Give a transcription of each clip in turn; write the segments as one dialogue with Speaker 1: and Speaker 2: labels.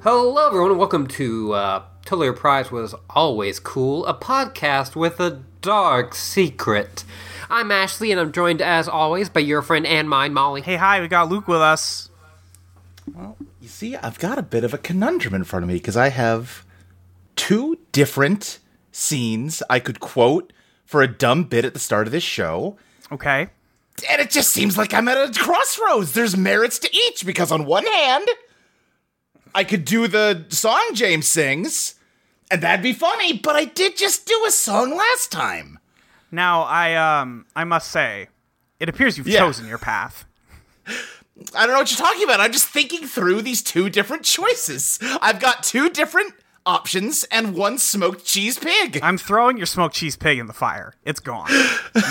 Speaker 1: Hello, everyone, and welcome to uh, Totally Prize Was Always Cool, a podcast with a dark secret. I'm Ashley, and I'm joined, as always, by your friend and mine, Molly.
Speaker 2: Hey, hi, we got Luke with us.
Speaker 3: You see, I've got a bit of a conundrum in front of me because I have two different scenes I could quote for a dumb bit at the start of this show.
Speaker 2: Okay.
Speaker 3: And it just seems like I'm at a crossroads. There's merits to each because, on one hand, I could do the song James sings, and that'd be funny, but I did just do a song last time.
Speaker 2: Now, I um, I must say, it appears you've
Speaker 3: Yeah.
Speaker 2: chosen your path.
Speaker 3: I don't know what you're talking about. I'm just thinking through these two different choices. I've got two different options and one smoked cheese pig.
Speaker 2: I'm throwing your smoked cheese pig in the fire. It's gone. You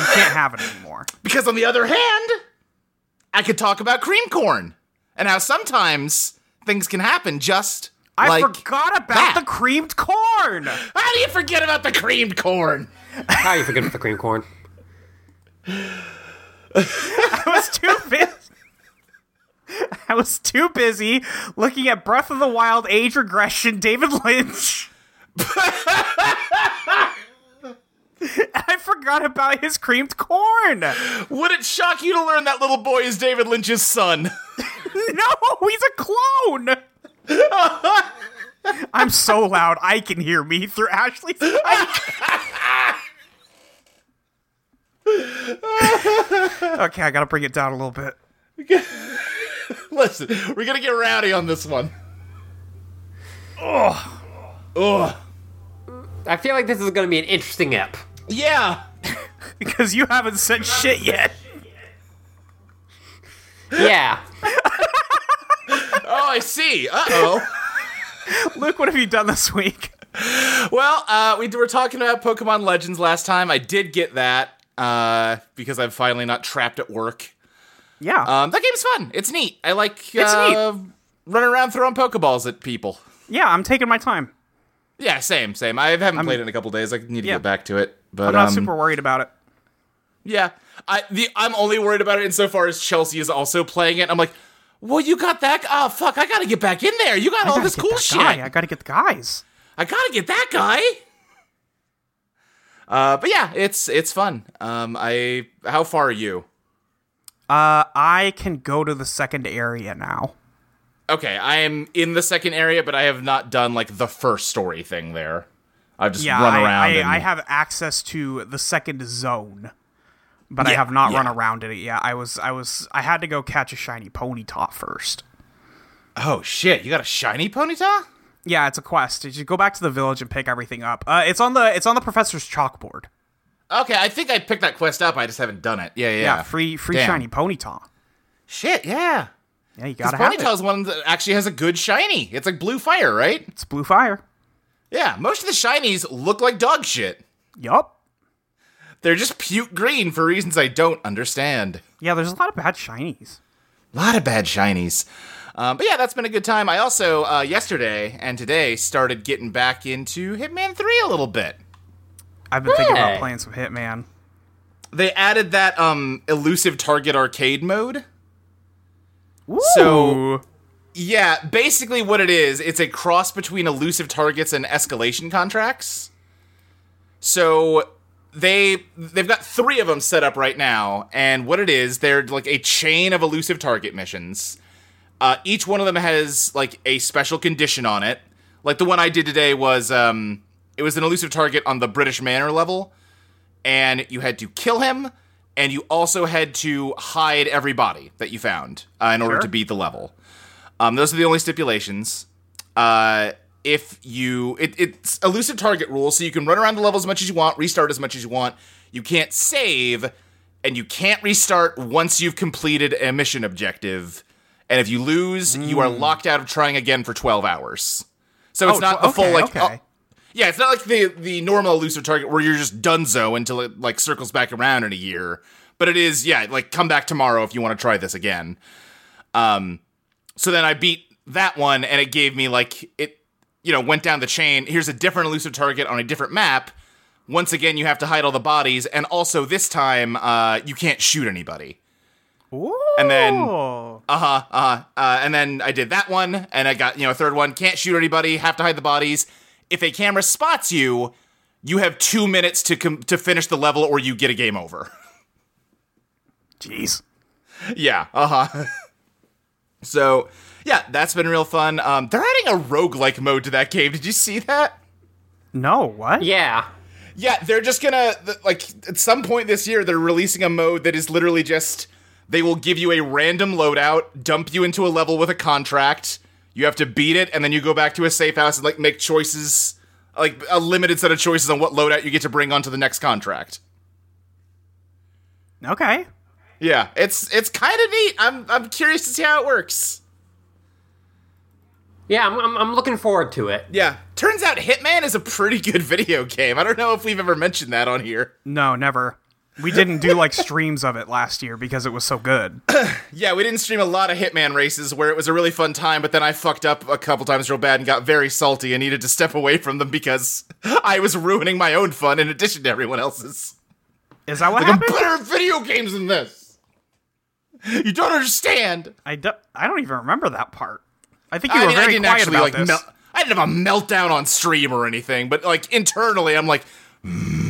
Speaker 2: can't have it anymore.
Speaker 3: Because on the other hand, I could talk about cream corn and how sometimes things can happen just
Speaker 2: I
Speaker 3: like
Speaker 2: forgot about
Speaker 3: that.
Speaker 2: the creamed corn.
Speaker 3: How do you forget about the creamed corn?
Speaker 1: How are you forgetting about the cream corn?
Speaker 2: I was too busy. I was too busy looking at Breath of the Wild age regression, David Lynch. I forgot about his creamed corn.
Speaker 3: Would it shock you to learn that little boy is David Lynch's son?
Speaker 2: No, he's a clone. I'm so loud, I can hear me through Ashley's. okay, I gotta bring it down a little bit.
Speaker 3: Listen, we're gonna get rowdy on this one. Ugh. Ugh.
Speaker 1: I feel like this is going to be an interesting ep.
Speaker 3: Yeah.
Speaker 2: Because you haven't said shit yet.
Speaker 1: Yeah.
Speaker 3: Oh, I see. Uh oh.
Speaker 2: Luke, what have you done this week?
Speaker 3: Well, uh, we were talking about Pokemon Legends last time. I did get that uh, because I'm finally not trapped at work.
Speaker 2: Yeah.
Speaker 3: Um, that game's fun. It's neat. I like uh, running around throwing Pokeballs at people.
Speaker 2: yeah, I'm taking my time.
Speaker 3: Yeah, same, same. I haven't played it in a couple days. I need to
Speaker 2: Yeah.
Speaker 3: get back to it. But
Speaker 2: I'm not
Speaker 3: um,
Speaker 2: super worried about it.
Speaker 3: yeah, I the I'm only worried about it insofar as Chelsea is also playing it. I'm like, well, you got that? Oh fuck, I gotta get back in there. You got all
Speaker 2: Gotta
Speaker 3: Oh, this
Speaker 2: get
Speaker 3: cool
Speaker 2: that
Speaker 3: shit.
Speaker 2: guy. I gotta get the guys.
Speaker 3: I gotta get that guy. Uh, but yeah, it's it's fun. Um, I how far are you?
Speaker 2: Uh, I can go to the second area now.
Speaker 3: Okay, I am in the second area, but I have not done like the first story thing there. I've just
Speaker 2: Yeah,
Speaker 3: run
Speaker 2: I,
Speaker 3: around.
Speaker 2: I,
Speaker 3: and...
Speaker 2: I have access to the second zone, but I
Speaker 3: Yeah,
Speaker 2: have not
Speaker 3: yeah.
Speaker 2: run around it yet. I was, I was, I had to go catch a shiny Ponyta first.
Speaker 3: Oh shit! You got a shiny Ponyta?
Speaker 2: Yeah, it's a quest. You should go back to the village and pick everything up. Uh, it's on the, it's on the professor's chalkboard.
Speaker 3: Okay, I think I picked that quest up. I just haven't done it. Yeah, yeah.
Speaker 2: Yeah, free, free
Speaker 3: Damn.
Speaker 2: shiny Ponyta.
Speaker 3: Shit, yeah.
Speaker 2: Yeah, you
Speaker 3: This
Speaker 2: gotta have
Speaker 3: Ponyta
Speaker 2: it.
Speaker 3: is one that actually has a good shiny. It's like blue fire, right?
Speaker 2: It's blue fire.
Speaker 3: Yeah. Most of the shinies look like dog shit.
Speaker 2: Yup.
Speaker 3: They're just puke green for reasons I don't understand.
Speaker 2: Yeah, there's a lot of bad shinies.
Speaker 3: A lot of bad shinies. Um, but yeah, that's been a good time. I also uh, yesterday and today started getting back into Hitman Three a little bit.
Speaker 2: I've been thinking
Speaker 1: Hey.
Speaker 2: about playing some Hitman.
Speaker 3: They added that um, elusive target arcade mode. So-
Speaker 2: Ooh.
Speaker 3: Yeah, basically what it is, it's a cross between elusive targets and escalation contracts. So they they've got 3 of them set up right now, and what it is, they're like a chain of elusive target missions. Uh, each one of them has like a special condition on it. Like the one I did today was um it was an elusive target on the British Manor level and you had to kill him and you also had to hide every body that you found uh, in order
Speaker 2: Sure.
Speaker 3: to beat the level. Um, those are the only stipulations. Uh, if you, it, it's elusive target rule, so you can run around the level as much as you want, restart as much as you want. You can't save, and you can't restart once you've completed a mission objective. And if you lose, you are locked out of trying again for twelve hours. So it's
Speaker 2: Hmm. Oh,
Speaker 3: not
Speaker 2: tw-
Speaker 3: the full
Speaker 2: okay,
Speaker 3: like
Speaker 2: okay.
Speaker 3: uh, yeah, it's not like the the normal elusive target where you're just dunzo until it like circles back around in a year. But it is, yeah, like come back tomorrow if you want to try this again. Um, so then I beat that one, and it gave me like it, you know, went down the chain. Here's a different elusive target on a different map. Once again, you have to hide all the bodies, and also this time, uh, you can't shoot anybody.
Speaker 2: Ooh.
Speaker 3: uh, And then- Uh-huh, uh-huh. Uh, and then I did that one, and I got, you know, a third one. Can't shoot anybody, have to hide the bodies. If a camera spots you, you have two minutes to com- to finish the level or you get a game over.
Speaker 2: Jeez.
Speaker 3: yeah, uh-huh. so, yeah, that's been real fun. Um, they're adding a roguelike mode to that game. Did you see that?
Speaker 2: No, what?
Speaker 1: Yeah.
Speaker 3: Yeah, they're just gonna th- like at some point this year they're releasing a mode that is literally just they will give you a random loadout, dump you into a level with a contract. You have to beat it, and then you go back to a safe house and like make choices, like a limited set of choices on what loadout you get to bring onto the next contract.
Speaker 2: Okay.
Speaker 3: Yeah, it's it's kind of neat. I'm I'm curious to see how it works.
Speaker 1: Yeah, I'm, I'm, I'm looking forward to it.
Speaker 3: Yeah, turns out Hitman is a pretty good video game. I don't know if we've ever mentioned that on here.
Speaker 2: No, never. We didn't do like streams of it last year because it was so good.
Speaker 3: Yeah, we didn't stream a lot of Hitman races where it was a really fun time, but then I fucked up a couple times real bad and got very salty and needed to step away from them because I was ruining my own fun in addition to everyone else's.
Speaker 2: Is that what
Speaker 3: I'm
Speaker 2: happened?
Speaker 3: better at video games than this. You don't understand.
Speaker 2: I, do- I don't even remember that part. I think you
Speaker 3: I
Speaker 2: were
Speaker 3: mean, I
Speaker 2: very
Speaker 3: didn't
Speaker 2: quiet
Speaker 3: actually
Speaker 2: about
Speaker 3: like
Speaker 2: this.
Speaker 3: melt. I didn't have a meltdown on stream or anything, but like internally, I'm like, you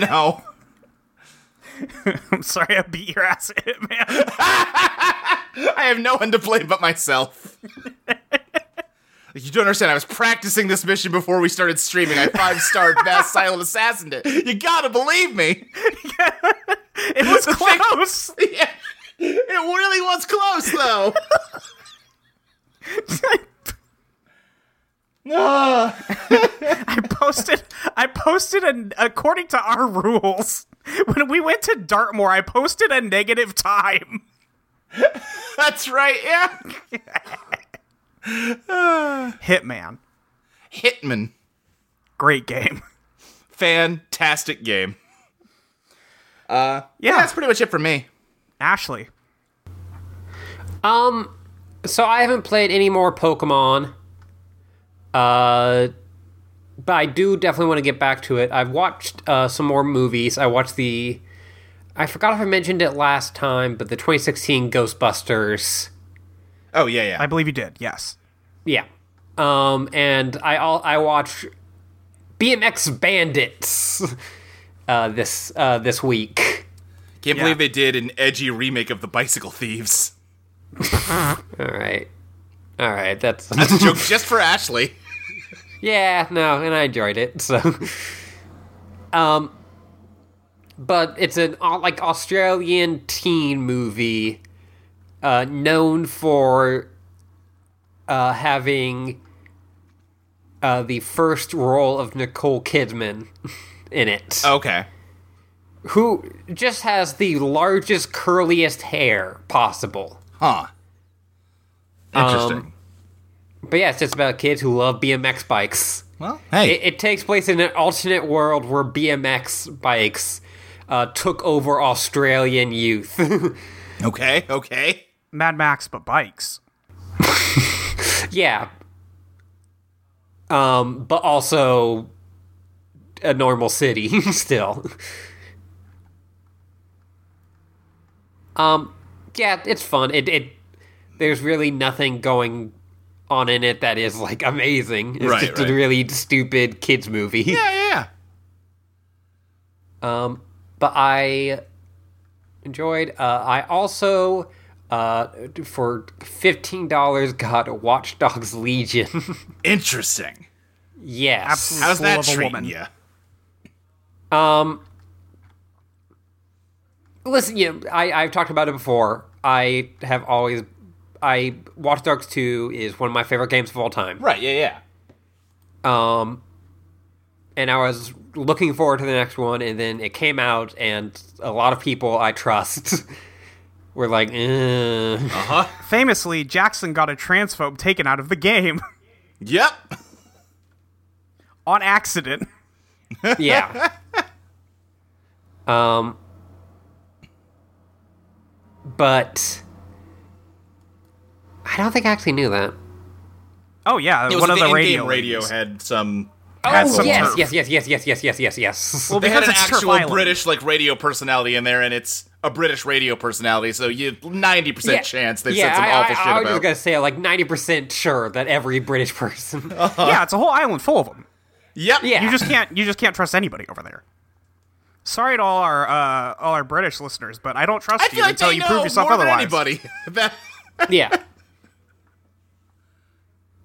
Speaker 3: know.
Speaker 2: I'm sorry, I beat your ass at it, man.
Speaker 3: I have no one to blame but myself. you don't understand. I was practicing this mission before we started streaming. I five starred Mass Silent Assassin it. You gotta believe me.
Speaker 2: It was close.
Speaker 3: Yeah. It really was close, though. Ah.
Speaker 2: I posted. I posted an according to our rules. When we went to Dartmoor, I posted a negative time.
Speaker 3: That's right, yeah.
Speaker 2: Hitman,
Speaker 3: Hitman.
Speaker 2: great game.
Speaker 3: Fantastic game.
Speaker 2: Yeah,
Speaker 3: That's pretty much it for me.
Speaker 2: Ashley.
Speaker 1: Um, so I haven't played any more Pokemon. Uh, but I do definitely want to get back to it. I've watched uh, some more movies. I watched the. I forgot if I mentioned it last time, but the 2016 Ghostbusters.
Speaker 3: Oh, yeah, yeah.
Speaker 2: I believe you did. Yes.
Speaker 1: Yeah. Um, and I all I watch BMX Bandits uh, this uh, this week.
Speaker 3: Can't
Speaker 2: Yeah.
Speaker 3: believe they did an edgy remake of The Bicycle Thieves.
Speaker 1: All right. All right, that's
Speaker 3: That's a joke just for Ashley.
Speaker 1: Yeah, no, and I enjoyed it. So, um, but it's an au- like Australian teen movie, uh, known for uh, having uh, the first role of Nicole Kidman in it,
Speaker 3: Okay.
Speaker 1: who just has the largest, curliest hair possible.
Speaker 3: Huh. Interesting.
Speaker 1: But yeah, it's just about kids who love BMX bikes.
Speaker 3: well, hey.
Speaker 1: It, it takes place in an alternate world where BMX bikes uh, took over Australian youth.
Speaker 3: Okay, okay.
Speaker 2: Mad Max, but bikes.
Speaker 1: yeah. Um, but also a normal city still. Um, yeah, it's fun. It, it there's really nothing going on in it that is like amazing. It's
Speaker 3: Right,
Speaker 1: just
Speaker 3: right.
Speaker 1: a really stupid kids movie.
Speaker 3: Yeah, yeah, yeah.
Speaker 1: Um, but I enjoyed. Uh, I also, uh, for fifteen dollars, got Watch Dogs Legion.
Speaker 3: Interesting.
Speaker 1: yes.
Speaker 2: Absolutely.
Speaker 3: How's
Speaker 2: Full
Speaker 3: that
Speaker 2: of a
Speaker 3: treating
Speaker 2: woman.
Speaker 3: you?
Speaker 1: Um, listen, you know, I, I've talked about it before. I have always, I Watch Dogs Two is one of my favorite games of all time,
Speaker 3: Right, yeah, yeah.
Speaker 1: and I was looking forward to the next one, and then it came out, and a lot of people I trust were like, eh.
Speaker 2: Famously, Jackson got a transphobe taken out of the game
Speaker 3: Yep.
Speaker 2: on accident.
Speaker 1: yeah. um, but I don't think I actually knew that.
Speaker 2: Oh yeah,
Speaker 3: It was
Speaker 2: one
Speaker 3: like
Speaker 2: of the
Speaker 3: the
Speaker 2: radio
Speaker 3: in-game radio
Speaker 2: ladies.
Speaker 3: had some
Speaker 2: Had
Speaker 1: Oh
Speaker 2: some
Speaker 1: yes,
Speaker 2: turf.
Speaker 1: yes, yes, yes, yes, yes, yes, yes, yes.
Speaker 2: Well,
Speaker 3: they had
Speaker 2: because
Speaker 3: an
Speaker 2: it's Turf
Speaker 3: actual
Speaker 2: Island.
Speaker 3: British like radio personality in there, and it's a British radio personality, so you ninety percent chance they've
Speaker 1: yeah,
Speaker 3: said some
Speaker 1: I,
Speaker 3: awful
Speaker 1: I,
Speaker 3: shit
Speaker 1: I was
Speaker 3: about.
Speaker 1: just gonna say like ninety percent sure that every British person.
Speaker 2: Yeah, it's a whole island full of them.
Speaker 3: Yep.
Speaker 1: yeah,
Speaker 2: You just can't you just can't trust anybody over there. Sorry to all our uh, all our British listeners, but I don't trust
Speaker 3: I
Speaker 2: you
Speaker 3: feel like
Speaker 2: until
Speaker 3: they
Speaker 2: you
Speaker 3: know
Speaker 2: prove yourself
Speaker 3: more
Speaker 2: otherwise.
Speaker 3: than anybody. that,
Speaker 1: yeah.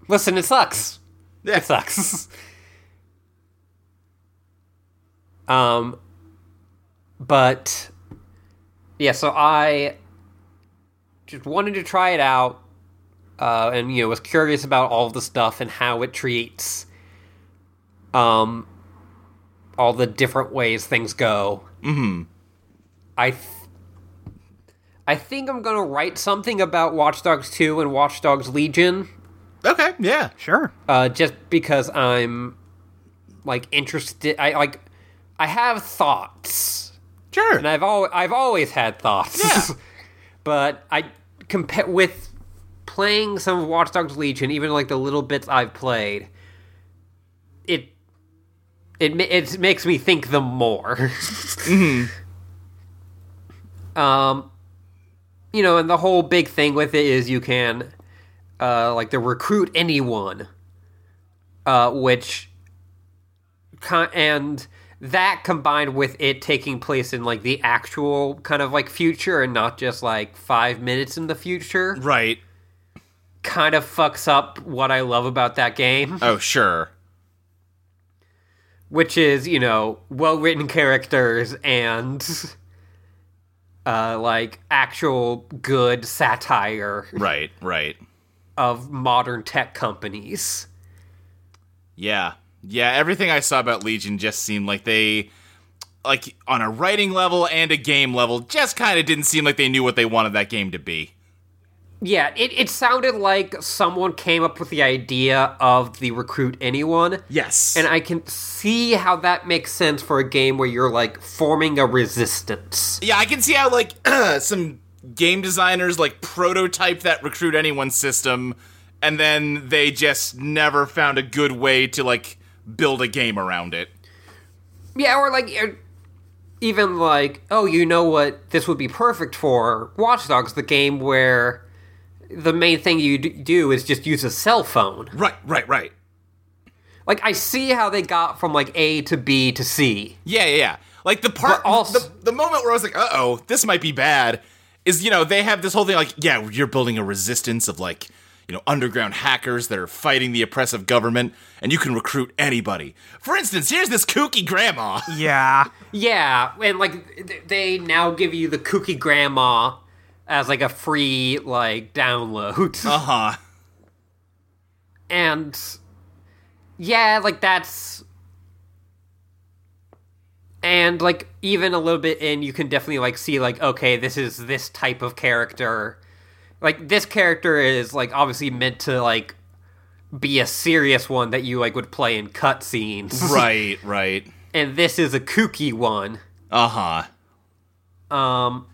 Speaker 1: Listen, it sucks.
Speaker 3: yeah.
Speaker 1: It sucks. um, but yeah, so I just wanted to try it out, uh, and you know was curious about all the stuff and how it treats, um, all the different ways things go. Mm-hmm. I. Th- I think I'm gonna write something about Watch Dogs 2 and Watch Dogs Legion
Speaker 3: Okay. Yeah.
Speaker 2: Sure.
Speaker 1: uh, just because I'm like interested. I like I have thoughts,
Speaker 3: Sure.
Speaker 1: and I've al- I've always had thoughts.
Speaker 3: Yeah.
Speaker 1: but I compare with playing some of Watch Dogs Legion, even like the little bits I've played. It it ma- it makes me think them more. Um, you know, and the whole big thing with it is you can uh, like the recruit anyone, uh, which con- and that combined with it taking place in like the actual kind of like future and not just like five minutes in the future,
Speaker 3: right.
Speaker 1: kind of fucks up what I love about that game,
Speaker 3: Oh, sure.
Speaker 1: which is you know well written characters and. Uh, like actual good satire
Speaker 3: Right. Right.
Speaker 1: of modern tech companies.
Speaker 3: Yeah. Yeah, everything I saw about Legion just seemed like they like on a writing level and a game level just kind of didn't seem like they knew what they wanted that game to be.
Speaker 1: Yeah, it, it sounded like someone came up with the idea of the recruit anyone.
Speaker 3: Yes.
Speaker 1: And I can see how that makes sense for a game where you're like forming a resistance.
Speaker 3: yeah, I can see how like some game designers like prototype that recruit anyone system and then they just never found a good way to like build a game around it.
Speaker 1: Yeah, or like er, even like, oh, you know what this would be perfect for? Watch Dogs, the game where the main thing you d- do is just use a cell phone.
Speaker 3: Right, right, right.
Speaker 1: Like I see how they got from like A to B to C.
Speaker 3: Yeah, yeah, yeah. Like the part,
Speaker 1: But also-
Speaker 3: the, the moment where I was like, "Uh oh, this might be bad," is you know they have this whole thing like, "Yeah, you're building a resistance of like, you know, underground hackers that are fighting the oppressive government, and you can recruit anybody." For instance, here's this kooky grandma.
Speaker 2: Yeah.
Speaker 1: Yeah, and like th- they now give you the kooky grandma as like a free like download,
Speaker 3: Uh huh.
Speaker 1: and yeah, like that's and like even a little bit in, you can definitely like see like okay, this is this type of character, like this character is like obviously meant to like be a serious one that you like would play in cutscenes,
Speaker 3: right, right.
Speaker 1: and this is a kooky one.
Speaker 3: Uh huh.
Speaker 1: Um,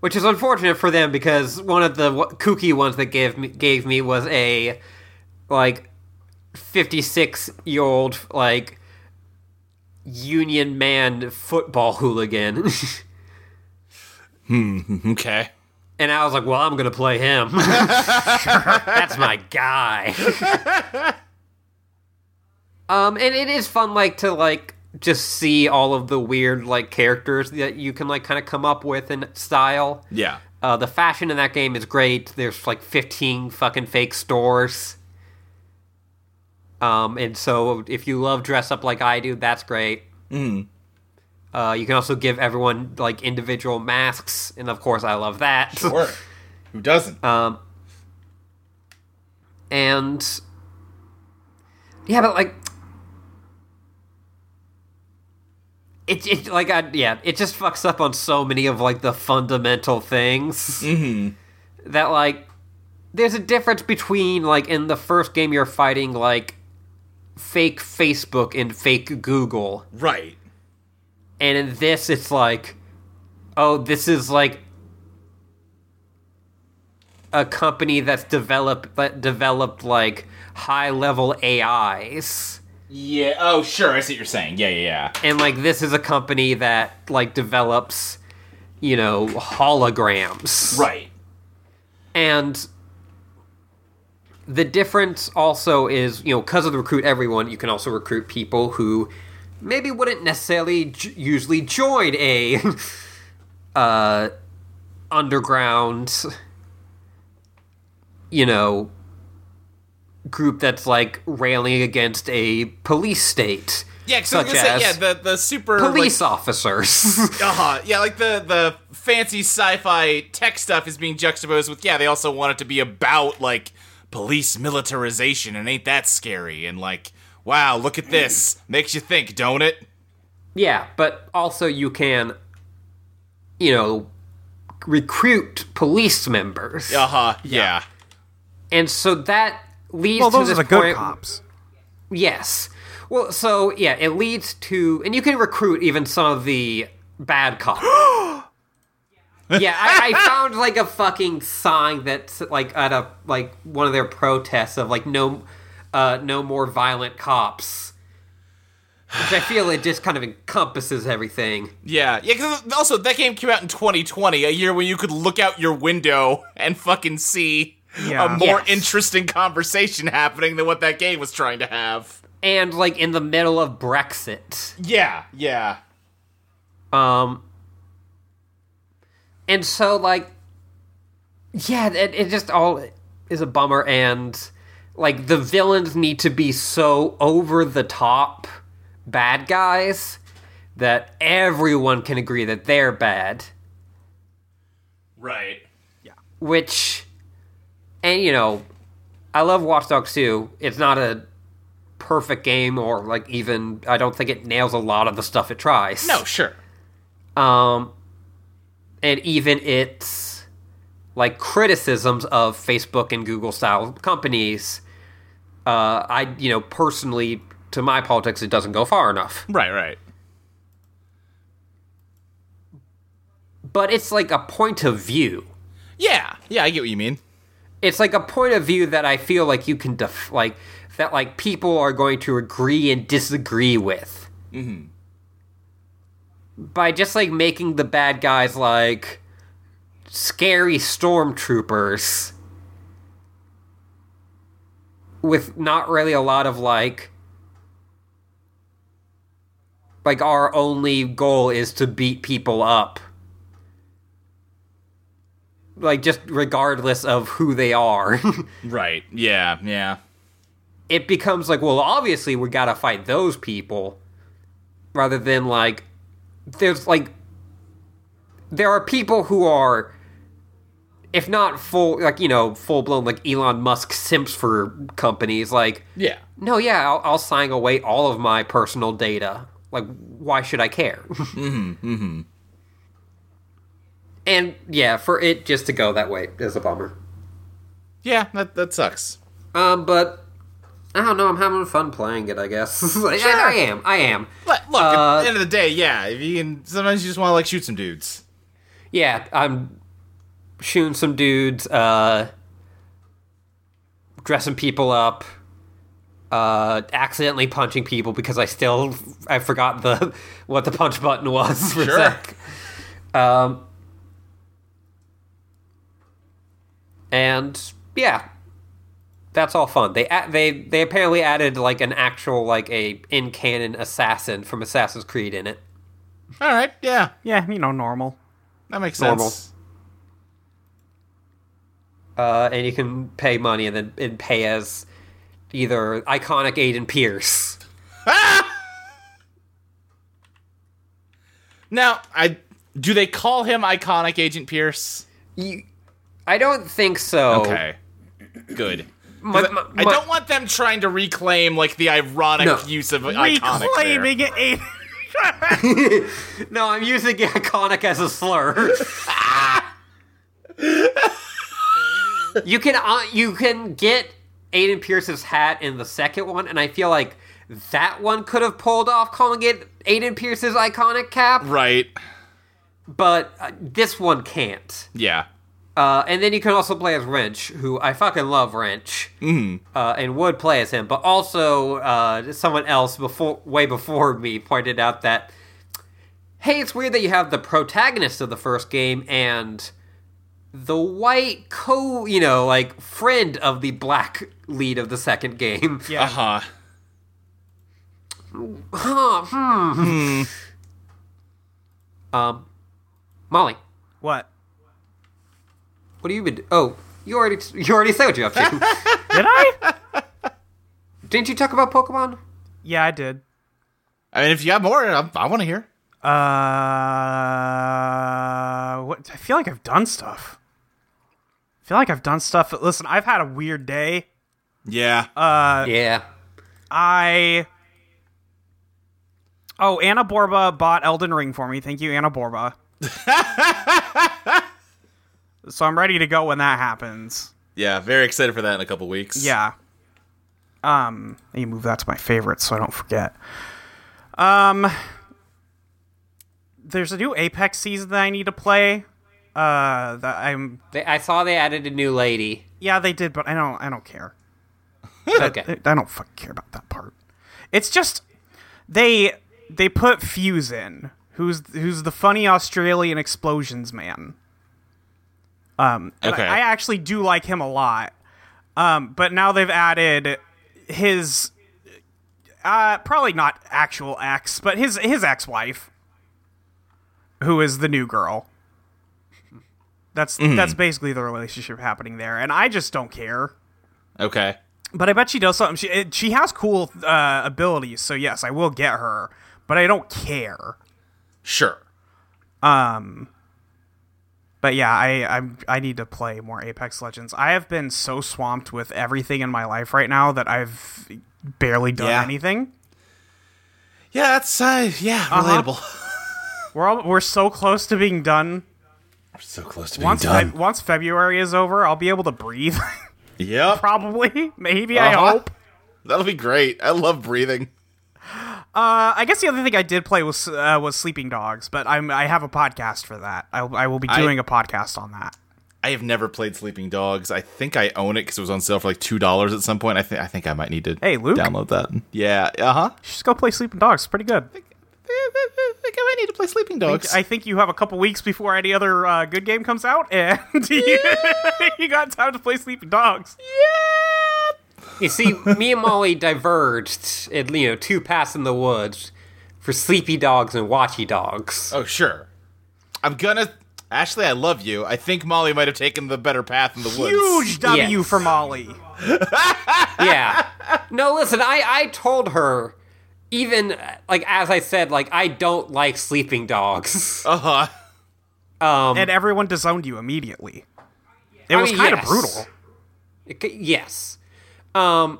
Speaker 1: which is unfortunate for them because one of the w- kooky ones that gave me, gave me was a like fifty six year old like union man football hooligan,
Speaker 3: Mm-hmm. Okay.
Speaker 1: and I was like, well, I'm gonna play him. That's my guy. Um, and it is fun, like to like just see all of the weird like characters that you can like kind of come up with and style.
Speaker 3: Yeah.
Speaker 1: Uh, the fashion in that game is great. There's like 15 fucking fake stores. Um, and so if you love dress up like I do, that's great. Uh, you can also give everyone like individual masks, and of course I love that.
Speaker 3: Sure. Who Um, doesn't?
Speaker 1: and yeah, but like it, it like I, yeah, it just fucks up on so many of like the fundamental things that like there's a difference between like in the first game you're fighting like fake Facebook and fake Google,
Speaker 3: right.
Speaker 1: and in this it's like oh this is like a company that's developed that developed like high level ais
Speaker 3: Yeah. Oh, sure. I see what you're saying. Yeah, yeah, yeah.
Speaker 1: and like this is a company that like develops you know holograms
Speaker 3: Right.
Speaker 1: and the difference also is you know because of the recruit everyone you can also recruit people who maybe wouldn't necessarily j- usually join a uh underground you know group that's like railing against a police state
Speaker 3: Yeah, because I
Speaker 1: Such
Speaker 3: was gonna say,
Speaker 1: as
Speaker 3: yeah, the the super
Speaker 1: police officers
Speaker 3: Like, uh huh. Yeah, like the the fancy sci-fi tech stuff is being juxtaposed with. Yeah, they also want it to be about like police militarization, and ain't that scary? And like, wow, look at this. Makes you think, don't it?
Speaker 1: Yeah, but also you can, you know, recruit police members,
Speaker 3: Uh huh. Yeah.
Speaker 1: and so that leads
Speaker 2: Well,
Speaker 1: to
Speaker 2: those are
Speaker 1: this
Speaker 2: the good
Speaker 1: point-
Speaker 2: cops.
Speaker 1: Yes. Well, so yeah, it leads to, and you can recruit even some of the bad cops. yeah, I, I found like a fucking sign that's like at a like one of their protests of like no, uh, no more violent cops, which I feel it just kind of encompasses everything.
Speaker 3: Yeah, yeah. Because also that game came out in 2020, a year when you could look out your window and fucking see
Speaker 2: Yeah.
Speaker 3: a more
Speaker 1: Yes.
Speaker 3: interesting conversation happening than what that game was trying to have.
Speaker 1: and like in the middle of Brexit.
Speaker 3: Yeah, yeah,
Speaker 1: Um, and so like, yeah, it, it just all is a bummer, and like the villains need to be so over the top bad guys that everyone can agree that they're bad,
Speaker 3: right.
Speaker 1: which, and you know, I love Watch Dogs 2. It's not a perfect game or like even I don't think it nails a lot of the stuff it tries.
Speaker 3: No, sure.
Speaker 1: um, and even its like criticisms of Facebook and Google style companies. Uh, I you know personally to my politics it doesn't go far enough,
Speaker 3: Right, right.
Speaker 1: but it's like a point of view.
Speaker 3: Yeah, yeah. I get what you mean.
Speaker 1: It's like a point of view that I feel like you can def- like that like people are going to agree and disagree with. Mm-hmm. By just like making the bad guys like scary stormtroopers. with not really a lot of like like our only goal is to beat people up like just regardless of who they are
Speaker 3: Right. Yeah, yeah.
Speaker 1: it becomes like well obviously we gotta fight those people rather than like there's like there are people who are if not full like you know full blown like elon musk simps for companies like
Speaker 3: Yeah.
Speaker 1: no, yeah, I'll, I'll sign away all of my personal data. Like, why should I care? mm-hmm, mm-hmm. And yeah, for it just to go that way is a bummer.
Speaker 3: Yeah, that that sucks.
Speaker 1: Um, but I don't know. I'm having fun playing it. I guess. Like,
Speaker 3: Sure.
Speaker 1: I, I am. I am.
Speaker 3: But look, at
Speaker 1: Uh,
Speaker 3: the end of the day, yeah. If you can, sometimes you just want to like shoot some dudes.
Speaker 1: Yeah, I'm shooting some dudes, uh, dressing people up, uh, accidentally punching people because I still I forgot the what the punch button was. For a
Speaker 3: Sure.
Speaker 1: sec. Um, and yeah, that's all fun. They a- they they apparently added like an actual like a in canon assassin from Assassin's Creed in it.
Speaker 3: All right. Yeah,
Speaker 2: Yeah, you know, normal.
Speaker 3: that makes
Speaker 1: Normal.
Speaker 3: sense.
Speaker 1: uh, and you can pay money and then and pay as either iconic Aiden Pierce.
Speaker 3: Ah! Now, I do they call him iconic Agent Pierce?
Speaker 1: You, I don't think so.
Speaker 3: Okay, good.
Speaker 1: Oh. My-
Speaker 3: 'Cause I-
Speaker 1: my-
Speaker 3: I
Speaker 1: my-
Speaker 3: don't want them trying to reclaim like the ironic
Speaker 1: No.
Speaker 3: use of iconic. there.
Speaker 2: Reclaiming it.
Speaker 1: No, I'm using iconic as a slur. you can uh, you can get Aiden Pierce's hat in the second one, and I feel like that one could have pulled off calling it Aiden Pierce's iconic cap,
Speaker 3: Right.
Speaker 1: but uh, this one can't.
Speaker 3: Yeah.
Speaker 1: Uh, and then you can also play as Wrench, who I fucking love Wrench, uh, and would play as him. But also, uh, someone else before, way before me, pointed out that, hey, it's weird that you have the protagonist of the first game and the white co, you know, like friend of the black lead of the second game.
Speaker 3: Uh huh.
Speaker 1: Huh, hmm. Um, Molly,
Speaker 2: What?
Speaker 1: what have you been? Oh, you already you already said what you have to.
Speaker 2: Did I?
Speaker 1: Didn't you talk about Pokemon?
Speaker 2: yeah, I did.
Speaker 3: I mean, if you got more, I, I want to hear.
Speaker 2: Uh, what? I feel like I've done stuff. I feel like I've done stuff. Listen, I've had a weird day.
Speaker 3: Yeah.
Speaker 1: yeah.
Speaker 2: I. Oh, Anna Borba bought Elden Ring for me. Thank you, Anna Borba. so I'm ready to go when that happens.
Speaker 3: yeah. Very excited for that in a couple weeks.
Speaker 2: Yeah. Um, let me move that to my favorites so I don't forget. Um, there's a new Apex season that I need to play. Uh, that I'm
Speaker 1: They, I saw they added a new lady.
Speaker 2: yeah they did, but I don't I don't care.
Speaker 1: okay.
Speaker 2: I don't fucking care about that part. It's just they they put Fuse in, who's who's the funny Australian explosions man. Um, and
Speaker 3: Okay.
Speaker 2: I, I actually do like him a lot. Um, but now they've added his uh probably not actual ex, but his his ex wife, who is the new girl. That's that's basically the relationship happening there, and I just don't care.
Speaker 3: Okay.
Speaker 2: But I bet she does something. She it, she has cool uh, abilities, so yes, I will get her. But I don't care.
Speaker 3: Sure.
Speaker 2: But yeah, I I'm, I need to play more Apex Legends. I have been so swamped with everything in my life right now that I've barely done
Speaker 3: Yeah.
Speaker 2: anything.
Speaker 3: Yeah. That's uh, yeah.
Speaker 2: Uh-huh.
Speaker 3: Relatable.
Speaker 2: We're all, we're so close to being done.
Speaker 3: So close to
Speaker 2: Once Fe- once February is over, I'll be able to breathe.
Speaker 3: yep.
Speaker 2: Probably, maybe.
Speaker 3: Uh-huh.
Speaker 2: I hope.
Speaker 3: That'll be great. I love breathing.
Speaker 2: Uh, I guess the other thing I did play was uh, was Sleeping Dogs, but I'm I have a podcast for that. I, I will be
Speaker 3: I-
Speaker 2: doing a podcast on that.
Speaker 3: I have never played Sleeping Dogs. I think I own it because it was on sale for like two dollars at some point. I think I think I might need to
Speaker 2: Hey, Luke.
Speaker 3: download that. Yeah. Uh huh.
Speaker 2: Just go play Sleeping Dogs. It's pretty good.
Speaker 3: I think I might need to play Sleeping Dogs.
Speaker 2: I think you have a couple weeks before any other uh, good game comes out, and you, you got time to play Sleeping Dogs.
Speaker 1: You see, me and Molly diverged in you know two paths in the woods for sleepy dogs and watchy dogs.
Speaker 3: oh sure. I'm gonna. Ashley, I love you. I think Molly might have taken the better path in the woods.
Speaker 2: Huge W
Speaker 1: Yes.
Speaker 2: for Molly.
Speaker 1: Yeah. No, listen, I I told her even uh, like as I said, like I don't like sleeping dogs.
Speaker 2: Oh.
Speaker 3: Uh huh.
Speaker 1: Um,
Speaker 2: And everyone disowned you immediately. It
Speaker 1: I
Speaker 2: was
Speaker 1: mean,
Speaker 2: kind of
Speaker 1: yes.
Speaker 2: brutal.
Speaker 1: It c- Yes. Um,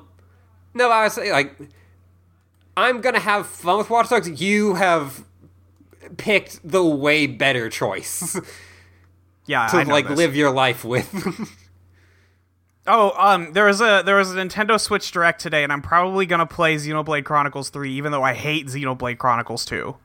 Speaker 1: no, I was saying, like, I'm gonna have fun with Watch Dogs. You have picked the way better choice
Speaker 2: Yeah,
Speaker 1: to
Speaker 2: I know
Speaker 1: like
Speaker 2: this.
Speaker 1: live your life with.
Speaker 2: Oh, um, there was a there was a Nintendo Switch Direct today, and I'm probably gonna play Xenoblade Chronicles Three, even though I hate Xenoblade Chronicles Two.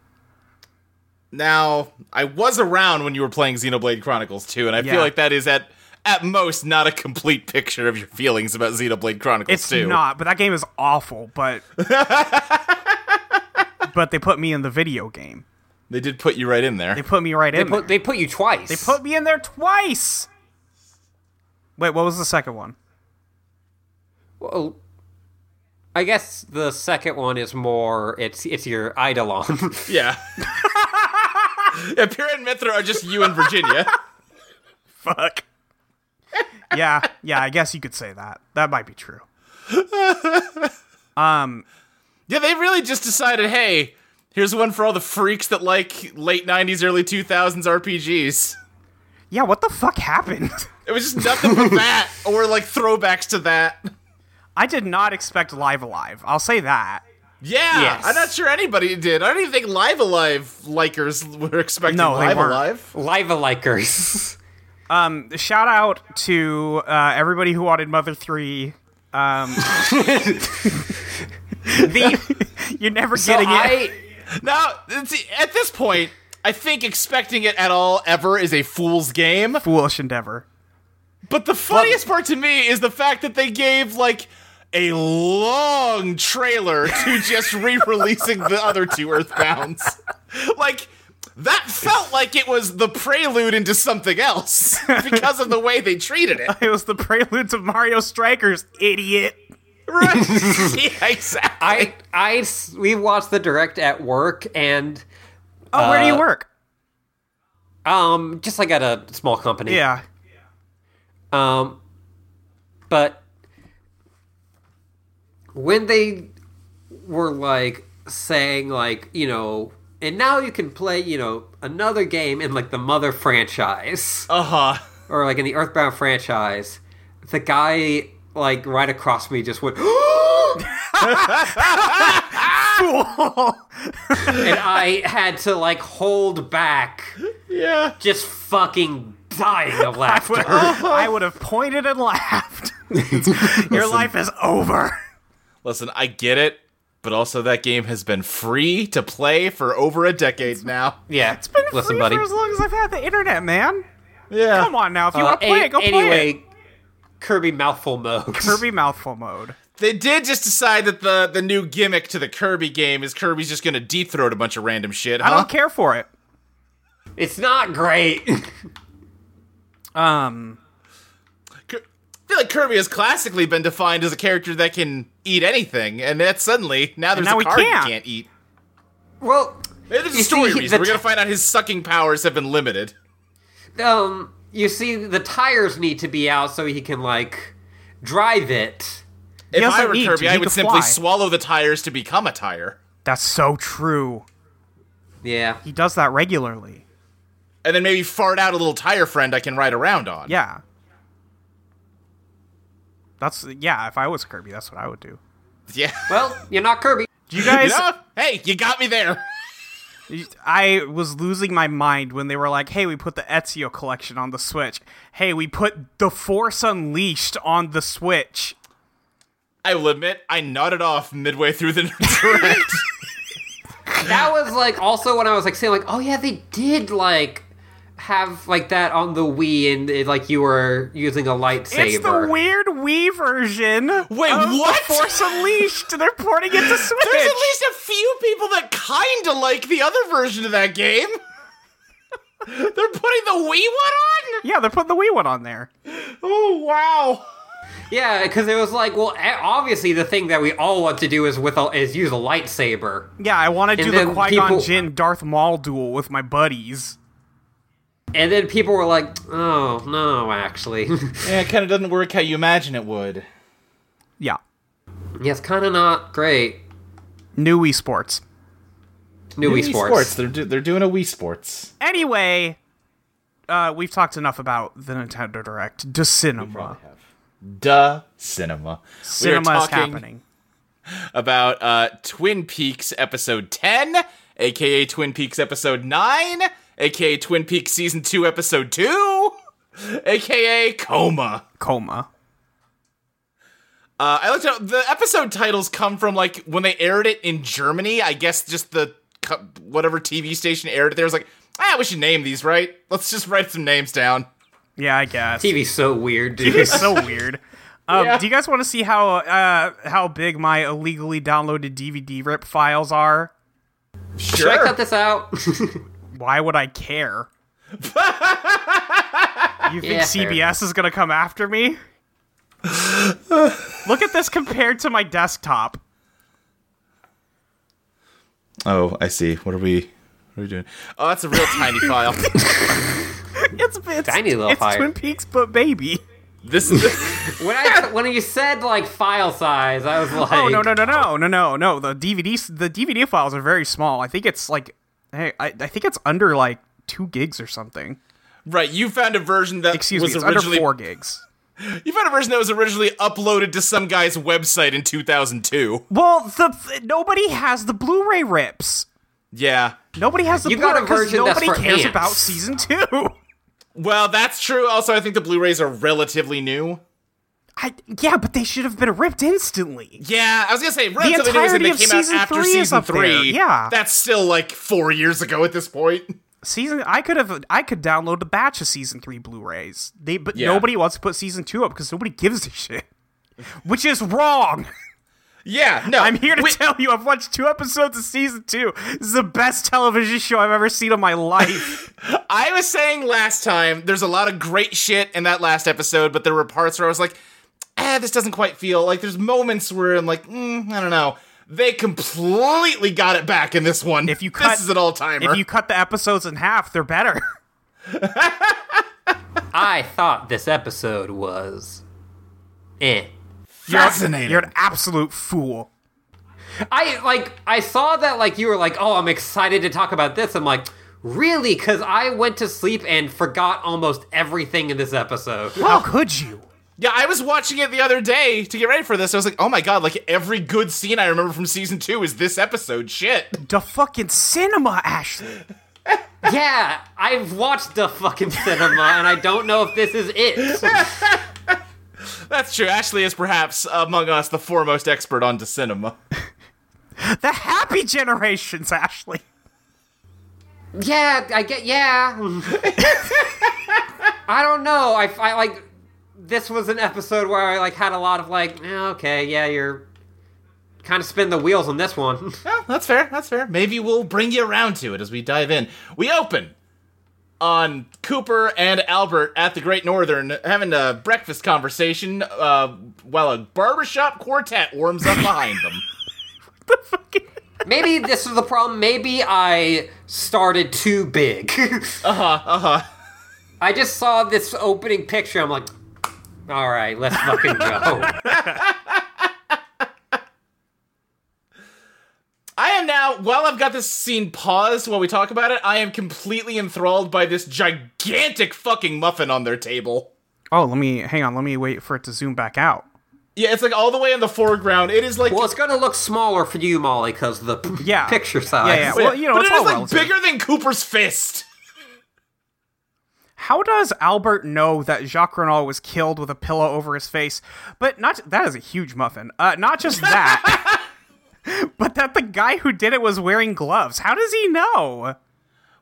Speaker 3: Now, I was around when you were playing Xenoblade Chronicles 2, and I
Speaker 2: Yeah.
Speaker 3: feel like that is at at most not a complete picture of your feelings about Xenoblade Chronicles
Speaker 2: It's
Speaker 3: 2.
Speaker 2: not, but that game is awful. But but they put me in the video game.
Speaker 3: They did put you right in there.
Speaker 2: They put me right
Speaker 1: They
Speaker 2: in. there.
Speaker 1: put they put you twice. They
Speaker 2: Put me in there twice. Wait, what was the second one?
Speaker 1: Well, I guess the second one is more. It's it's your eidolon.
Speaker 3: yeah. yeah, Pyrrha and Mithra are just you and Virginia.
Speaker 2: Fuck. yeah, yeah, I guess you could say that. That might be true.
Speaker 3: Yeah, they really just decided, hey, here's one for all the freaks that like late 90s, early 2000s RPGs.
Speaker 2: Yeah, what the fuck happened?
Speaker 3: It was just nothing but that, or like throwbacks to that.
Speaker 2: I did not expect Live Alive. I'll say that.
Speaker 3: Yeah,
Speaker 1: Yes.
Speaker 3: I'm not sure anybody did. I don't even think Live Alive likers were expecting
Speaker 2: No, they
Speaker 3: Live
Speaker 2: weren't.
Speaker 3: Alive.
Speaker 1: Live likers.
Speaker 2: Shout out to uh, everybody who wanted Mother um, 3.
Speaker 1: The
Speaker 2: You're never
Speaker 1: so
Speaker 2: getting it.
Speaker 1: I
Speaker 3: Now, it's- at this point, I think expecting it at all ever is a fool's game.
Speaker 2: Foolish endeavor.
Speaker 3: But the funniest part to me is the fact that they gave like a long trailer to just re-releasing the other two Earthbounds. Like that felt like it was the prelude into something else because of the way they treated it.
Speaker 2: It was the preludes of Mario Strikers, idiot.
Speaker 3: Right? yeah, exactly.
Speaker 1: I I s- we watched the direct at work and
Speaker 2: Oh, where do you
Speaker 1: Uh,
Speaker 2: work?
Speaker 1: um just like at a small company.
Speaker 2: Yeah.
Speaker 1: Um, but when they were like saying like you know, and now you can play you know another game in like the Mother franchise
Speaker 3: Uh huh.
Speaker 1: or like in the Earthbound franchise, the guy like right across me just went. and I had to like hold back,
Speaker 3: Yeah.
Speaker 1: just fucking dying of
Speaker 2: Well,
Speaker 1: laughter.
Speaker 2: I would have pointed and laughed. Your life is over.
Speaker 3: Listen, I get it, but also that game has been free to play for over a decade now.
Speaker 1: yeah,
Speaker 2: It's been
Speaker 1: listen,
Speaker 2: free
Speaker 1: buddy.
Speaker 2: for as long as I've had the internet, man.
Speaker 3: Yeah.
Speaker 2: Come on now, if you
Speaker 1: Uh,
Speaker 2: want to play
Speaker 1: a-
Speaker 2: it, go play
Speaker 1: anyway,
Speaker 2: it.
Speaker 1: Kirby mouthful mode.
Speaker 2: Kirby mouthful mode.
Speaker 3: They did just decide that the the new gimmick to the Kirby game is Kirby's just gonna deep throat a bunch of random shit.
Speaker 2: I
Speaker 3: Huh?
Speaker 2: don't care for it.
Speaker 1: It's not great.
Speaker 2: Um,
Speaker 3: Ki- I feel like Kirby has classically been defined as a character that can eat anything, and that suddenly now there's
Speaker 2: now
Speaker 3: a
Speaker 2: we
Speaker 3: card
Speaker 2: can't.
Speaker 3: he can't eat.
Speaker 1: well,
Speaker 3: Maybe There's
Speaker 1: You
Speaker 3: a story
Speaker 1: see,
Speaker 3: reason.
Speaker 1: the
Speaker 3: We're gonna
Speaker 1: t-
Speaker 3: find out his sucking powers have been limited.
Speaker 1: um, you see, the tires need to be out so he can like drive it.
Speaker 3: If
Speaker 2: also
Speaker 3: I were
Speaker 2: eats,
Speaker 3: Kirby,
Speaker 2: he
Speaker 3: I
Speaker 2: can
Speaker 3: would simply
Speaker 2: fly.
Speaker 3: swallow the tires to become a tire,
Speaker 2: that's so true.
Speaker 1: Yeah,
Speaker 2: He does that regularly.
Speaker 3: and then maybe fart out a little tire friend I can ride around on.
Speaker 2: Yeah. That's yeah. If I was Kirby, that's what I would do.
Speaker 3: yeah.
Speaker 1: Well, you're not Kirby.
Speaker 2: Do you guys?
Speaker 3: You know? Hey, you got me there.
Speaker 2: I was losing my mind when they were like, "Hey, we put the Ezio collection on the Switch. Hey, we put The Force Unleashed on the Switch."
Speaker 3: I will admit, I nodded off midway through the direct.
Speaker 1: That was like also when I was like saying like, oh yeah, they did like have like that on the Wii and it, like you were using a lightsaber.
Speaker 2: It's the weird Wii version.
Speaker 3: Wait,
Speaker 2: of
Speaker 3: what?
Speaker 2: The Force Unleashed. They're porting it to Switch.
Speaker 3: There's at least a few people that kinda like the other version of that game. They're putting the Wii one on?
Speaker 2: yeah, they're putting the Wii one on there.
Speaker 3: Oh wow.
Speaker 1: Yeah, because it was like, well, a- obviously the thing that we all want to do is with a, is use a lightsaber,
Speaker 2: Yeah, I want to do the
Speaker 1: then
Speaker 2: Qui Gon
Speaker 1: people-
Speaker 2: Jinn Darth Maul duel with my buddies.
Speaker 1: and then people were like, oh no, actually,
Speaker 3: Yeah, it kinda doesn't work how you imagine it would.
Speaker 2: Yeah,
Speaker 1: yeah, it's kind of not great.
Speaker 2: new Wii Sports.
Speaker 1: New Wii Sports.
Speaker 3: They're, do- they're doing a Wii Sports.
Speaker 2: Anyway, uh, we've talked enough about the Nintendo Direct. De cinema.
Speaker 3: Duh, cinema.
Speaker 2: Cinema is
Speaker 3: talking
Speaker 2: happening.
Speaker 3: about uh, Twin Peaks episode 10, aka Twin Peaks episode 9, aka Twin Peaks season 2 episode 2, aka Coma.
Speaker 2: Coma.
Speaker 3: Uh, I looked up the episode titles come from like when they aired it in Germany. I guess just the co- whatever TV station aired it there was like, ah, we should name these, right? Let's just write some names down.
Speaker 2: Yeah, I guess.
Speaker 1: TV's so weird, dude.
Speaker 2: It's so weird. Um,
Speaker 3: Yeah.
Speaker 2: Do you guys want to see how uh, how big my illegally downloaded DVD rip files are?
Speaker 1: Should I
Speaker 3: Sure.
Speaker 1: cut this out?
Speaker 2: Why would I care? you think
Speaker 1: Yeah, fair
Speaker 2: CBS is gonna come after me? Look at this compared to my desktop.
Speaker 3: Oh, I see. What are we? What are we doing? Oh, that's a real tiny file.
Speaker 2: It's it's,
Speaker 1: Tiny little
Speaker 2: it's
Speaker 1: fire.
Speaker 2: Twin Peaks, but baby.
Speaker 3: This is.
Speaker 1: When I when you said like file size, I was like,
Speaker 2: Oh no no no no no no no. The DVDs the DVD files are very small. I think it's like hey, I, I think it's under like two gigs or something.
Speaker 3: Right, you found a version that
Speaker 2: Excuse
Speaker 3: was
Speaker 2: me, it's under
Speaker 3: originally
Speaker 2: four gigs.
Speaker 3: you found a version that was originally uploaded to some guy's website in 2002.
Speaker 2: Well, the nobody has the Blu-ray rips.
Speaker 3: Yeah.
Speaker 2: Nobody has the
Speaker 1: You got
Speaker 2: Blu-ray
Speaker 1: a
Speaker 2: because
Speaker 1: version that's
Speaker 2: nobody
Speaker 1: for
Speaker 2: cares
Speaker 1: ants.
Speaker 2: about season two.
Speaker 3: Well, that's true. Also, I think the Blu-rays are relatively new.
Speaker 2: I, yeah, but they should have been ripped instantly.
Speaker 3: Yeah, I was gonna say relatively new. as in
Speaker 2: entirety
Speaker 3: They
Speaker 2: of
Speaker 3: came out
Speaker 2: season
Speaker 3: after
Speaker 2: three is
Speaker 3: season
Speaker 2: up there,
Speaker 3: three.
Speaker 2: yeah.
Speaker 3: that's still like four years ago at this point.
Speaker 2: Season I could have I could download a batch of season three Blu-rays. They but
Speaker 3: Yeah.
Speaker 2: nobody wants to put season two up because nobody gives a shit. Which is wrong.
Speaker 3: Yeah, no,
Speaker 2: I'm here to
Speaker 3: we-
Speaker 2: tell you I've watched two episodes of season two. This is the best television show I've ever seen in my life.
Speaker 3: I was saying last time, there's a lot of great shit in that last episode, but there were parts where I was like, eh, this doesn't quite feel like. There's moments where I'm like, mm, I don't know. They completely got it back in this one.
Speaker 2: If you cut-
Speaker 3: this is an all timer.
Speaker 2: if you cut the episodes in half, they're better.
Speaker 1: I thought this episode was, eh.
Speaker 3: Fascinating.
Speaker 2: You're an absolute fool.
Speaker 1: I like I saw that like you were like, oh, I'm excited to talk about this. I'm like, really? Because I went to sleep and forgot almost everything in this episode.
Speaker 2: How could you?
Speaker 3: yeah, I was watching it the other day to get ready for this. I was like, oh my god, like every good scene I remember from season two is this episode. Shit.
Speaker 2: The fucking cinema, Ashley.
Speaker 1: yeah, I've watched the fucking cinema, and I don't know if this is it.
Speaker 3: That's true. Ashley is perhaps among us the foremost expert on to cinema.
Speaker 2: The happy generations, Ashley.
Speaker 1: yeah, I get. Yeah, I don't know. I, I like this was an episode where I like had a lot of like, eh, okay, yeah, you're kind of spin the wheels on this one.
Speaker 3: Well, that's fair. That's fair. Maybe we'll bring you around to it as we dive in. We open on Cooper and Albert at the Great Northern having a breakfast conversation uh, while a barbershop quartet warms up behind them.
Speaker 1: Maybe this is the problem. Maybe I started too big. uh huh. Uh huh.
Speaker 3: Uh-huh.
Speaker 1: I just saw this opening picture. I'm like, all right, let's fucking go.
Speaker 3: I am now, while I've got this scene paused while we talk about it, I am completely enthralled by this gigantic fucking muffin on their table.
Speaker 2: Oh, let me hang on. Let me wait for it to zoom back out.
Speaker 3: Yeah, it's like all the way in the foreground. It is like
Speaker 1: well, it's gonna look smaller for you, Molly, because the p-
Speaker 2: Yeah.
Speaker 1: picture size.
Speaker 2: Yeah, yeah. well, you know,
Speaker 3: but
Speaker 2: it's
Speaker 3: it is
Speaker 2: all
Speaker 3: like
Speaker 2: relative.
Speaker 3: bigger than Cooper's fist.
Speaker 2: How does Albert know that Jacques Renault was killed with a pillow over his face? But not that is a huge muffin. Uh, not just that, but that the guy who did it was wearing gloves. How does he know?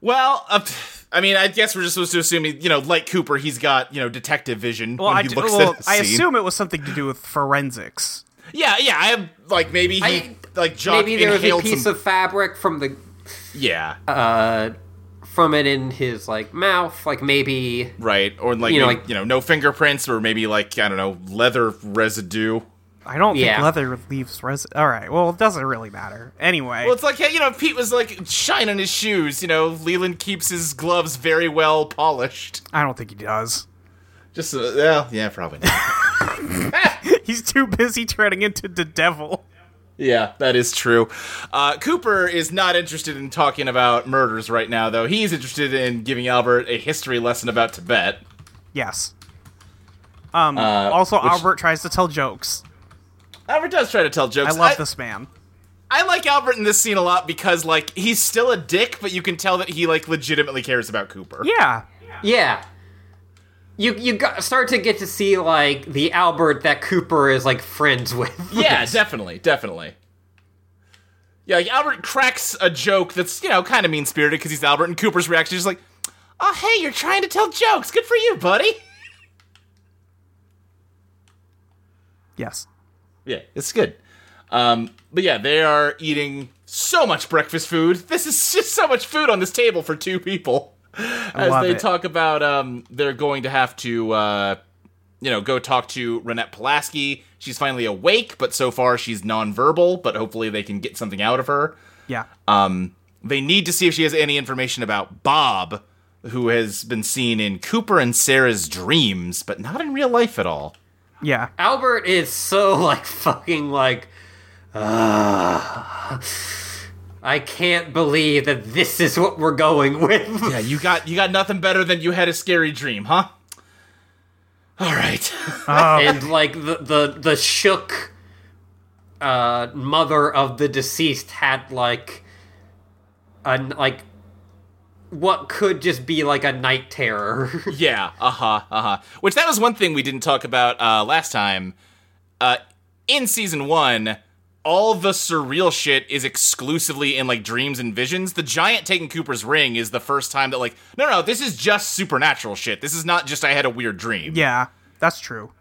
Speaker 3: Well, uh, pff, I mean, I guess we're just supposed to assume, you know, like Cooper, he's got you know detective vision
Speaker 2: Well,
Speaker 3: when
Speaker 2: I,
Speaker 3: he
Speaker 2: d-
Speaker 3: looks
Speaker 2: well,
Speaker 3: at a
Speaker 2: I
Speaker 3: scene.
Speaker 2: assume it was something to do with forensics.
Speaker 3: Yeah, yeah. I am like maybe he
Speaker 1: I-
Speaker 3: like Jock
Speaker 1: Maybe there was a
Speaker 3: inhaled
Speaker 1: piece uh,
Speaker 3: some.
Speaker 1: of fabric from the
Speaker 3: yeah,
Speaker 1: from it in his like mouth. Like maybe
Speaker 3: right. Or like
Speaker 1: you
Speaker 3: you
Speaker 1: know,
Speaker 3: know,
Speaker 1: like-
Speaker 3: you know, no fingerprints, or maybe like I don't know, leather residue.
Speaker 2: I don't
Speaker 1: Yeah.
Speaker 2: think leather leaves res. All right. Well, it doesn't really matter anyway.
Speaker 3: Well, it's like hey, you know, if Pete was like shining his shoes. You know, Leland keeps his gloves very well polished.
Speaker 2: I don't think he does.
Speaker 3: Just uh, yeah, yeah, probably. Not.
Speaker 2: He's too busy turning into the devil.
Speaker 3: yeah, that is true. Uh, Cooper is not interested in talking about murders right now, though. He's interested in giving Albert a history lesson about Tibet.
Speaker 2: Yes. Um, also,
Speaker 3: Uh, which-
Speaker 2: Albert tries to tell jokes.
Speaker 3: Albert does try to tell
Speaker 2: I
Speaker 3: jokes.
Speaker 2: love this man.
Speaker 3: I like Albert in this scene a lot because like he's still a dick, but you can tell that he like legitimately cares about Cooper.
Speaker 2: Yeah.
Speaker 1: yeah. You you got, start to get to see like the Albert that Cooper is like friends with.
Speaker 3: Yeah, definitely, definitely. Yeah, like Albert cracks a joke that's you know kind of mean spirited because he's Albert, and Cooper's reaction is just like, "Oh, hey, you're trying to tell jokes. Good for you, buddy."
Speaker 2: Yes.
Speaker 3: Yeah, it's good. Um, but yeah, they are eating so much breakfast food. This is just so much food on this table for two people. As
Speaker 2: love
Speaker 3: they
Speaker 2: it.
Speaker 3: talk about, um, they're going to have to, uh, you know, go talk to Renette Pulaski. She's finally awake, but so far she's nonverbal. But hopefully they can get something out of her.
Speaker 2: Yeah.
Speaker 3: Um, they need to see if she has any information about Bob, who has been seen in Cooper and Sarah's dreams, but not in real life at all.
Speaker 2: Yeah.
Speaker 1: Albert is so like fucking like "Ugh. I can't believe that this is what we're going with.
Speaker 3: Yeah, you got you got nothing better than you had a scary dream, huh? All right. Um,
Speaker 1: and like the the the shook uh mother of the deceased had like an like what could just be like a night terror.
Speaker 3: yeah. Uh huh. Uh huh. Which that was one thing we didn't talk about uh, last time. Uh, in season one, all the surreal shit is exclusively in like dreams and visions. The giant taking Cooper's ring is the first time that like no no this is just supernatural shit. This is not just I had a weird dream.
Speaker 2: Yeah. That's true.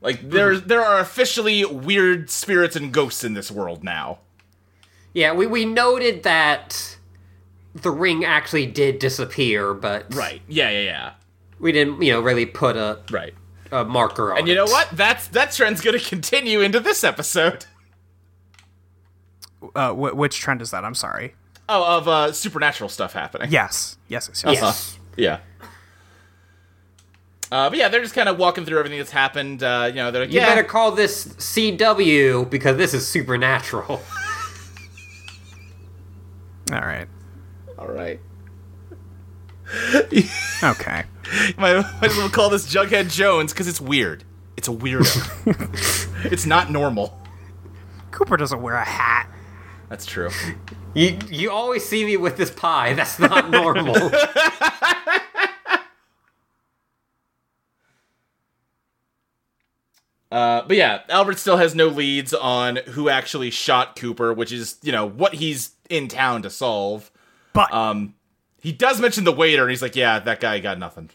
Speaker 3: Like there there are officially weird spirits and ghosts in this world now.
Speaker 1: yeah, we we noted that the ring actually did disappear, but
Speaker 3: Yeah. Yeah. Yeah.
Speaker 1: we didn't, you know, really put a,
Speaker 3: Right.
Speaker 1: a marker on
Speaker 3: And you know
Speaker 1: it.
Speaker 3: what? That's that trend's going to continue into this episode.
Speaker 2: Uh, wh- which trend is that? I'm sorry.
Speaker 3: Oh, of uh, supernatural stuff happening.
Speaker 2: Yes. Yes. Yes. yes.
Speaker 1: Yeah.
Speaker 3: Uh, yeah. Uh, but yeah, they're just kind of walking through everything that's happened. Uh, you know, they're like,
Speaker 1: You
Speaker 3: yeah,
Speaker 1: better call this CW because this is supernatural.
Speaker 2: All right.
Speaker 3: all right.
Speaker 2: Okay.
Speaker 3: Might might as well call this Jughead Jones because it's weird. It's a weirdo. it's not normal.
Speaker 2: Cooper doesn't wear a hat.
Speaker 3: That's true.
Speaker 1: You you always see me with this pie. That's not normal.
Speaker 3: Uh, but yeah, Albert still has no leads on who actually shot Cooper, which is you know what he's in town to solve.
Speaker 2: But
Speaker 3: Um, he does mention the waiter, and he's like, "Yeah, that guy got nothing.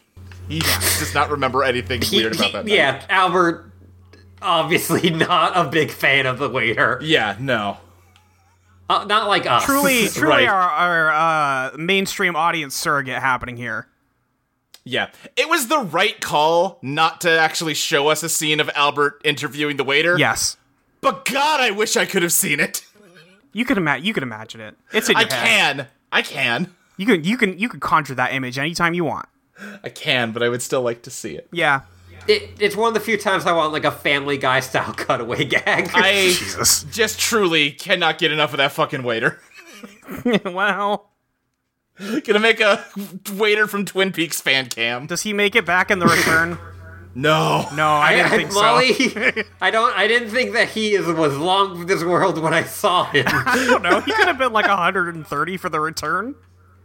Speaker 3: He does not remember anything weird about that." night."
Speaker 1: yeah, Albert obviously not a big fan of the waiter.
Speaker 3: yeah, no,
Speaker 1: Uh, not like us.
Speaker 2: truly, truly,
Speaker 3: Right.
Speaker 2: our, our uh, mainstream audience surrogate happening here.
Speaker 3: yeah. It was the right call not to actually show us a scene of Albert interviewing the waiter.
Speaker 2: Yes.
Speaker 3: but God, I wish I could have seen it.
Speaker 2: You could imagine. You could imagine it. It's in
Speaker 3: I
Speaker 2: your head.
Speaker 3: can, I can,
Speaker 2: You can. You can. You can conjure that image anytime you want.
Speaker 3: I can, but I would still like to see it.
Speaker 2: Yeah.
Speaker 1: It, it's one of the few times I want like a Family Guy style cutaway gag.
Speaker 3: I
Speaker 2: Jesus.
Speaker 3: just truly cannot get enough of that fucking waiter.
Speaker 2: well,
Speaker 3: Gonna make a waiter from Twin Peaks fan cam.
Speaker 2: does he make it back in the return?
Speaker 3: No.
Speaker 2: no, I, didn't think
Speaker 1: Molly,
Speaker 2: so.
Speaker 1: I don't. I didn't think that he is, was long for this world when I saw him.
Speaker 2: I don't know. He could have been like 130 for the return.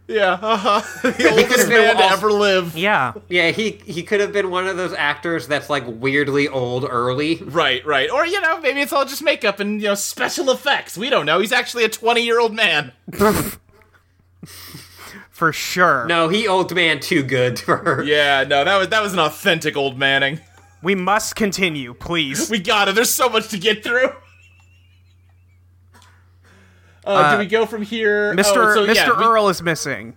Speaker 3: Yeah. Uh-huh. The oldest
Speaker 1: could've been
Speaker 3: man to
Speaker 1: also-
Speaker 3: ever live.
Speaker 2: Yeah.
Speaker 1: yeah, he he could have been one of those actors that's like weirdly old early.
Speaker 3: Right, right. Or, you know, maybe it's all just makeup and, you know, special effects. We don't know. He's actually a 20 year old man.
Speaker 2: For sure.
Speaker 1: No, he old man too good for. her.
Speaker 3: Yeah, no, that was that was an authentic old Manning.
Speaker 2: We must continue, please.
Speaker 3: We got it. There's so much to get through. Uh, do we go from here?
Speaker 2: Mr.
Speaker 3: Oh, so,
Speaker 2: Mr.
Speaker 3: yeah, we-
Speaker 2: Earl is missing.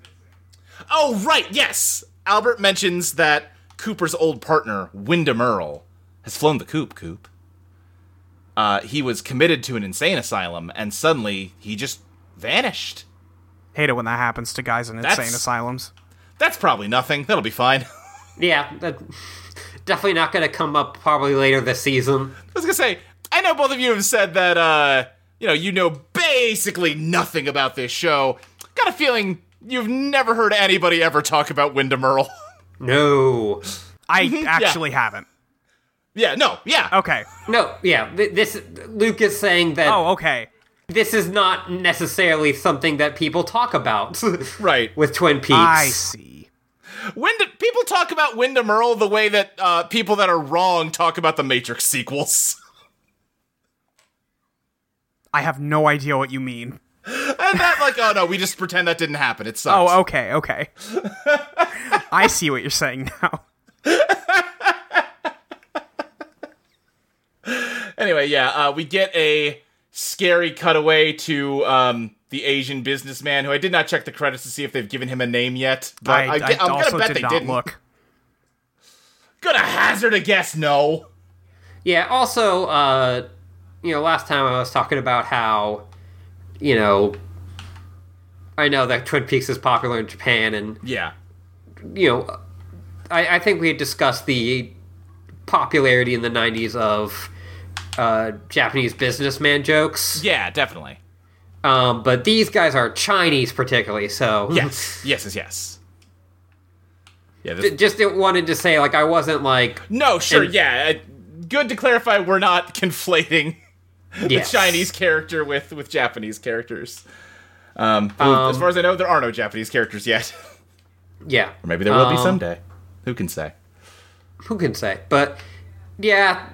Speaker 3: oh, right, yes. Albert mentions that Cooper's old partner, Wyndham Earl, has flown the coop, Coop. Uh, he was committed to an insane asylum, and suddenly he just vanished.
Speaker 2: Hate it when that happens to guys in insane
Speaker 3: That's-
Speaker 2: asylums.
Speaker 3: That's probably nothing. That'll be fine.
Speaker 1: Yeah, that, definitely not going to come up probably later this season.
Speaker 3: I was gonna say, I know both of you have said that, uh, you know, you know basically nothing about this show. Got a feeling you've never heard anybody ever talk about Wyndham Earl.
Speaker 1: No.
Speaker 2: I actually haven't.
Speaker 3: yeah, no, yeah.
Speaker 2: Okay.
Speaker 1: No, yeah, th- this Luke is saying that
Speaker 2: Oh, okay.
Speaker 1: this is not necessarily something that people talk about
Speaker 3: Right.
Speaker 1: with Twin Peaks.
Speaker 2: I see.
Speaker 3: When do people talk about Wyndham Earl the way that uh, people that are wrong talk about the Matrix sequels?
Speaker 2: I have no idea what you mean.
Speaker 3: and that, like, oh no, we just pretend that didn't happen. It sucks.
Speaker 2: Oh, okay, okay. I see what you're saying now. oh.
Speaker 3: Anyway, yeah, uh, we get a scary cutaway to um, the Asian businessman who I did not check the credits to see if they've given him a name yet, but I,
Speaker 2: I, I,
Speaker 3: am
Speaker 2: also
Speaker 3: gonna bet
Speaker 2: did
Speaker 3: they
Speaker 2: not
Speaker 3: didn't.
Speaker 2: look.
Speaker 3: Gonna hazard a guess, no.
Speaker 1: Yeah, also, uh, you know, last time I was talking about how, you know, I know that Twin Peaks is popular in Japan, and,
Speaker 3: Yeah,
Speaker 1: you know, I, I think we had discussed the popularity in the 90s of uh, Japanese businessman jokes.
Speaker 3: Yeah, definitely.
Speaker 1: Um, but these guys are Chinese, particularly, so.
Speaker 3: Yes, yes, yes, yes. Yeah. This,
Speaker 1: J- Just wanted to say, like, I wasn't like.
Speaker 3: no, sure. Yeah. uh, Good to clarify. We're not conflating the
Speaker 1: yes.
Speaker 3: Chinese character with with Japanese characters. Um, who- as far as I know, there are no Japanese characters yet.
Speaker 1: Yeah.
Speaker 3: or maybe there will be
Speaker 1: Um,
Speaker 3: someday. Who can say?
Speaker 1: who can say? But yeah,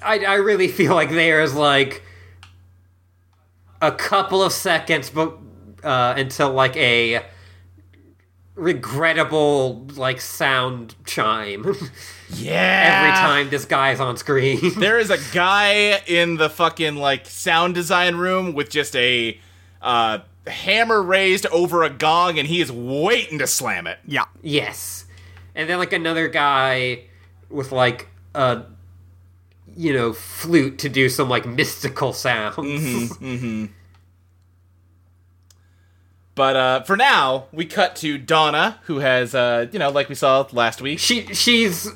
Speaker 1: I, I really feel like there is like a couple of seconds, but uh, until like a regrettable like sound chime every
Speaker 3: Yeah.
Speaker 1: time this guy's on screen.
Speaker 3: There is a guy in the fucking like sound design room with just a uh, hammer raised over a gong, and he is waiting to slam it.
Speaker 2: Yeah.
Speaker 1: yes, and then like another guy with like a you know flute to do some like mystical sounds.
Speaker 3: But uh, for now, we cut to Donna, who has uh, you know, like we saw last week.
Speaker 1: She she's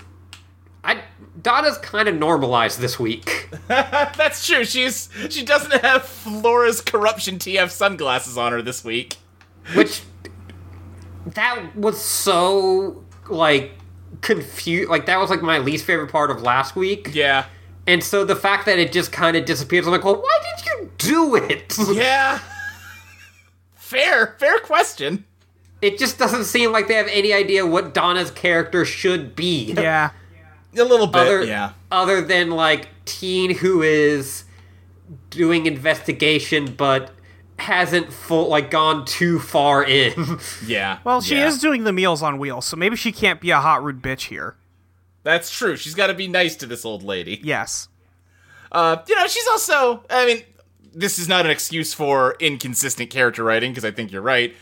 Speaker 1: I Donna's kind of normalized this week.
Speaker 3: That's true. She's she doesn't have Flora's corruption TF sunglasses on her this week.
Speaker 1: Which that was so like confused like that was like my least favorite part of last week.
Speaker 3: Yeah.
Speaker 1: And so the fact that it just kind of disappears I'm like, "Well, why did you do it?"
Speaker 3: Yeah. fair, fair question.
Speaker 1: It just doesn't seem like they have any idea what Donna's character should be.
Speaker 2: Yeah.
Speaker 3: A little bit.
Speaker 1: Other
Speaker 3: yeah.
Speaker 1: other than like teen who is doing investigation but hasn't full like gone too far in.
Speaker 3: Yeah.
Speaker 2: Well, she
Speaker 3: yeah.
Speaker 2: is doing the meals on wheels, so maybe she can't be a hot rude bitch here.
Speaker 3: That's true. She's got to be nice to this old lady.
Speaker 2: Yes.
Speaker 3: Uh, you know, she's also, I mean, this is not an excuse for inconsistent character writing, because I think you're right.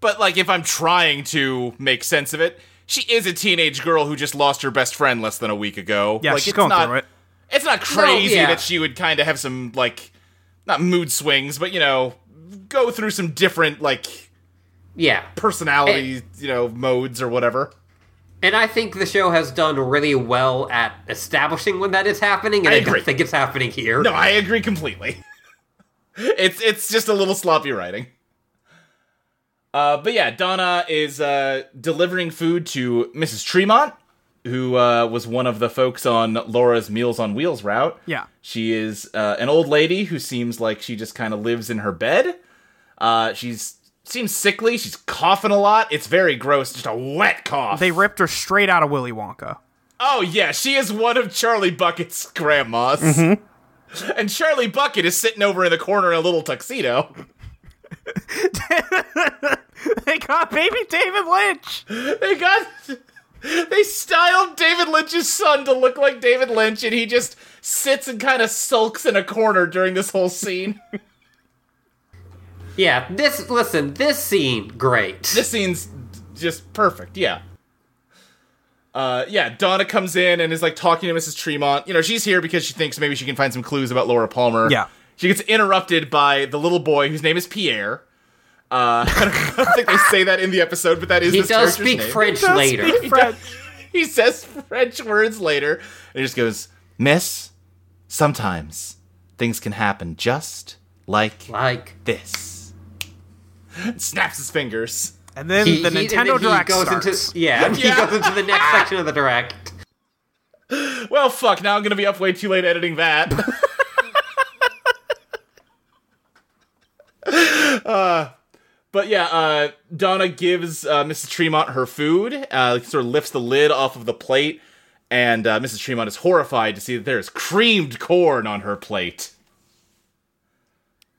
Speaker 3: But, like, if I'm trying to make sense of it, she is a teenage girl who just lost her best friend less than a week ago.
Speaker 2: Yeah,
Speaker 3: like,
Speaker 2: she's
Speaker 3: it's
Speaker 2: going
Speaker 3: not,
Speaker 2: through it.
Speaker 3: It's not crazy
Speaker 1: yeah.
Speaker 3: that she would kind of have some, like, not mood swings, but, you know, go through some different, like,
Speaker 1: yeah.
Speaker 3: personality, you know, modes or whatever.
Speaker 1: And I think the show has done really well at establishing when that is happening, and
Speaker 3: I
Speaker 1: I,
Speaker 3: agree.
Speaker 1: don't think it's happening here.
Speaker 3: No, I agree completely. it's it's just a little sloppy writing. Uh, but yeah, Donna is uh, delivering food to Mrs. Tremont, who uh, was one of the folks on Laura's Meals on Wheels route.
Speaker 2: Yeah.
Speaker 3: She is uh, an old lady who seems like she just kind of lives in her bed. Uh, she's seems sickly. She's coughing a lot. It's very gross. Just a wet cough.
Speaker 2: They ripped her straight out of Willy Wonka.
Speaker 3: Oh yeah, she is one of Charlie Bucket's grandmas. And Charlie Bucket is sitting over in the corner in a little tuxedo.
Speaker 2: They got baby David Lynch.
Speaker 3: They got they styled David Lynch's son to look like David Lynch and he just sits and kind of sulks in a corner during this whole scene.
Speaker 1: Yeah, this listen, this scene, great.
Speaker 3: this scene's just perfect, yeah. Uh, yeah, Donna comes in and is like talking to Mrs. Tremont. You know, she's here because she thinks maybe she can find some clues about Laura Palmer.
Speaker 2: Yeah.
Speaker 3: She gets interrupted by the little boy whose name is Pierre. Uh, I don't- I don't think they say that in the episode, but that is
Speaker 1: he
Speaker 3: this
Speaker 1: does
Speaker 3: character's
Speaker 1: speak
Speaker 3: name.
Speaker 1: French
Speaker 2: Does
Speaker 1: later.
Speaker 2: speak French.
Speaker 3: He says French words later and just goes, Miss, sometimes things can happen just like
Speaker 1: Like
Speaker 3: this. Snaps his fingers.
Speaker 2: And then
Speaker 1: he,
Speaker 2: the
Speaker 1: he- and
Speaker 2: Nintendo
Speaker 1: then he
Speaker 2: Direct
Speaker 1: goes
Speaker 2: starts.
Speaker 1: into yeah,
Speaker 3: Yeah.
Speaker 1: he goes into the next section of the direct.
Speaker 3: Well, fuck, now I'm gonna be up way too late editing that. uh, but yeah, uh, Donna gives uh, Mrs. Tremont her food, uh, sort of lifts the lid off of the plate, and uh, Mrs. Tremont is horrified to see that there is creamed corn on her plate.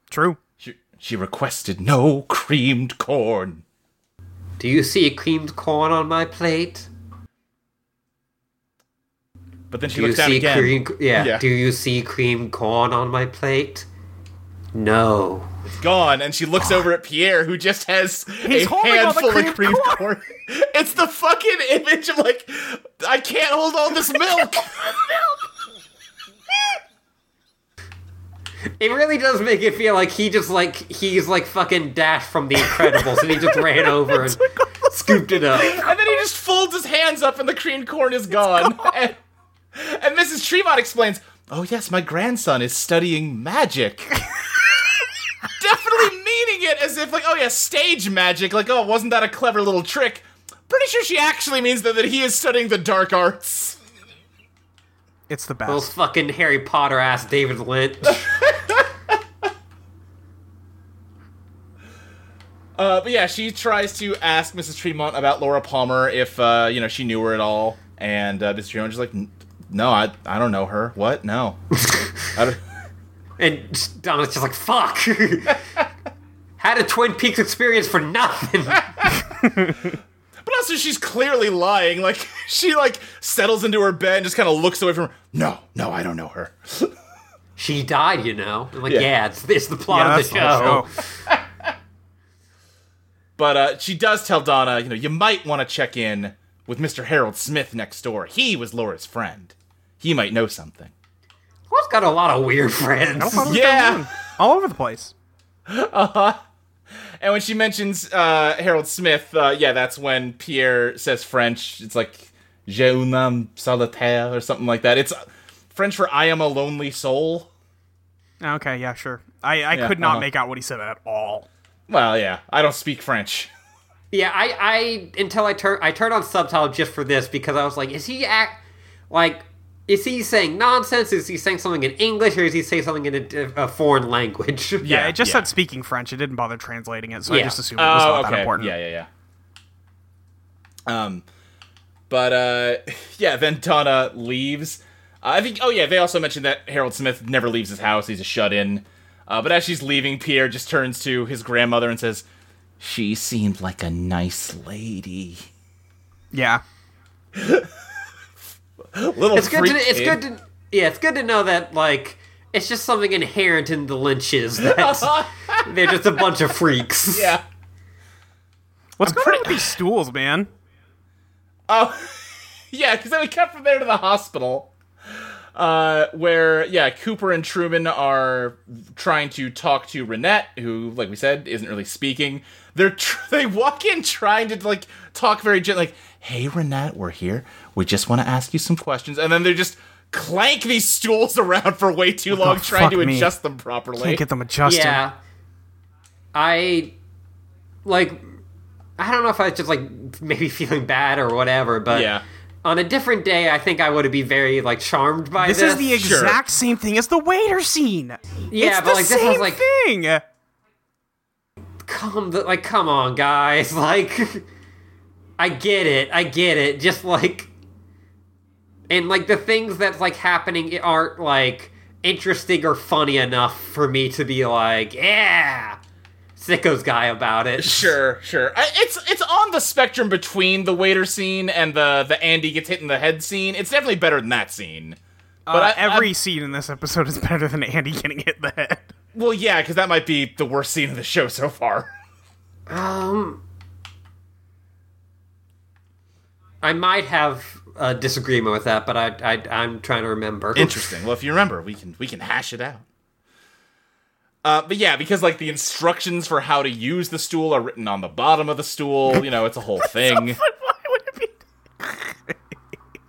Speaker 2: True.
Speaker 3: She, she requested no creamed corn.
Speaker 1: Do you see a creamed corn on my plate?
Speaker 3: But then she
Speaker 1: Do you
Speaker 3: looks down
Speaker 1: see
Speaker 3: again.
Speaker 1: cream? Yeah.
Speaker 3: Yeah.
Speaker 1: Do you see creamed corn on my plate? No.
Speaker 3: gone, and she looks over at Pierre, who just has
Speaker 2: He's
Speaker 3: a
Speaker 2: holding all the
Speaker 3: handful of
Speaker 2: creamed
Speaker 3: creamed corn. It's the fucking image of like, I can't hold all this milk.
Speaker 1: It really does make it feel like he just like he's like fucking Dash from The Incredibles, and he just ran over and scooped it up.
Speaker 3: and then he just folds his hands up, and the creamed corn is gone. And, And Mrs. Tremont explains, "Oh yes, my grandson is studying magic." Definitely meaning it as if like, "Oh yeah, stage magic." Like, "Oh, wasn't that a clever little trick?" Pretty sure she actually means that, that he is studying the dark arts.
Speaker 2: It's the
Speaker 1: Those
Speaker 2: best.
Speaker 1: fucking Harry Potter ass David Lynch.
Speaker 3: Uh, but yeah, she tries to ask Mrs. Tremont about Laura Palmer if uh, you know she knew her at all, and uh, Mrs. Tremont's just like, "N- "No, I I don't know her. What? No." I don't-
Speaker 1: and Dominic's just like, fuck. Had a Twin Peaks experience for nothing.
Speaker 3: But also, she's clearly lying. Like she like settles into her bed and just kind of looks away from her. No, no, I don't know her.
Speaker 1: she died, you know? I'm like,
Speaker 3: Yeah.
Speaker 1: yeah, it's, it's the plot
Speaker 2: Yeah,
Speaker 1: of
Speaker 2: that's Oh.
Speaker 1: the show.
Speaker 3: But uh, she does tell Donna, you know, you might want to check in with Mr. Harold Smith next door. He was Laura's friend. He might know something.
Speaker 1: What's got a lot of weird friends.
Speaker 2: show.
Speaker 3: Yeah.
Speaker 2: All over the place.
Speaker 3: And when she mentions uh, Harold Smith, uh, yeah, that's when Pierre says French. It's like "Je un homme solitaire" or something like that. It's uh, French for "I am a lonely soul."
Speaker 2: Okay, yeah, sure. I, I
Speaker 3: Yeah,
Speaker 2: could not
Speaker 3: uh-huh.
Speaker 2: make out what he said at all.
Speaker 3: Well, yeah, I don't speak French.
Speaker 1: Yeah, I, I until I turn I turned on subtitle just for this because I was like, is he act like is he saying nonsense? Is he saying something in English or is he saying something in a, di- a foreign language?
Speaker 2: Yeah,
Speaker 3: Yeah,
Speaker 2: it just
Speaker 3: yeah.
Speaker 2: said speaking French. It didn't bother translating it, so I
Speaker 1: Yeah.
Speaker 2: just assumed it was
Speaker 3: Oh,
Speaker 2: not that important.
Speaker 3: Yeah, yeah, yeah. Um, but uh, yeah, then Donna leaves. Uh, I think. Oh yeah, they also mentioned that Harold Smith never leaves his house. He's a shut-in. Uh, but as she's leaving, Pierre just turns to his grandmother and says, "She seemed like a nice lady."
Speaker 2: Yeah.
Speaker 3: Little
Speaker 1: it's good. To,
Speaker 3: freak
Speaker 1: it's
Speaker 3: kid.
Speaker 1: good to yeah, it's good to know that like it's just something inherent in the Lynches that they're just a bunch of freaks.
Speaker 3: yeah.
Speaker 2: What's going
Speaker 3: pretty-
Speaker 2: on with these stools, man?
Speaker 3: Oh, Yeah, because then we cut from there to the hospital, uh, where yeah, Cooper and Truman are trying to talk to Renette, who, like we said, isn't really speaking. They're tr- they walk in trying to like talk very gently, like, "Hey, Renette, we're here. We just want to ask you some questions," and then they just clank these stools around for way too long,
Speaker 2: the
Speaker 3: trying to
Speaker 2: fuck me?
Speaker 3: adjust them properly.
Speaker 2: Can't get them adjusted.
Speaker 1: Yeah. I like I don't know if I was just like maybe feeling bad or whatever, but
Speaker 3: Yeah.
Speaker 1: on a different day I think I would have been very like charmed by
Speaker 2: This
Speaker 1: this.
Speaker 2: is the
Speaker 3: Sure.
Speaker 2: exact same thing as the waiter scene.
Speaker 1: Yeah,
Speaker 2: it's
Speaker 1: but
Speaker 2: the
Speaker 1: like
Speaker 2: same
Speaker 1: this was like
Speaker 2: thing.
Speaker 1: come the, like come on guys, like I get it. I get it. Just like and like the things that's like happening aren't like interesting or funny enough for me to be like, yeah, sickos guy about it.
Speaker 3: Sure, sure. I, it's it's on the spectrum between the waiter scene and the the Andy gets hit in the head scene. It's definitely better than that scene. But
Speaker 2: Uh,
Speaker 3: I-
Speaker 2: every scene in this episode is better than Andy getting hit in the head.
Speaker 3: Well, yeah, because that might be the worst scene of the show so far.
Speaker 1: Um, I might have a disagreement with that, but I, I I'm trying to remember.
Speaker 3: Interesting. Well, if you remember, we can we can hash it out. Uh, but yeah, because like the instructions for how to use the stool are written on the bottom of the stool. You know, it's a whole thing.
Speaker 2: But why would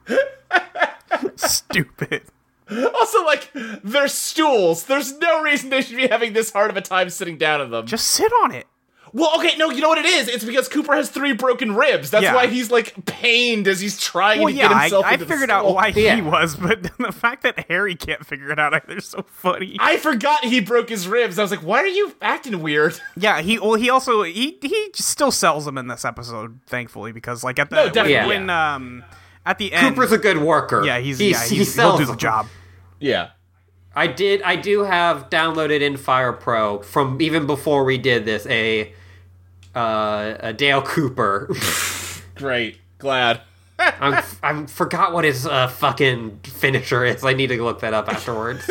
Speaker 2: it be stupid?
Speaker 3: also, like they're stools. There's no reason they should be having this hard of a time sitting down in them.
Speaker 2: Just sit on it.
Speaker 3: well, okay, no, you know what it is? It's because Cooper has three broken ribs. That's
Speaker 2: Yeah.
Speaker 3: why he's like pained as he's trying
Speaker 2: Well,
Speaker 3: to
Speaker 2: yeah,
Speaker 3: get
Speaker 2: I,
Speaker 3: himself.
Speaker 2: I
Speaker 3: into the
Speaker 2: figured out
Speaker 3: stool.
Speaker 2: why
Speaker 1: Yeah.
Speaker 2: he was, but the fact that Harry can't figure it out either is so funny.
Speaker 3: I forgot he broke his ribs. I was like, why are you acting weird?
Speaker 2: Yeah, he well he also he he still sells them in this episode, thankfully, because like at the
Speaker 3: No, definitely.
Speaker 2: when, when, um at the end
Speaker 1: Cooper's a good worker.
Speaker 2: yeah he's, yeah
Speaker 1: he
Speaker 2: he's, he'll do
Speaker 1: sells
Speaker 2: the
Speaker 1: them.
Speaker 2: job.
Speaker 3: Yeah.
Speaker 1: I did. I do have downloaded in Fire Pro from even before we did this a uh, a Dale Cooper.
Speaker 3: Great. Glad.
Speaker 1: I'm I'm forgot what his uh, fucking finisher is. I need to look that up afterwards.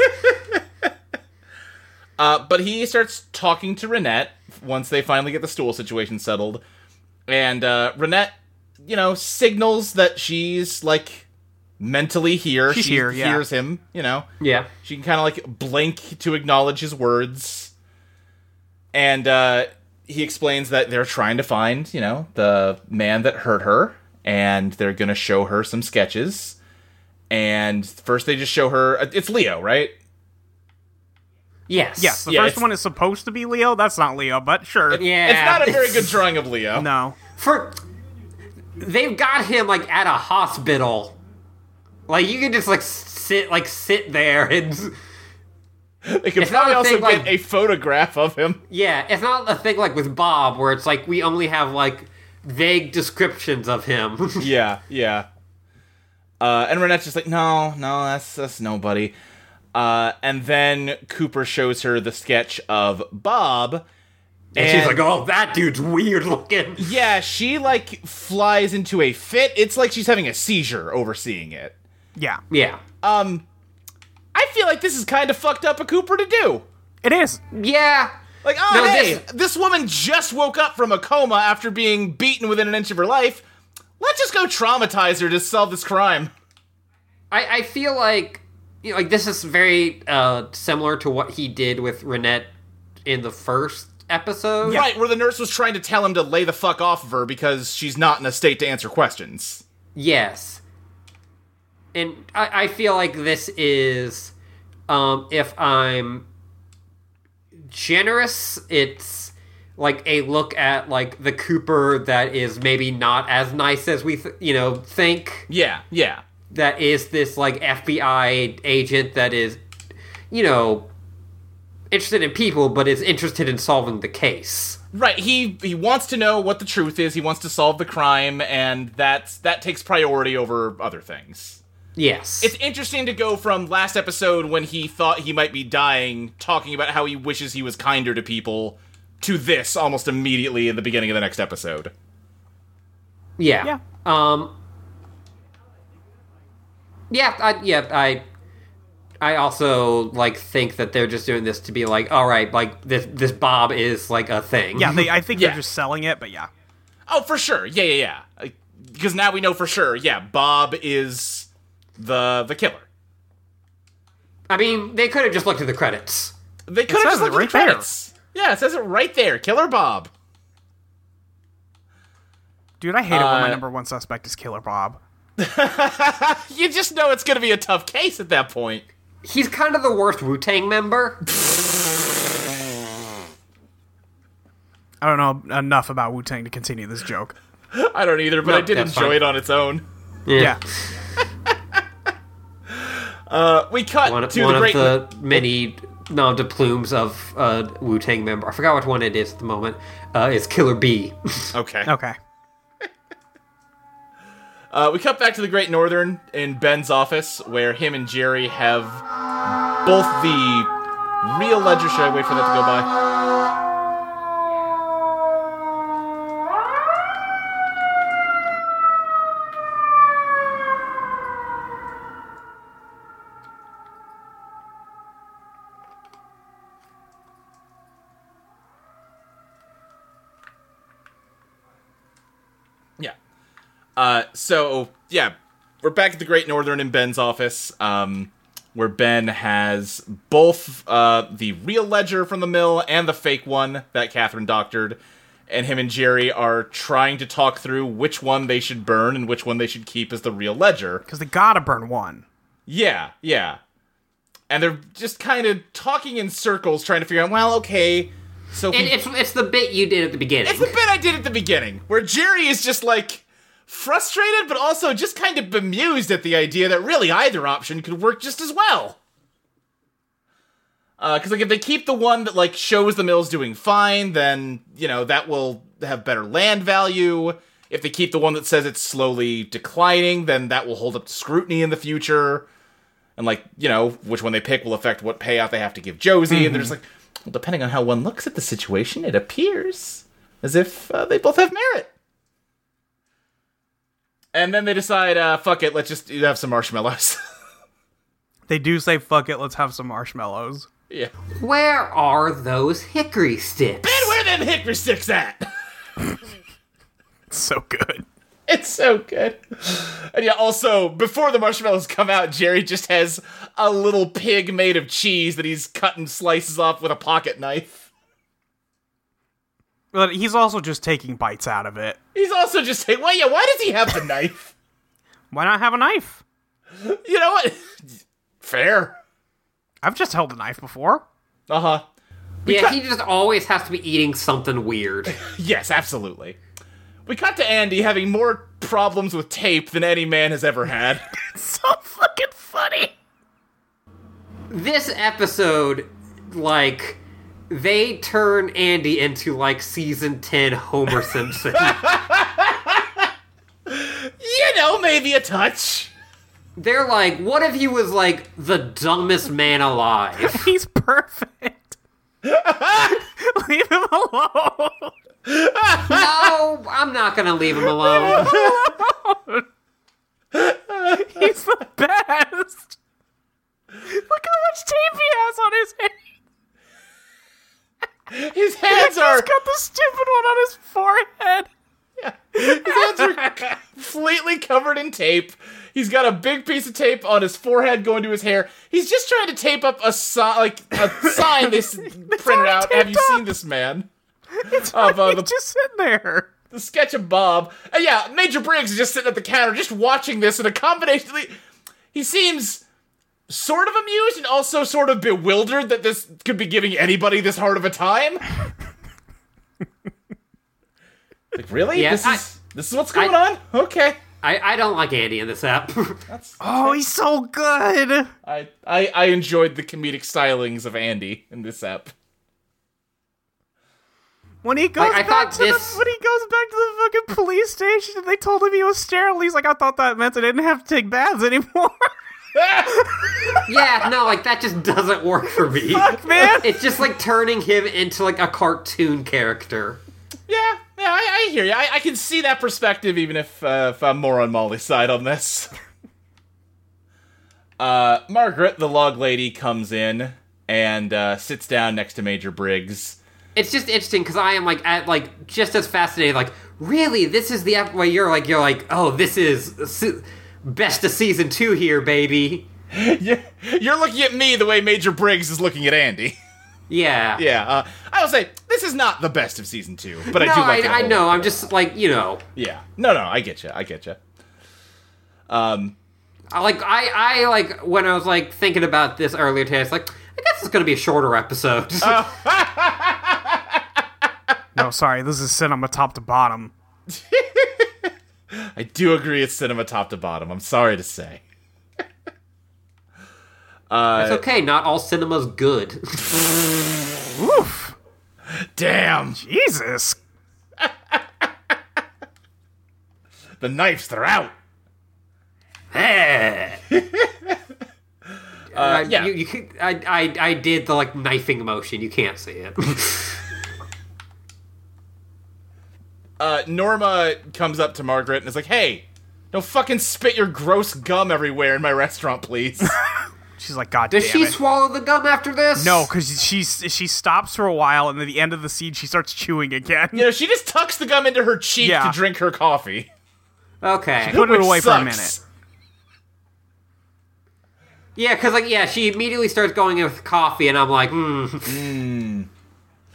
Speaker 3: Uh, but he starts talking to Renette once they finally get the stool situation settled. And uh, Renette, you know, signals that she's like mentally here.
Speaker 2: She's
Speaker 3: she
Speaker 2: here, yeah.
Speaker 3: hears him, you know.
Speaker 1: yeah.
Speaker 3: She can kind of like blink to acknowledge his words. And uh, he explains that they're trying to find, you know, the man that hurt her, and they're going to show her some sketches. And first they just show her uh, it's Leo, right?
Speaker 1: Yes.
Speaker 2: Yes, the
Speaker 3: Yeah,
Speaker 2: first
Speaker 3: it's-
Speaker 2: one is supposed to be Leo. That's not Leo, but sure.
Speaker 1: Yeah.
Speaker 3: It's not a very good drawing of Leo.
Speaker 2: No.
Speaker 1: for they've got him like at a hospital like you can just like sit like sit there and
Speaker 3: They could
Speaker 1: It's not
Speaker 3: probably
Speaker 1: a
Speaker 3: also
Speaker 1: thing,
Speaker 3: get
Speaker 1: like-
Speaker 3: a photograph of him.
Speaker 1: yeah it's not a thing like with bob where it's like we only have like vague descriptions of him
Speaker 3: Yeah, yeah. Uh, and Renette's just like, no, no, that's that's nobody. Uh, and then Cooper shows her the sketch of Bob, and,
Speaker 1: and she's like oh that dude's weird looking
Speaker 3: yeah, she like flies into a fit. It's like she's having a seizure overseeing it.
Speaker 2: Yeah.
Speaker 1: yeah
Speaker 3: I feel like this is kind of fucked up a Cooper to do.
Speaker 2: It is.
Speaker 1: yeah
Speaker 3: Like, oh
Speaker 1: No,
Speaker 3: hey,
Speaker 1: this-
Speaker 3: this-, woman just woke up from a coma after being beaten within an inch of her life. Let's just go traumatize her to solve this crime.
Speaker 1: I, I feel like you know, like this is very uh, similar to what he did with Renette in the first episode.
Speaker 3: Right, where the nurse was trying to tell him to lay the fuck off of her because she's not in a state to answer questions.
Speaker 1: Yes. And I, I feel like this is, um, if I'm generous, it's like a look at like the Cooper that is maybe not as nice as we th- you know think.
Speaker 3: Yeah, yeah.
Speaker 1: That is this like FBI agent that is, you know, interested in people but is interested in solving the case.
Speaker 3: Right, he he wants to know what the truth is. He wants to solve the crime, and that's that takes priority over other things.
Speaker 1: Yes.
Speaker 3: It's interesting to go from last episode when he thought he might be dying, talking about how he wishes he was kinder to people, to this almost immediately at the beginning of the next episode.
Speaker 1: Yeah.
Speaker 2: Yeah.
Speaker 1: Um. Yeah. I, yeah. I. I also like think that they're just doing this to be like, all right, like this this Bob is like a thing.
Speaker 2: Yeah, they, I think
Speaker 3: Yeah.
Speaker 2: they're just selling it, but yeah.
Speaker 3: Oh, for sure. Yeah, yeah, yeah. Because now we know for sure. Yeah, Bob is the the killer.
Speaker 1: I mean, they could have just looked at the credits.
Speaker 3: They could have
Speaker 2: says
Speaker 3: just looked
Speaker 2: it
Speaker 3: at the
Speaker 2: right there.
Speaker 3: credits. Yeah, it says it right there. Killer Bob.
Speaker 2: Dude, I hate it when
Speaker 3: Uh,
Speaker 2: my number one suspect is Killer Bob.
Speaker 3: You just know it's going to be a tough case at that point.
Speaker 1: He's kind of the worst Wu Tang member.
Speaker 2: I don't know enough about Wu Tang to continue this joke.
Speaker 3: I don't either, but
Speaker 1: No,
Speaker 3: I did
Speaker 1: that's
Speaker 3: enjoy
Speaker 1: fine.
Speaker 3: it on its own.
Speaker 2: Yeah.
Speaker 3: Uh, we cut
Speaker 1: One,
Speaker 3: to
Speaker 1: one
Speaker 3: the
Speaker 1: of
Speaker 3: great.
Speaker 1: the many nom de plumes of uh, Wu Tang member. I forgot which one it is at the moment. Uh, is Killer B.
Speaker 3: Okay.
Speaker 2: Okay.
Speaker 3: Uh, we cut back to the Great Northern in Ben's office, where him and Jerry have both the real ledger. Should I wait for that to go by? Yeah. Uh, so yeah, we're back at the Great Northern in Ben's office, um, where Ben has both uh, the real ledger from the mill and the fake one that Catherine doctored, and him and Jerry are trying to talk through which one they should burn and which one they should keep as the real ledger.
Speaker 2: Because they gotta burn one.
Speaker 3: Yeah, yeah. And they're just kind of talking in circles, trying to figure out. Well, okay, so if
Speaker 1: and
Speaker 3: we
Speaker 1: it's it's the bit you did at the beginning.
Speaker 3: it's the bit I did at the beginning, where Jerry is just like frustrated, but also just kind of bemused at the idea that really either option could work just as well. Because like if they keep the one that like shows the mill's doing fine, then you know that will have better land value. If they keep the one that says it's slowly declining, then that will hold up to scrutiny in the future. And like you know, which one they pick will affect what payout they have to give Josie. And they're just like, well, depending on how one looks at the situation, it appears as if uh, they both have merit. And then they decide, uh, fuck it, let's just have some marshmallows.
Speaker 2: They do say, fuck it, let's have some marshmallows.
Speaker 3: yeah.
Speaker 1: Where are those hickory sticks?
Speaker 3: And where them hickory sticks at?
Speaker 2: It's so good.
Speaker 3: It's so good. And yeah, also, before the marshmallows come out, Jerry just has a little pig made of cheese that he's cutting slices off with a pocket knife.
Speaker 2: But he's also just taking bites out of it.
Speaker 3: He's also just saying, well, yeah, why does he have the knife?
Speaker 2: Why not have a knife?
Speaker 3: You know what? Fair.
Speaker 2: I've just held a knife before.
Speaker 3: Uh
Speaker 2: Uh-huh.
Speaker 3: huh.
Speaker 1: yeah,
Speaker 3: cut-
Speaker 1: he just always has to be eating something weird.
Speaker 3: Yes, absolutely. We cut to Andy having more problems with tape than any man has ever had.
Speaker 2: so fucking funny.
Speaker 1: this episode, like, they turn Andy into like season ten Homer Simpson.
Speaker 3: you know, maybe a touch.
Speaker 1: They're like, what if he was like the dumbest man alive?
Speaker 2: He's perfect. Leave him alone.
Speaker 1: no, I'm not gonna leave him alone.
Speaker 2: He's the best. Look how much tape he has on his head.
Speaker 3: His hands
Speaker 2: He's
Speaker 3: are
Speaker 2: got the stupid one on his forehead.
Speaker 3: his hands are completely covered in tape. He's got a big piece of tape on his forehead going to his hair. He's just trying to tape up a sign, like a sign they s- printed
Speaker 2: already
Speaker 3: out. Have you
Speaker 2: taped
Speaker 3: seen
Speaker 2: up.
Speaker 3: this man?
Speaker 2: It's
Speaker 3: Of, uh,
Speaker 2: he's
Speaker 3: the-
Speaker 2: just sitting there.
Speaker 3: the sketch of Bob. And yeah, Major Briggs is just sitting at the counter, just watching this in a combination. He seems sort of amused and also sort of bewildered that this could be giving anybody this hard of a time. like, really?
Speaker 1: Yeah,
Speaker 3: this
Speaker 1: I-
Speaker 3: is this is what's going
Speaker 1: I-
Speaker 3: on? Okay.
Speaker 1: I, I don't like Andy in this app.
Speaker 3: That's
Speaker 2: Oh, he's so good.
Speaker 3: I, I I enjoyed the comedic stylings of Andy in this app.
Speaker 2: When he goes
Speaker 1: Like, I
Speaker 2: back
Speaker 1: thought
Speaker 2: to
Speaker 1: this-
Speaker 2: the when he goes back to the fucking police station and they told him he was sterile, he's like, I thought that meant I didn't have to take baths anymore.
Speaker 1: yeah, no, like that just doesn't work for me.
Speaker 2: Fuck, man.
Speaker 1: It's just like turning him into like a cartoon character.
Speaker 3: Yeah, yeah, I, I hear you. I, I can see that perspective, even if uh, if I'm more on Molly's side on this. uh, Margaret, the log lady, comes in and uh, sits down next to Major Briggs.
Speaker 1: It's just interesting because I am like at like just as fascinated. Like, really, this is the app where you're like you're like, oh, this is se- best of season two here, baby.
Speaker 3: You're you're looking at me the way Major Briggs is looking at Andy.
Speaker 1: Yeah,
Speaker 3: yeah, uh, I will say this is not the best of season two, but
Speaker 1: No,
Speaker 3: I do like
Speaker 1: I,
Speaker 3: it a
Speaker 1: I
Speaker 3: whole
Speaker 1: know.
Speaker 3: lot.
Speaker 1: I'm just like you know.
Speaker 3: Yeah, no, no, I get you. I get you. Um,
Speaker 1: I like I I like when I was like thinking about this earlier today. I was like, I guess it's gonna be a shorter episode.
Speaker 2: no, sorry, this is cinema top to bottom.
Speaker 3: I do agree it's cinema top to bottom. I'm sorry to say.
Speaker 1: it's okay. Not all cinema's good.
Speaker 2: Oof.
Speaker 3: Damn.
Speaker 2: Jesus.
Speaker 3: The knives, they're out.
Speaker 1: Eh. Uh,
Speaker 3: yeah.
Speaker 1: you, you could, I, I, I did the like knifing motion. You can't see it.
Speaker 3: Uh, Norma comes up to Margaret and is like, hey, don't fucking spit your gross gum everywhere in my restaurant, please.
Speaker 2: She's like, God
Speaker 1: Does
Speaker 2: damn
Speaker 1: she
Speaker 2: it.
Speaker 1: swallow the gum after this?
Speaker 2: no, because she she stops for a while, and at the end of the scene, she starts chewing again.
Speaker 3: you know, she just tucks the gum into her cheek
Speaker 2: Yeah.
Speaker 3: to drink her coffee.
Speaker 1: Okay.
Speaker 2: Put it
Speaker 3: which
Speaker 2: away for a minute.
Speaker 3: sucks.
Speaker 1: Yeah, because like yeah, she immediately starts going in with coffee, and I'm like, hmm,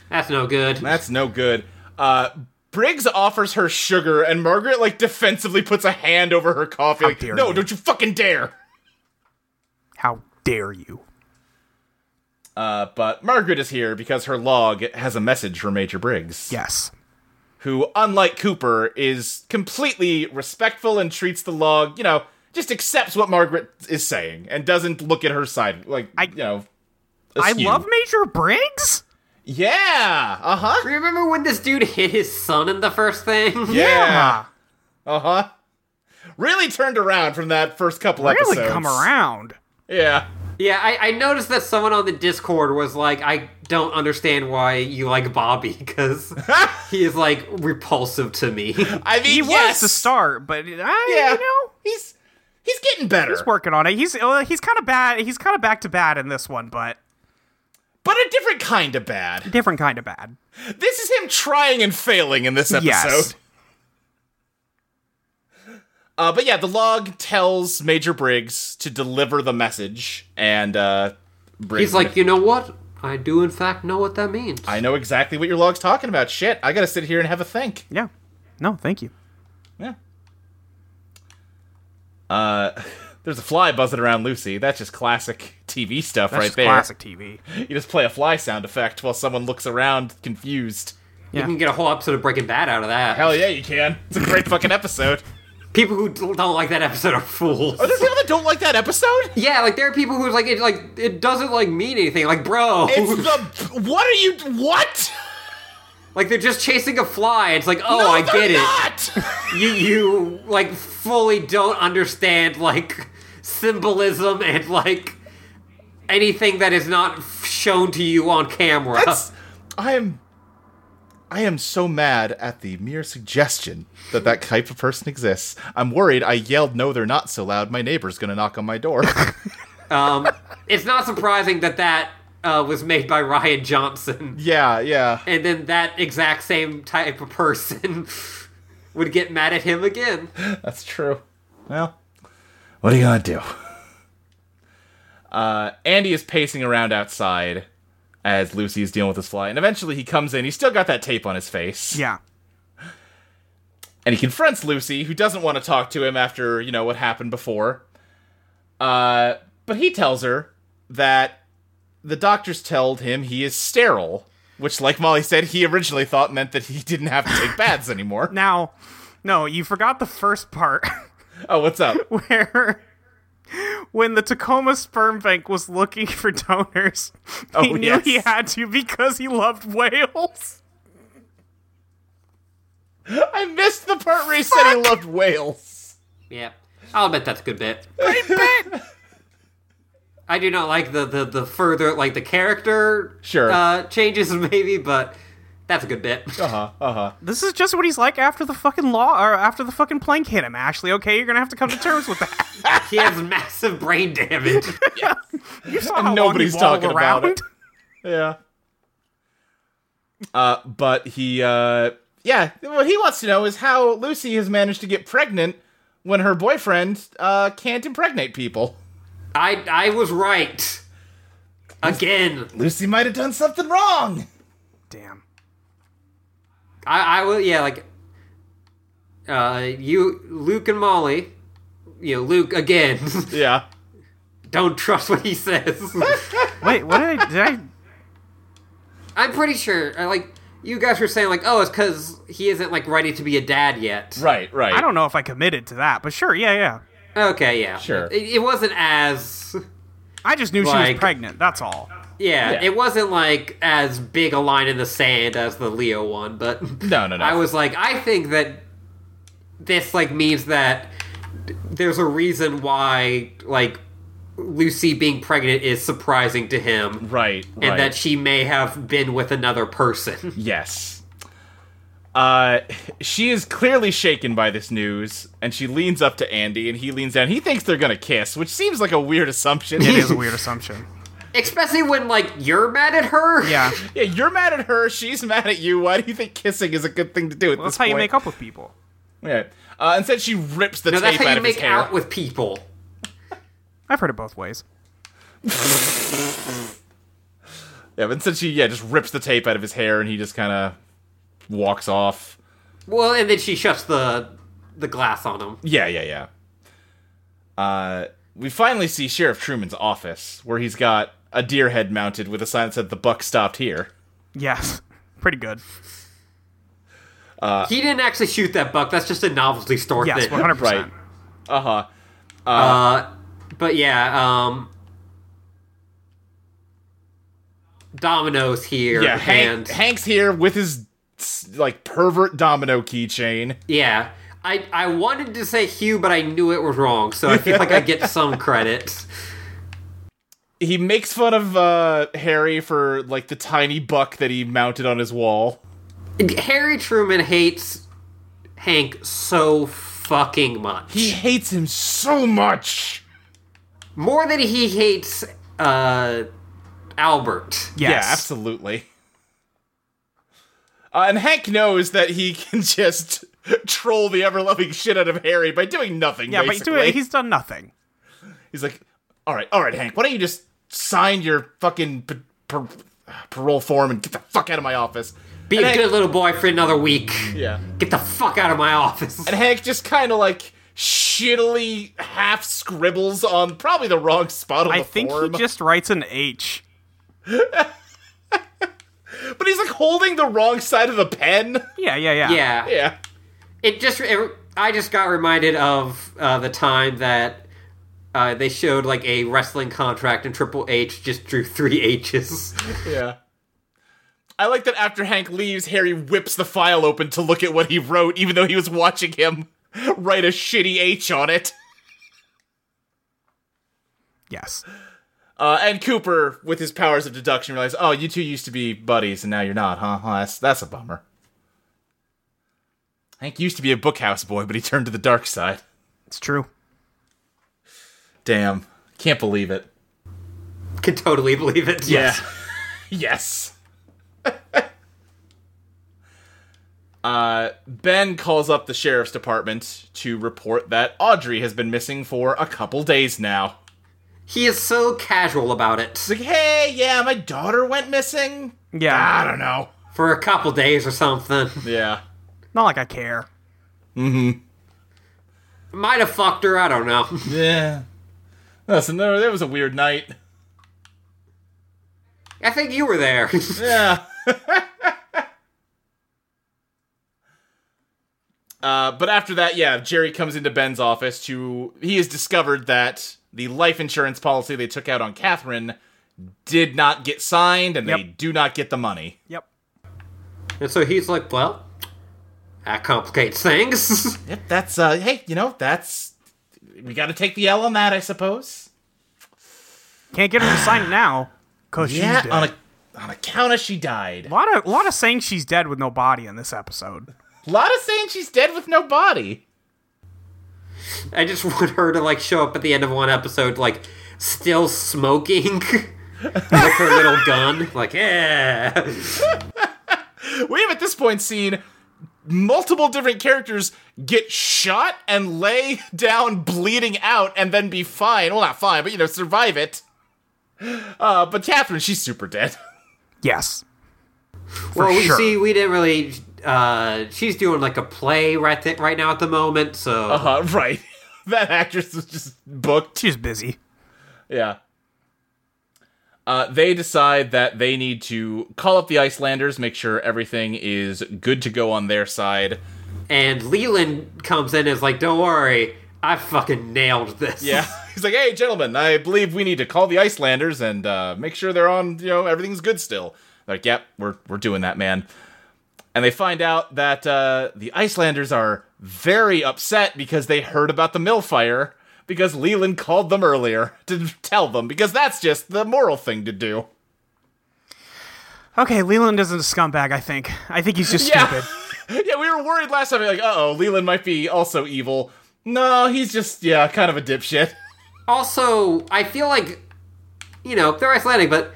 Speaker 1: that's no good.
Speaker 3: That's no good. Uh, Briggs offers her sugar, and Margaret, like, defensively puts a hand over her coffee. like,
Speaker 2: dare
Speaker 3: no,
Speaker 2: you."
Speaker 3: don't you fucking dare.
Speaker 2: How dare you?
Speaker 3: Uh, but Margaret is here because her log has a message for Major Briggs.
Speaker 2: Yes.
Speaker 3: who, unlike Cooper, is completely respectful and treats the log, you know, just accepts what Margaret is saying and doesn't look at her side, like, you know. askew.
Speaker 2: I love Major Briggs.
Speaker 3: Yeah! Uh huh.
Speaker 1: Remember when this dude hit his son in the first thing?
Speaker 3: Yeah! Uh huh. Really turned around from that first couple
Speaker 2: really
Speaker 3: episodes.
Speaker 2: come around.
Speaker 3: Yeah.
Speaker 1: Yeah, I, I noticed that someone on the Discord was like, I don't understand why you like Bobby, because he is like repulsive to me.
Speaker 3: I mean,
Speaker 2: He
Speaker 3: yes.
Speaker 2: was to start, but I,
Speaker 3: Yeah.
Speaker 2: you know,
Speaker 3: He's he's getting better.
Speaker 2: he's working on it. He's uh, he's kind of bad. He's kind of back to bad in this one, but
Speaker 3: but a different kind of bad.
Speaker 2: different kind of bad.
Speaker 3: This is him trying and failing in this episode.
Speaker 2: Yes.
Speaker 3: Uh, but yeah, the log tells Major Briggs to deliver the message, and uh, Briggs
Speaker 1: He's like, you know what? I do, in fact, know what that means.
Speaker 3: "I know exactly what your log's talking about. Shit, I gotta sit here and have a think."
Speaker 2: Yeah. No, thank you.
Speaker 3: Yeah. Uh, There's a fly buzzing around Lucy. That's just classic TV stuff
Speaker 2: That's
Speaker 3: right
Speaker 2: just
Speaker 3: there.
Speaker 2: classic TV.
Speaker 3: You just play a fly sound effect while someone looks around confused.
Speaker 1: You can get a whole episode of Breaking Bad out of that.
Speaker 3: Hell yeah, you can. It's a great fucking episode. Oh,
Speaker 1: People who don't like that episode are fools.
Speaker 3: Are there people that don't like that episode?
Speaker 1: Yeah, like there are people who's like it like it doesn't like mean anything. Like bro,
Speaker 3: It's the what are you what?
Speaker 1: like they're just chasing a fly. It's like oh,
Speaker 3: No,
Speaker 1: I
Speaker 3: they're
Speaker 1: get it.
Speaker 3: not!
Speaker 1: You you like fully don't understand like symbolism and like anything that is not f- shown to you on camera.
Speaker 3: That's, I am I am so mad at the mere suggestion that that type of person exists. I'm worried I yelled no they're not so loud my neighbor's going to knock on my door.
Speaker 1: Um, it's not surprising that that uh, was made by Ryan Johnson,
Speaker 3: yeah, yeah.
Speaker 1: and then that exact same type of person would get mad at him again.
Speaker 3: That's true. Well, what are you gonna do? Uh, Andy is pacing around outside as Lucy is dealing with this fly, and eventually he comes in. He's still got that tape on his face,
Speaker 2: Yeah.
Speaker 3: and he confronts Lucy, who doesn't want to talk to him after you know what happened before. Uh, but he tells her that the doctors told him he is sterile, which, like Molly said, he originally thought meant that he didn't have to take baths anymore.
Speaker 2: Now, no, you forgot the first part
Speaker 3: Oh, what's up?
Speaker 2: where when the Tacoma Sperm Bank was looking for donors, he
Speaker 3: Oh,
Speaker 2: knew
Speaker 3: yes.
Speaker 2: he had to because he loved whales.
Speaker 3: I missed the part where he said he loved whales.
Speaker 1: Yeah, I'll admit that's a good bit. I do not like the, the, the further like the character
Speaker 3: Sure.
Speaker 1: uh, changes maybe, but that's a good bit.
Speaker 3: Uh-huh, uh-huh.
Speaker 2: This is just what he's like after the fucking law or after the fucking plank hit him, Ashley. Okay, you're gonna have to come to terms with that.
Speaker 1: he has massive brain damage.
Speaker 2: You saw how
Speaker 3: nobody's
Speaker 2: long he wobbled
Speaker 3: talking
Speaker 2: around.
Speaker 3: about it. Yeah. Uh, but he, uh, yeah, what he wants to know is how Lucy has managed to get pregnant when her boyfriend, uh, can't impregnate people.
Speaker 1: I I was right again.
Speaker 3: Lucy might have done something wrong!
Speaker 2: Damn.
Speaker 1: I I will yeah like uh you Luke and Molly, you know Luke again.
Speaker 3: Yeah.
Speaker 1: Don't trust what he says.
Speaker 2: Wait, what did I? Did I?
Speaker 1: I'm pretty sure uh, like you guys were saying like oh it's because he isn't like ready to be a dad yet.
Speaker 3: Right, right.
Speaker 2: I don't know if I committed to that, but sure, yeah, yeah.
Speaker 1: Okay, yeah.
Speaker 3: Sure.
Speaker 1: It, it wasn't as
Speaker 2: I just knew she
Speaker 1: Like-
Speaker 2: was pregnant. That's all.
Speaker 1: yeah,
Speaker 3: Yeah.
Speaker 1: it wasn't like as big a line in the sand as the Leo one, but
Speaker 3: No, no, no.
Speaker 1: I was like I think that this like means that there's a reason why like Lucy being pregnant is surprising to him
Speaker 3: Right, right.
Speaker 1: and that she may have been with another person.
Speaker 3: Yes. Uh, she is clearly shaken by this news, and she leans up to Andy, and he leans down. He thinks they're gonna kiss, which seems like a weird assumption.
Speaker 2: It is a weird assumption.
Speaker 1: Especially when like you're mad at her.
Speaker 2: Yeah,
Speaker 3: Yeah, you're mad at her. She's mad at you. Why do you think kissing is a good thing to do? At
Speaker 2: well, that's
Speaker 3: this
Speaker 2: how you
Speaker 3: point?
Speaker 2: make up with people.
Speaker 3: Yeah. Uh, instead, she rips the
Speaker 1: No, that's
Speaker 3: tape
Speaker 1: how
Speaker 3: out
Speaker 1: you
Speaker 3: of his
Speaker 1: make
Speaker 3: hair.
Speaker 1: out with people.
Speaker 2: I've heard it both ways.
Speaker 3: yeah, but instead she yeah just rips the tape out of his hair, and he just kind of walks off.
Speaker 1: Well, and then she shuts the the glass on him.
Speaker 3: Yeah, yeah, yeah. Uh, we finally see Sheriff Truman's office, where he's got a deer head mounted with a sign that said "The buck stopped here."
Speaker 2: Yes, pretty good.
Speaker 1: He didn't actually shoot that buck. That's just a novelty store
Speaker 2: Yes,
Speaker 1: thing.
Speaker 2: one hundred
Speaker 3: Right.
Speaker 2: percent.
Speaker 3: Uh huh.
Speaker 1: Uh, but yeah, um, Domino's here.
Speaker 3: Yeah. Hank,
Speaker 1: and
Speaker 3: Hank's here with his like pervert domino keychain.
Speaker 1: yeah, I I wanted to say Hugh, but I knew it was wrong, so I feel like I get some credit.
Speaker 3: he makes fun of uh, Harry for like the tiny buck that he mounted on his wall.
Speaker 1: Harry Truman hates Hank so fucking much,
Speaker 3: He hates him so much.
Speaker 1: more than he hates uh Albert.
Speaker 3: Yeah,
Speaker 2: Yes.
Speaker 3: absolutely. Uh, and Hank knows that he can just troll the ever-loving shit out of Harry by doing nothing.
Speaker 2: Yeah,
Speaker 3: basically.
Speaker 2: but do it. He's done nothing.
Speaker 3: He's like, all right, all right, Hank, why don't you just sign your fucking p- par- parole form and get the fuck out of my office?
Speaker 1: Be
Speaker 3: And
Speaker 1: a
Speaker 3: Hank-
Speaker 1: good little boy for another week.
Speaker 3: Yeah.
Speaker 1: Get the fuck out of my office.
Speaker 3: And Hank just kind of like shh shittily half scribbles on probably the wrong spot on
Speaker 2: I
Speaker 3: the
Speaker 2: think
Speaker 3: form.
Speaker 2: he just writes an H.
Speaker 3: but he's like holding the wrong side of the pen.
Speaker 2: Yeah, yeah, yeah.
Speaker 1: Yeah.
Speaker 3: yeah.
Speaker 1: It just it, I just got reminded of uh, the time that uh, they showed like a wrestling contract and Triple H just drew three H's.
Speaker 3: Yeah. I like that after Hank leaves, Harry whips the file open to look at what he wrote, even though he was watching him write a shitty H on it.
Speaker 2: Yes.
Speaker 3: Uh, and Cooper, with his powers of deduction, realized, oh, you two used to be buddies, and now you're not, huh? Huh, that's, that's a bummer. Hank used to be a bookhouse boy, but he turned to the dark side.
Speaker 2: It's true.
Speaker 3: Damn. Can't believe it.
Speaker 1: Can totally believe it.
Speaker 3: Yes. yes. uh, ben calls up the sheriff's department to report that Audrey has been missing for a couple days now.
Speaker 1: He is so casual about it.
Speaker 3: It's like, hey, yeah, my daughter went missing. I
Speaker 2: Yeah.
Speaker 3: don't know.
Speaker 1: For a couple days or something.
Speaker 3: Yeah.
Speaker 2: Not like I care.
Speaker 1: Might have fucked her, I don't know.
Speaker 3: Yeah. Listen, there, there was a weird night.
Speaker 1: I think you were there.
Speaker 3: Yeah. uh, but after that, yeah, Jerry comes into Ben's office to. He has discovered that the life insurance policy they took out on Catherine did not get signed and they
Speaker 2: Yep.
Speaker 3: do not get the money.
Speaker 2: Yep.
Speaker 1: and so he's like, well, that complicates things.
Speaker 3: Yep, that's, uh, hey, you know, that's. We gotta take the L on that, I suppose.
Speaker 2: Can't get her to sign it now. Cause
Speaker 3: yeah,
Speaker 2: she's dead.
Speaker 3: on, a, on account of she died.
Speaker 2: A lot of lot of saying she's dead with no body in this episode.
Speaker 3: lot of saying she's dead with no body.
Speaker 1: I just want her to like show up at the end of one episode like still smoking with her little gun. Like, yeah.
Speaker 3: We have at this point seen multiple different characters get shot and lay down bleeding out and then be fine. Well, not fine, but you know, survive it. Uh, but Catherine, she's super dead.
Speaker 2: Yes.
Speaker 1: well, we
Speaker 2: sure.
Speaker 1: see we didn't really uh she's doing like a play right th- right now at the moment, so
Speaker 2: Uh-huh.
Speaker 3: Uh, right. that actress was just booked.
Speaker 2: She's busy.
Speaker 3: Yeah. Uh, they decide that they need to call up the Icelanders, make sure everything is good to go on their side.
Speaker 1: and Leland comes in and is like, "Don't worry, I fucking nailed this."
Speaker 3: Yeah. He's like, hey, gentlemen, I believe we need to call the Icelanders and uh, make sure they're on, you know, everything's good still. They're like, yep, we're, we're doing that, man. And they find out that uh, the Icelanders are very upset because they heard about the mill fire because Leland called them earlier to tell them because that's just the moral thing to do.
Speaker 2: Okay, Leland isn't a scumbag, I think. I think he's just
Speaker 3: Yeah.
Speaker 2: stupid.
Speaker 3: yeah, we were worried last time, like, uh oh, Leland might be also evil. No, he's just, yeah, kind of a dipshit.
Speaker 1: Also, I feel like you know they're Icelandic, but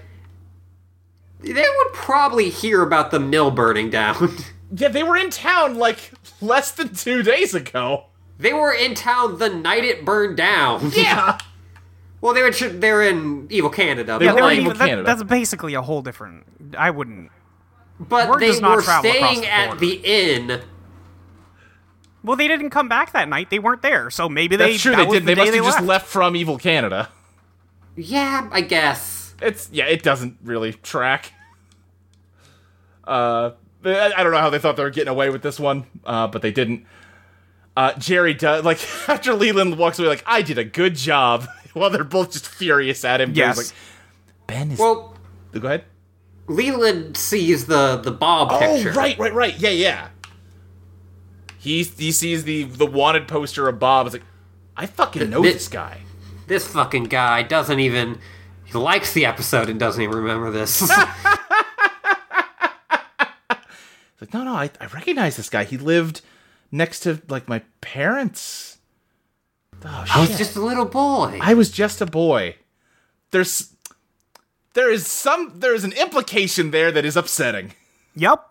Speaker 1: they would probably hear about the mill burning down.
Speaker 3: yeah, they were in town like less than two days ago.
Speaker 1: they were in town the night it burned down.
Speaker 3: Yeah.
Speaker 1: well, they were ch- they're in evil Canada,
Speaker 3: They
Speaker 1: but,
Speaker 3: were
Speaker 2: They're
Speaker 1: like,
Speaker 3: evil
Speaker 2: even- that-
Speaker 3: Canada.
Speaker 2: that's basically a whole different I wouldn't
Speaker 1: but
Speaker 2: word
Speaker 1: they
Speaker 2: does not
Speaker 1: were
Speaker 2: travel across
Speaker 1: staying
Speaker 2: the
Speaker 1: at
Speaker 2: border.
Speaker 1: the inn.
Speaker 2: Well, they didn't come back that night. They weren't there, so maybe they
Speaker 3: That's true.
Speaker 2: that
Speaker 3: They
Speaker 2: was
Speaker 3: did.
Speaker 2: the
Speaker 3: They
Speaker 2: day
Speaker 3: must have just
Speaker 2: left.
Speaker 3: left. from Evil Canada.
Speaker 1: Yeah, I guess.
Speaker 3: It's yeah. It doesn't really track. Uh, I, I don't know how they thought they were getting away with this one, uh, but they didn't. Uh, Jerry does like after Leland walks away, like I did a good job. While they're both just furious at him. Jerry's
Speaker 2: Yes.
Speaker 3: Like, ben is.
Speaker 1: Well,
Speaker 3: go ahead.
Speaker 1: Leland sees the the Bob picture.
Speaker 3: Oh, right, right, right. Yeah, yeah. He he sees the the wanted poster of Bob. It's like I fucking know
Speaker 1: Th-
Speaker 3: this guy.
Speaker 1: This fucking guy doesn't even. He likes the episode and doesn't even remember this.
Speaker 3: Oh, It's like, no, no, I, I recognize this guy. He lived next to like my parents. Oh shit!
Speaker 1: I was just a little boy.
Speaker 3: a boy. There's there is some there is an implication there that is upsetting.
Speaker 2: Yep.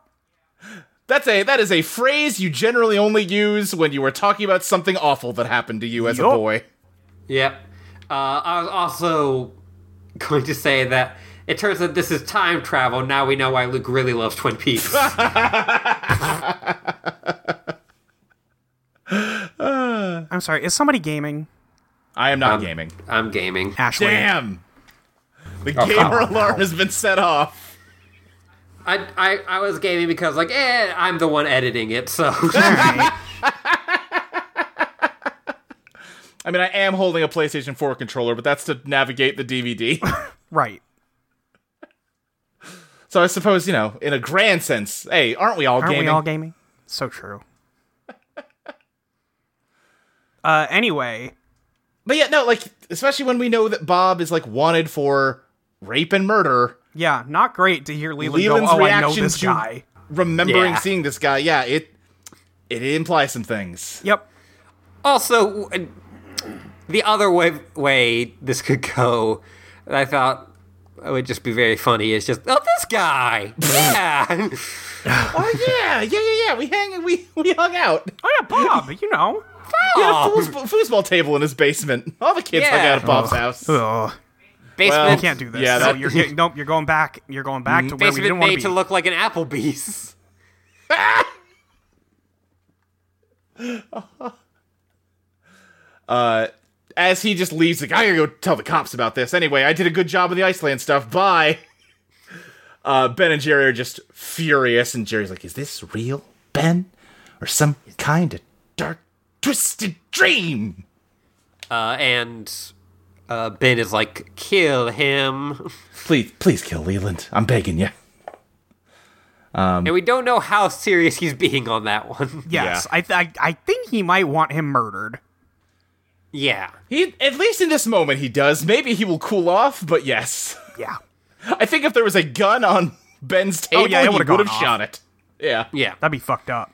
Speaker 3: That's a that is a phrase you generally only use when you are talking about something awful that happened to you as a
Speaker 2: Yup.
Speaker 3: boy.
Speaker 1: Yep. Uh, I was also going to say that it turns out this is time travel. Now we know why Luke really loves Twin Peaks.
Speaker 2: I I'm sorry. Is somebody gaming?
Speaker 3: I am not
Speaker 1: Um,
Speaker 3: gaming.
Speaker 1: I'm gaming.
Speaker 2: Ashley.
Speaker 3: Damn! The
Speaker 1: Oh, come
Speaker 3: gamer
Speaker 1: on.
Speaker 3: alarm has been set off.
Speaker 1: I, I, I was gaming because, like, eh, I'm the one editing it, so.
Speaker 2: All right.
Speaker 3: I mean, I am holding a PlayStation 4 controller, but that's to navigate the DVD.
Speaker 2: right.
Speaker 3: so I suppose, you know, in a grand sense, hey, aren't we all
Speaker 2: Aren't
Speaker 3: gaming?
Speaker 2: we all gaming? So true. uh, anyway,
Speaker 3: but yeah, no, like, especially when we know that Bob is, like, wanted for rape and murder.
Speaker 2: yeah, not great to hear Leland
Speaker 3: Leland's
Speaker 2: go, "Oh, I
Speaker 3: reaction
Speaker 2: know this
Speaker 3: to
Speaker 2: guy."
Speaker 3: remembering
Speaker 1: Yeah.
Speaker 3: seeing this guy, yeah, it it implies some things.
Speaker 2: Yep.
Speaker 1: also, uh, the other way, way this could go, that I thought would just be very funny is just, oh, this guy! yeah!
Speaker 3: oh yeah, yeah, yeah, yeah. We hang, we we hung out.
Speaker 2: Oh yeah, Bob. you know.
Speaker 3: He had a
Speaker 1: Oh,
Speaker 3: foosball, foosball table in his basement. All the kids hung
Speaker 1: Yeah.
Speaker 3: out at Bob's house.
Speaker 2: Ugh.
Speaker 3: Well,
Speaker 1: basement,
Speaker 2: Can't do this.
Speaker 3: Yeah,
Speaker 2: No,
Speaker 3: that-
Speaker 2: you're getting, nope. You're going back. You're going back to where we
Speaker 1: basement
Speaker 2: didn't want
Speaker 1: made
Speaker 2: to be.
Speaker 1: to look like an Applebee's.
Speaker 3: Uh, As he just leaves, like I gotta go tell the cops about this. Anyway, I did a good job of the Iceland stuff. Bye. Uh, ben and Jerry are just furious, and Jerry's like, "Is this real, Ben, or some kind of dark, twisted dream?"
Speaker 1: Uh, and uh, Ben is like, kill him.
Speaker 2: Um,
Speaker 3: Please, please kill Leland. I'm begging you.
Speaker 1: and we don't know how serious he's being on that one.
Speaker 2: yes,
Speaker 3: Yeah.
Speaker 2: I, th- I I think he might want him murdered.
Speaker 1: yeah.
Speaker 3: He, at least in this moment, he does. Maybe he will cool off, but yes,
Speaker 2: Yeah.
Speaker 3: I think if there was a gun on Ben's table,
Speaker 2: Oh, yeah, it
Speaker 3: he
Speaker 2: would've
Speaker 3: would
Speaker 2: gone
Speaker 3: have
Speaker 2: off.
Speaker 3: shot it. Yeah.
Speaker 1: Yeah.
Speaker 2: That'd be fucked up.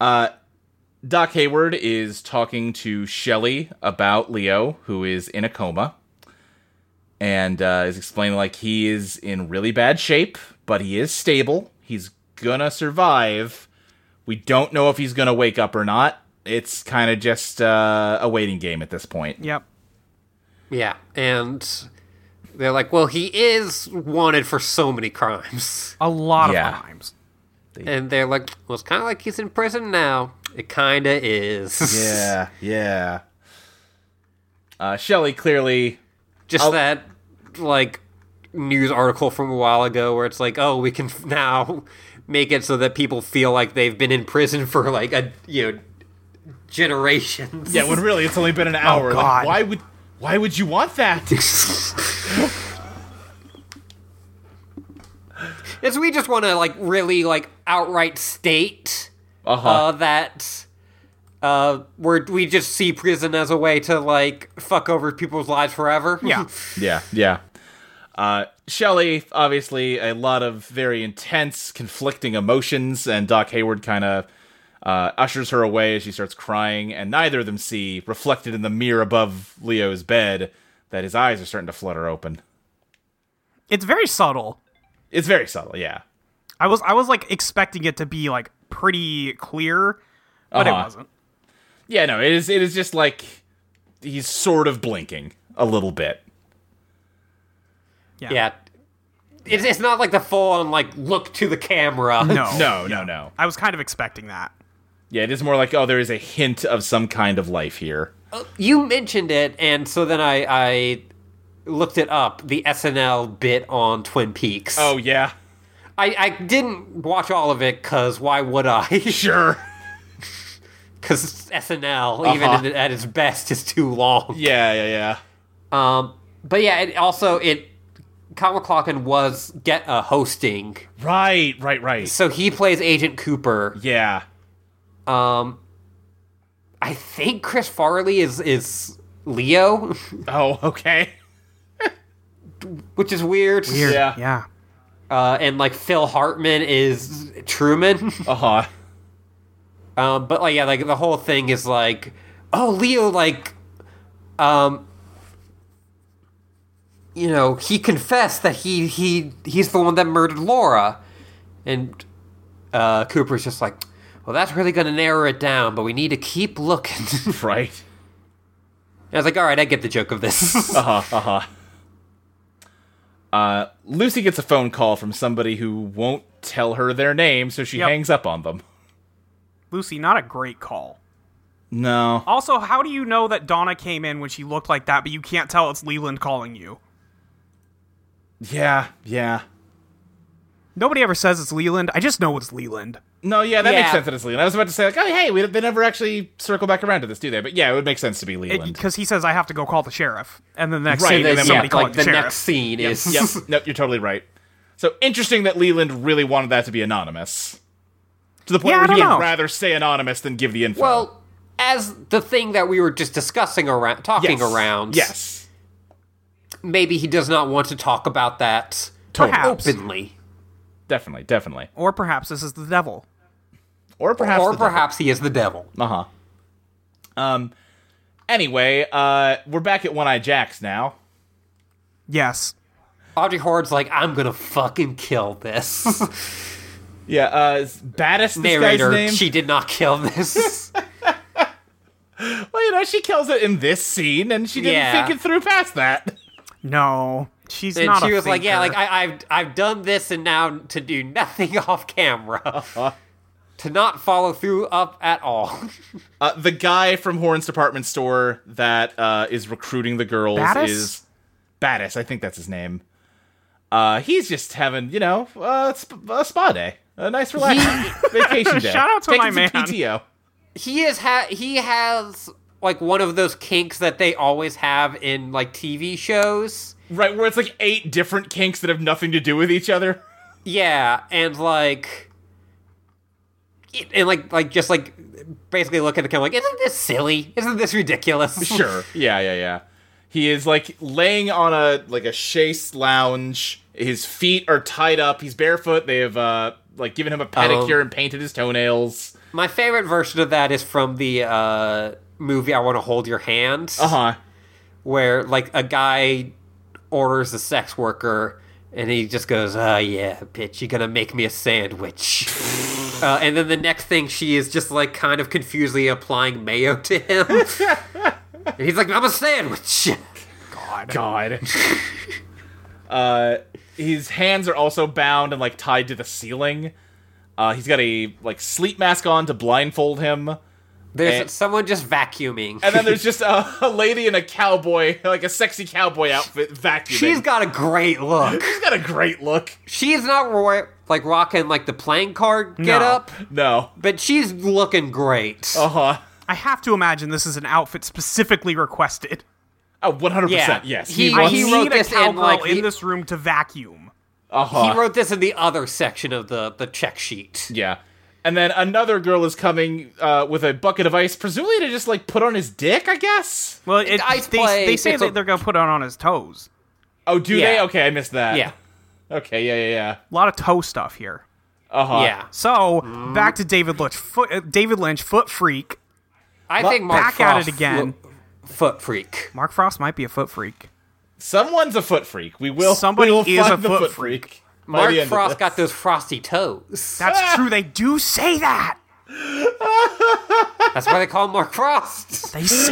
Speaker 3: Doc Hayward is talking to Shelly about Leo, who is in a coma, and uh, is explaining like he is in really bad shape, but he is stable. He's gonna survive. We don't know if he's gonna wake up or not. It's kind of just uh, a waiting game at this point.
Speaker 2: Yep.
Speaker 1: Yeah. And they're like, well, he is wanted for so many crimes.
Speaker 2: A lot
Speaker 3: Yeah.
Speaker 2: of times.
Speaker 1: And they're like, well, it's kind of like he's in prison now. It kind of is.
Speaker 3: Yeah, yeah. Uh, Shelly clearly,
Speaker 1: Just that, like, news article from a while ago where it's like, oh, we can now make it so that people feel like they've been in prison for, like, a, you know, generations.
Speaker 3: yeah. When really it's only been an hour. Like,
Speaker 2: God.
Speaker 3: why would why would you want that?
Speaker 1: Is we just want to like really like outright state
Speaker 3: Uh-huh.
Speaker 1: uh, that uh, we're, we just see prison as a way to like fuck over people's lives forever.
Speaker 2: Yeah.
Speaker 3: yeah, yeah. Uh, Shelly, obviously, a lot of very intense, conflicting emotions, and Doc Hayward kind of uh, ushers her away as she starts crying, and neither of them see reflected in the mirror above Leo's bed that his eyes are starting to flutter open.
Speaker 2: It's very subtle.
Speaker 3: It's very subtle, yeah.
Speaker 2: I was I was like expecting it to be like pretty clear, but
Speaker 3: Uh-huh.
Speaker 2: it wasn't.
Speaker 3: Yeah, no, it is. It is just like he's sort of blinking a little bit.
Speaker 1: yeah. It's, it's not like the full on like look to the camera.
Speaker 2: No.
Speaker 3: No, no, no.
Speaker 2: I was kind of expecting that.
Speaker 3: Yeah, it is more like oh, there is a hint of some kind of life here.
Speaker 1: You mentioned it, and so then I I looked it up. The SNL bit on Twin Peaks.
Speaker 3: Oh yeah,
Speaker 1: I, I didn't watch all of it because why would I?
Speaker 3: sure.
Speaker 1: Because SNL, even
Speaker 3: Uh-huh.
Speaker 1: at- at its best, is too long.
Speaker 3: Yeah, yeah, yeah.
Speaker 1: Um, but yeah, it also it Kyle MacLachlan was get uh, hosting,
Speaker 3: Right, right, right.
Speaker 1: so he plays Agent Cooper.
Speaker 3: Yeah,
Speaker 1: Um, I think Chris Farley is is Leo,
Speaker 3: Oh, okay.
Speaker 1: which is weird.
Speaker 2: Here,
Speaker 3: Yeah.
Speaker 2: Yeah.
Speaker 1: Uh, and like Phil Hartman is Truman.
Speaker 3: Uh huh.
Speaker 1: Um, but like yeah, like the whole thing is like, oh Leo, like, um, you know, he confessed that he he he's the one that murdered Laura, and uh, Cooper's just like, well, that's really gonna narrow it down, but we need to keep looking. And
Speaker 3: Right.
Speaker 1: I was like, all right, I get the joke of this.
Speaker 3: Uh huh. Uh huh. Uh, Lucy gets a phone call from somebody who won't tell her their name, so she
Speaker 2: Yep.
Speaker 3: hangs up on them.
Speaker 2: Lucy, not a great call.
Speaker 3: No.
Speaker 2: Also, how do you know that Donna came in when she looked like that, but you can't tell it's Leland calling you?
Speaker 3: Yeah, yeah.
Speaker 2: Nobody ever says it's Leland. I just know it's Leland.
Speaker 3: No, yeah, that makes
Speaker 1: Yeah.
Speaker 3: sense that it's Leland. I was about to say, like, oh, hey, we, they never actually circle back around to this, do they? But yeah, it would make sense to be Leland.
Speaker 2: Because he says, I have to go call the sheriff. And then the next
Speaker 3: Right,
Speaker 2: scene
Speaker 3: and
Speaker 2: is
Speaker 3: then
Speaker 2: somebody
Speaker 1: yeah,
Speaker 2: calling
Speaker 1: like
Speaker 2: the,
Speaker 1: the
Speaker 2: sheriff.
Speaker 1: next scene is
Speaker 3: yep, nope, you're totally right. So interesting that Leland really wanted that to be anonymous. To the point
Speaker 2: Yeah, I
Speaker 3: where he
Speaker 2: don't know.
Speaker 3: would rather stay anonymous than give the info.
Speaker 1: well as the thing that we were just discussing around talking
Speaker 3: yes.
Speaker 1: around.
Speaker 3: Yes.
Speaker 1: Maybe he does not want to talk about that
Speaker 3: Totally.
Speaker 2: Perhaps.
Speaker 1: openly.
Speaker 3: Definitely, definitely.
Speaker 2: Or perhaps this is the devil.
Speaker 3: Or perhaps.
Speaker 1: or
Speaker 3: the devil.
Speaker 1: perhaps he is the devil.
Speaker 3: Uh huh. Um. Anyway, uh, we're back at One Eye Jacks now.
Speaker 2: Yes.
Speaker 1: Audrey Horde's like, I'm gonna fucking kill this.
Speaker 3: Yeah. Uh, is Baddest this guy's
Speaker 1: Narrator,
Speaker 3: name.
Speaker 1: she did not kill this.
Speaker 3: well, you know, she kills it in this scene, and she didn't
Speaker 1: Yeah.
Speaker 3: think it through past that.
Speaker 2: No. She's
Speaker 1: and
Speaker 2: not
Speaker 1: she
Speaker 2: a
Speaker 1: was like, Yeah,
Speaker 2: thinker.
Speaker 1: like I, I've I've done this and now to do nothing off camera. to not follow through up at all.
Speaker 3: Uh, the guy from Horn's department store that uh, is recruiting the girls
Speaker 2: Battis?
Speaker 3: is Battis. I think that's his name. Uh, he's just having, you know, uh, sp- a spa day, a nice relaxing vacation day.
Speaker 2: Shout out to
Speaker 3: Taking
Speaker 2: my
Speaker 3: some
Speaker 2: man.
Speaker 3: PTO.
Speaker 1: he is ha- he has like one of those kinks that they always have in like TV shows.
Speaker 3: Right, where it's like eight different kinks that have nothing to do with each other.
Speaker 1: Yeah, and like it- and like like just like basically look at the camera like, isn't this silly? Isn't this ridiculous?
Speaker 3: sure. Yeah, yeah, yeah. He is like laying on a like a chaise lounge. His feet are tied up. He's barefoot. They have uh like given him a pedicure and painted his toenails.
Speaker 1: My favorite version of that is from the uh movie I Wanna Hold Your Hand.
Speaker 3: huh.
Speaker 1: where like a guy orders a sex worker and he just goes, "Oh yeah, bitch, you're gonna make me a sandwich." uh, and then the next thing, she is just like kind of confusedly applying mayo to him, and he's like, "I'm a sandwich."
Speaker 3: God. uh, his hands are also bound and like tied to the ceiling. Uh, he's got a like sleep mask on to blindfold him.
Speaker 1: There's
Speaker 3: Eh.
Speaker 1: someone just vacuuming.
Speaker 3: And then there's just a, a lady in a cowboy, like a sexy cowboy outfit, vacuuming.
Speaker 1: She's got a great look.
Speaker 3: She's got a great look.
Speaker 1: She's not ro- like rocking like the playing card get up,
Speaker 3: No.
Speaker 1: but she's looking great.
Speaker 3: Uh huh.
Speaker 2: I have to imagine this is an outfit specifically requested.
Speaker 3: Oh, 100%.
Speaker 1: Yeah.
Speaker 3: Yes.
Speaker 1: He-
Speaker 2: I
Speaker 1: Well,
Speaker 3: wants-
Speaker 1: he
Speaker 2: need
Speaker 1: wrote
Speaker 2: a
Speaker 1: this in,
Speaker 2: cowgirl in,
Speaker 1: like, the-
Speaker 2: this room to vacuum.
Speaker 3: Uh-huh.
Speaker 1: He wrote this in the other section of the the check sheet.
Speaker 3: yeah. And then another girl is coming uh, with a bucket of ice, presumably to just like put on his dick, I guess.
Speaker 2: Well, it,
Speaker 1: ice
Speaker 2: they,
Speaker 1: play,
Speaker 2: they say
Speaker 1: it's
Speaker 2: that
Speaker 1: a-
Speaker 2: they're going to put it on his toes.
Speaker 3: Oh, do
Speaker 1: Yeah.
Speaker 3: they? Okay, I missed that.
Speaker 1: Yeah.
Speaker 3: Okay. Yeah. Yeah. Yeah.
Speaker 2: A lot of toe stuff here.
Speaker 3: Uh huh.
Speaker 1: Yeah.
Speaker 2: So back to David Lynch, foot, uh, David Lynch, foot freak.
Speaker 1: I think Mark
Speaker 2: back at
Speaker 1: Frost
Speaker 2: it again.
Speaker 1: lo- foot freak.
Speaker 2: Mark Frost might be a foot freak.
Speaker 3: Someone's a foot freak. We will.
Speaker 2: Somebody
Speaker 3: we will
Speaker 2: is
Speaker 3: find
Speaker 2: a
Speaker 3: the
Speaker 2: foot
Speaker 3: foot freak. by
Speaker 1: Mark
Speaker 3: the end of
Speaker 1: Frost
Speaker 3: this.
Speaker 1: got those frosty toes.
Speaker 2: That's true. They do say that.
Speaker 1: That's why they call him Mark Frost.
Speaker 2: They. s-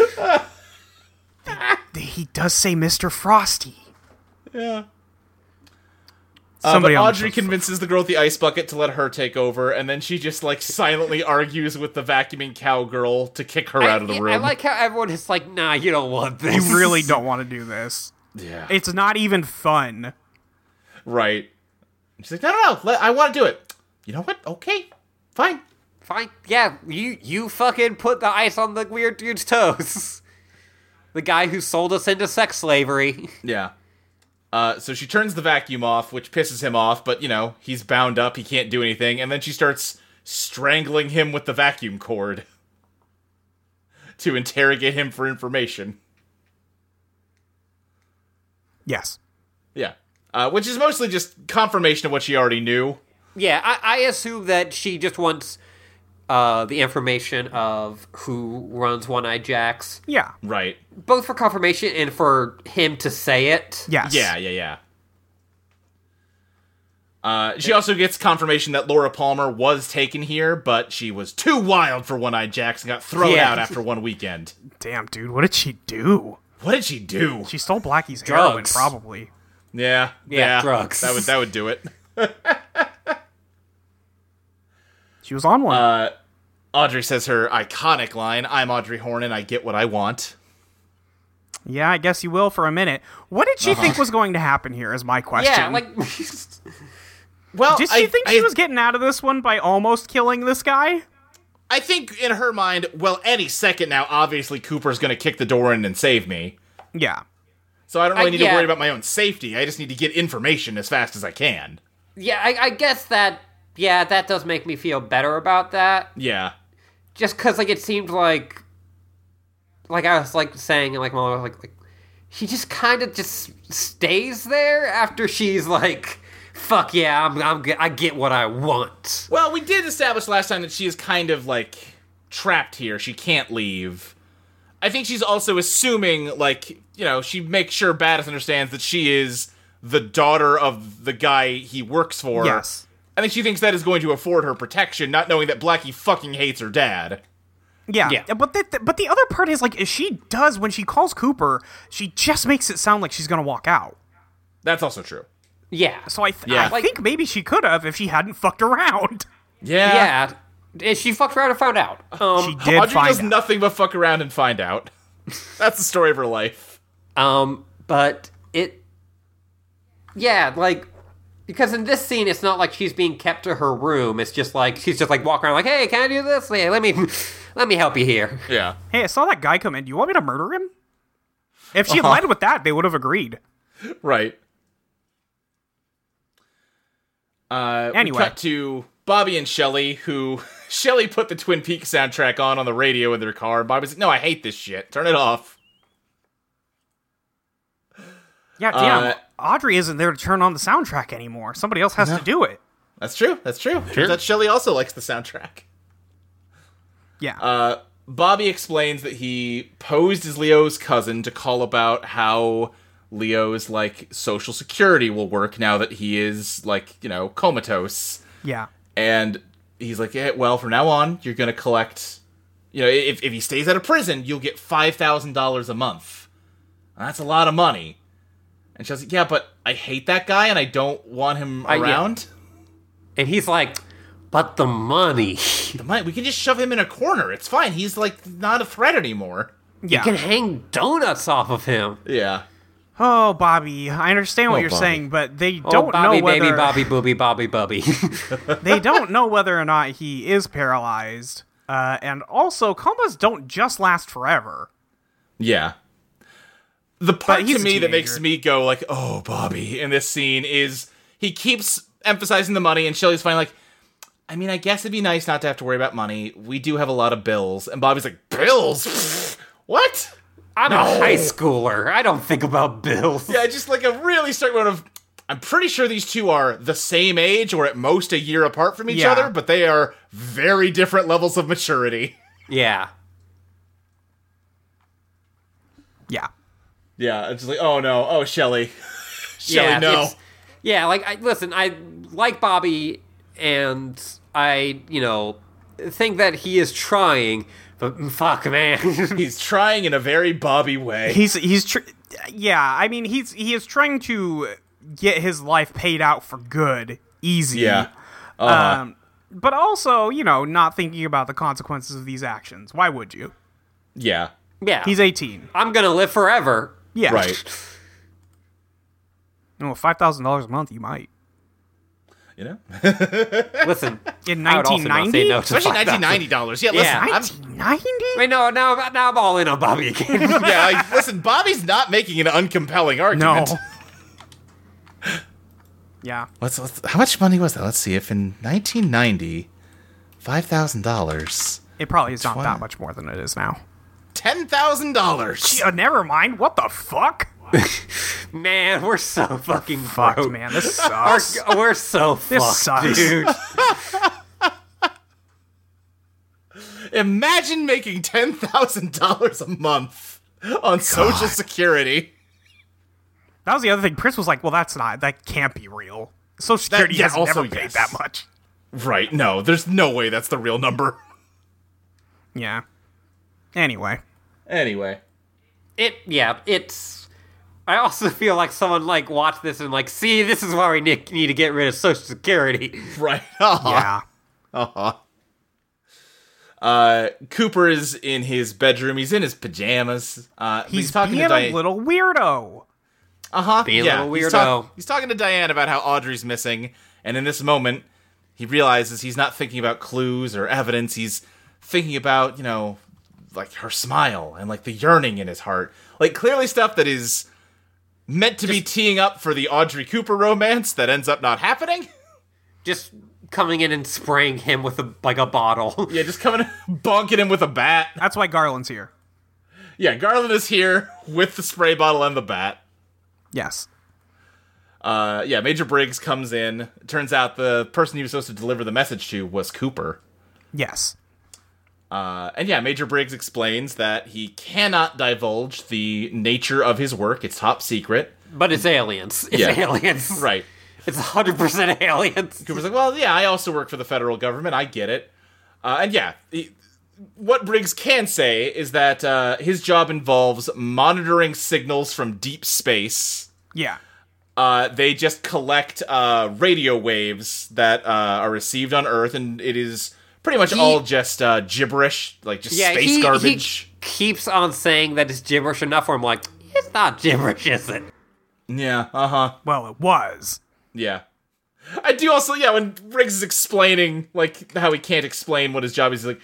Speaker 2: they- he does say Mr. Frosty.
Speaker 3: Yeah. Uh, but
Speaker 2: Somebody on the
Speaker 3: Audrey
Speaker 2: show-
Speaker 3: convinces the girl with the ice bucket to let her take over, and then she just like silently argues with the vacuuming cowgirl to kick her out of the
Speaker 1: I-
Speaker 3: room.
Speaker 1: I like how everyone is like, "Nah, you don't want this."
Speaker 2: You really don't want to do this.
Speaker 3: yeah.
Speaker 2: It's not even fun.
Speaker 3: Right. She's like, no, no, no. Let, I want to do it. You know what? Okay, fine.
Speaker 1: Fine. Yeah, you you fucking put the ice on the weird dude's toes. The guy who sold us into sex slavery.
Speaker 3: Yeah. Uh, so she turns the vacuum off, which pisses him off. But you know, he's bound up. He can't do anything. And then she starts strangling him with the vacuum cord to interrogate him for information.
Speaker 2: Yes.
Speaker 3: Yeah. Uh, which is mostly just confirmation of what she already knew.
Speaker 1: Yeah, I, I assume that she just wants uh, the information of who runs One Eye Jacks,
Speaker 2: Yeah.
Speaker 3: Right.
Speaker 1: both for confirmation and for him to say it.
Speaker 2: Yes.
Speaker 3: Yeah, yeah, yeah. Uh, she also gets confirmation that Laura Palmer was taken here, but she was too wild for One Eyed Jacks and got thrown
Speaker 1: Yeah.
Speaker 3: out after one weekend.
Speaker 2: Damn, dude. What did she do?
Speaker 3: What did she do?
Speaker 2: She stole Blackie's heroin,
Speaker 1: Drugs.
Speaker 2: probably.
Speaker 3: Yeah, yeah,
Speaker 1: drugs.
Speaker 3: That would that would do it.
Speaker 2: She was on one.
Speaker 3: Uh, Audrey says her iconic line I'm Audrey Horn and I get what I want.
Speaker 2: Yeah, I guess you will for a minute. What did she think was going to happen here? Is my question.
Speaker 1: Yeah, like
Speaker 3: Well,
Speaker 2: did she
Speaker 3: I,
Speaker 2: think
Speaker 3: I,
Speaker 2: she was getting out of this one by almost killing this guy?
Speaker 3: I think in her mind, well, any second now, obviously Cooper's going to kick the door in and save me.
Speaker 2: Yeah.
Speaker 3: So I don't really
Speaker 1: I-
Speaker 3: need
Speaker 1: yeah.
Speaker 3: to worry about my own safety. I just need to get information as fast as I can.
Speaker 1: yeah, I, I guess that yeah, that does make me feel better about that.
Speaker 3: Yeah.
Speaker 1: just because like it seemed like like i was like saying like Molly was like, like she just kind of just stays there after she's like fuck yeah i'm i'm g- i get what i want
Speaker 3: Well, we did establish last time that she is kind of like trapped here. She can't leave. I think she's also assuming, like, you know, she makes sure Baddis understands that she is the daughter of the guy he works for.
Speaker 2: Yes.
Speaker 3: I think she thinks that is going to afford her protection, not knowing that Blackie fucking hates her dad.
Speaker 2: Yeah.
Speaker 1: Yeah.
Speaker 2: But the, but the other part is like is she does when she calls Cooper, she just makes it sound like she's going to walk out.
Speaker 3: That's also true.
Speaker 1: yeah
Speaker 2: So I, th- I
Speaker 3: Yeah. Like-
Speaker 2: think maybe she could have if she hadn't fucked around.
Speaker 1: yeah And she fucked around and found out
Speaker 2: uh, She
Speaker 1: um
Speaker 2: did
Speaker 3: Audrey
Speaker 2: find
Speaker 3: does
Speaker 2: out.
Speaker 3: nothing but fuck around and find out. That's the story of her life.
Speaker 1: um but it yeah like because in this scene it's not like she's being kept to her room it's just like she's just like walking around like hey can i do this hey, let me let me help you here
Speaker 3: Yeah.
Speaker 2: Hey, I saw that guy come in. Do you want me to murder him? If
Speaker 3: Uh-huh.
Speaker 2: she had led with that, they would have agreed.
Speaker 3: Right. Uh, we
Speaker 2: Anyway.
Speaker 3: cut to Bobby and Shelly, who Shelly put the Twin Peaks soundtrack on on the radio in their car. Bobby's like, "No, I hate this shit. Turn it off."
Speaker 2: Yeah, damn.
Speaker 3: Uh,
Speaker 2: Audrey isn't there to turn on the soundtrack anymore. Somebody else has to do it.
Speaker 3: That's true. That's true. Turns out Shelly also likes the soundtrack.
Speaker 2: Yeah.
Speaker 3: Uh, Bobby explains that he posed as Leo's cousin to call about how Leo's like social security will work now that he is like you know comatose.
Speaker 2: yeah.
Speaker 3: and he's like, yeah, well, from now on, you're gonna collect, you know, if, if he stays out of prison, you'll get five thousand dollars a month. And that's a lot of money. And she's like, yeah, but I hate that guy and I don't want him
Speaker 1: yeah.
Speaker 3: around.
Speaker 1: and he's like but the money
Speaker 3: The money, we can just shove him in a corner. It's fine. He's like not a threat anymore.
Speaker 2: Yeah.
Speaker 1: can hang donuts off of him.
Speaker 3: Yeah.
Speaker 2: Oh, Bobby, I understand what
Speaker 3: Oh,
Speaker 2: you're
Speaker 3: Bobby.
Speaker 2: saying, but they
Speaker 1: oh,
Speaker 2: don't
Speaker 1: Bobby,
Speaker 2: know whether
Speaker 1: baby, Bobby, booby, Bobby, Bubby.
Speaker 2: they don't know whether or not he is paralyzed. Uh, and also, comas don't just last forever.
Speaker 3: Yeah. The part
Speaker 2: he's
Speaker 3: to
Speaker 2: a
Speaker 3: me that
Speaker 2: teenager.
Speaker 3: makes me go like, "Oh, Bobby," in this scene is he keeps emphasizing the money, and Shelly's finally like, "I mean, I guess it'd be nice not to have to worry about money. We do have a lot of bills." And Bobby's like, "Bills? Pfft, what?"
Speaker 1: I'm a high schooler. I don't think about bills.
Speaker 3: Yeah, just like a really stark one of. I'm pretty sure these two are the same age, or at most a year apart from each
Speaker 2: Yeah.
Speaker 3: other, but they are very different levels of maturity.
Speaker 1: Yeah.
Speaker 2: Yeah.
Speaker 3: Yeah, it's just like, oh no, oh Shelly, Shelly,
Speaker 1: yeah,
Speaker 3: no,
Speaker 1: it's- Yeah, like I listen, I like Bobby and I, you know, think that he is trying, but mm, fuck man.
Speaker 3: he's trying in a very Bobby way.
Speaker 2: He's he's tr- yeah. I mean, he's he is trying to get his life paid out for good, easy.
Speaker 3: Yeah.
Speaker 2: Um, but also, you know, not thinking about the consequences of these actions. Why would you?
Speaker 3: Yeah.
Speaker 1: yeah.
Speaker 2: He's 18.
Speaker 1: I'm gonna live forever.
Speaker 2: Yeah. Oh,
Speaker 3: Right.
Speaker 2: Well, $5,000 a month, you might.
Speaker 3: You know?
Speaker 1: Listen.
Speaker 2: In
Speaker 1: I would also not say
Speaker 2: 1990?
Speaker 1: no to
Speaker 3: Especially
Speaker 1: fuck that.
Speaker 3: 1990 dollars. Yeah, listen.
Speaker 1: Yeah.
Speaker 3: I'm,
Speaker 2: 1990?
Speaker 1: Wait, no, now, now I'm all in on Bobby again.
Speaker 3: yeah, like, listen, Bobby's not making an uncompelling
Speaker 2: No.
Speaker 3: argument.
Speaker 2: yeah.
Speaker 3: What's, what's how much money was that? Let's see. If in 1990, five thousand dollars,
Speaker 2: It probably is not
Speaker 3: Twi-
Speaker 2: that much more than it is now.
Speaker 3: ten thousand dollars.
Speaker 2: Uh, never mind. What the fuck?
Speaker 1: man, we're so fucking
Speaker 2: Fuck,
Speaker 1: broke.
Speaker 2: man. This sucks.
Speaker 1: We're so
Speaker 2: This
Speaker 1: fucked,
Speaker 2: sucks.
Speaker 1: dude.
Speaker 3: Imagine making ten thousand dollars a month on Social Security.
Speaker 2: That was the other thing. Chris was like, well, that's not, that can't be real. Social Security
Speaker 3: yeah,
Speaker 2: has
Speaker 3: also
Speaker 2: never paid
Speaker 3: yes.
Speaker 2: that much.
Speaker 3: Right? No, there's no way that's the real number.
Speaker 2: Yeah. Anyway.
Speaker 3: Anyway,
Speaker 1: it yeah it's i also feel like someone like watched this and like see this is why we ne- need to get rid of social security
Speaker 3: right? Uh-huh.
Speaker 2: Yeah.
Speaker 3: Uh-huh. Uh, Cooper is in his bedroom. He's in his pajamas. Uh,
Speaker 2: He's,
Speaker 3: talking
Speaker 2: being
Speaker 3: to Diane.
Speaker 2: a little weirdo.
Speaker 3: uh huh.
Speaker 1: Being a little
Speaker 3: He's,
Speaker 1: weirdo.
Speaker 3: he's talking to Diane about how Audrey's missing, and in this moment, he realizes he's not thinking about clues or evidence. He's thinking about you know, like her smile and like the yearning in his heart, like clearly stuff that is meant to be teeing up for the Audrey Cooper romance that ends up not happening.
Speaker 1: Just coming in and spraying him with a, like a bottle.
Speaker 3: Yeah, just coming bonking him with a bat.
Speaker 2: That's why Garland's here.
Speaker 3: Yeah, Garland is here with the spray bottle and the bat.
Speaker 2: Yes.
Speaker 3: Uh, yeah, Major Briggs comes in. Turns out the person he was supposed to deliver the message to was Cooper.
Speaker 2: Yes.
Speaker 3: Uh, and yeah, Major Briggs explains that he cannot divulge the nature of his work. It's top secret.
Speaker 1: But it's aliens. It's
Speaker 3: Yeah.
Speaker 1: aliens.
Speaker 3: Right.
Speaker 1: It's 100% aliens.
Speaker 3: Cooper's like, well, yeah, I also work for the federal government. I get it. Uh, and yeah, he- what Briggs can say is that uh, his job involves monitoring signals from deep space.
Speaker 2: Yeah.
Speaker 3: Uh, they just collect uh, radio waves that uh, are received on Earth, and it is pretty much all just uh, gibberish, like just
Speaker 1: Yeah,
Speaker 3: space
Speaker 1: he, he
Speaker 3: garbage.
Speaker 1: keeps on saying that it's gibberish enough where I'm like, it's not gibberish, is it?
Speaker 3: Yeah, uh huh.
Speaker 2: Well, it was.
Speaker 3: Yeah. I do also, yeah, when Riggs is explaining, like, how he can't explain what his job is, he's like,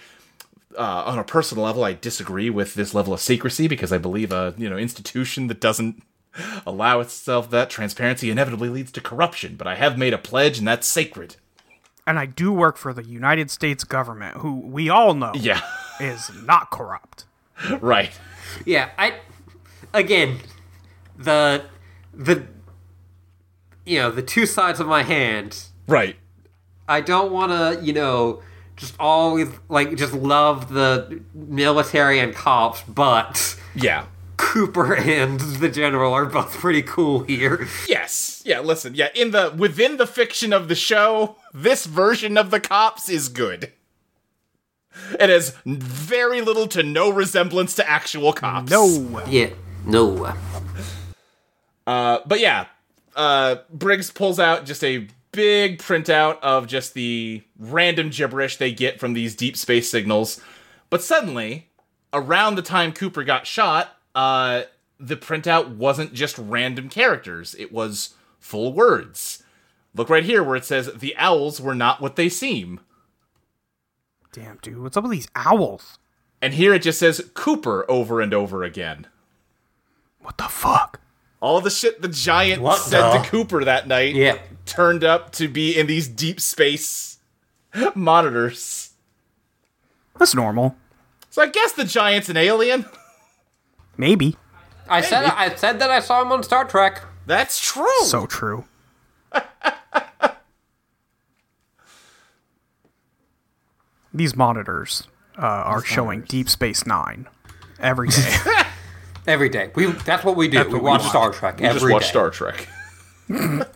Speaker 3: uh, on a personal level, I disagree with this level of secrecy because I believe a, you know, institution that doesn't allow itself that transparency inevitably leads to corruption, but I have made a pledge and that's sacred.
Speaker 2: And I do work for the United States government, who we all know
Speaker 3: Yeah,
Speaker 2: is not corrupt.
Speaker 3: right.
Speaker 1: Yeah, I again the the you know, the two sides of my hand.
Speaker 3: Right.
Speaker 1: I don't want to, you know, just always like just love the military and cops, but
Speaker 3: Yeah.
Speaker 1: Cooper and the general are both pretty cool here.
Speaker 3: Yes. Yeah, listen. Yeah, in the within the fiction of the show, this version of the cops is good. It has very little to no resemblance to actual cops.
Speaker 2: No.
Speaker 1: Yeah. No.
Speaker 3: Uh, but yeah, uh, Briggs pulls out just a big printout of just the random gibberish they get from these deep space signals. But suddenly, around the time Cooper got shot, uh, the printout wasn't just random characters, it was full words. Look right here where it says, The owls were not what they seem.
Speaker 2: Damn, dude. What's up with these owls?
Speaker 3: And here it just says Cooper over and over again.
Speaker 2: What the fuck?
Speaker 3: All the shit the giant
Speaker 1: What
Speaker 3: said
Speaker 1: the-
Speaker 3: to Cooper that night
Speaker 1: Yeah.
Speaker 3: turned up to be in these deep space monitors.
Speaker 2: That's normal.
Speaker 3: So I guess the giant's an alien.
Speaker 2: Maybe.
Speaker 1: I said I said that I saw him on Star Trek.
Speaker 3: That's true.
Speaker 2: So true. These monitors uh, are showing Deep Space Nine every day.
Speaker 1: Every day. We that's what we do. we
Speaker 2: what we
Speaker 1: watch
Speaker 2: watch.
Speaker 1: Star Trek every day.
Speaker 3: Trek. uh,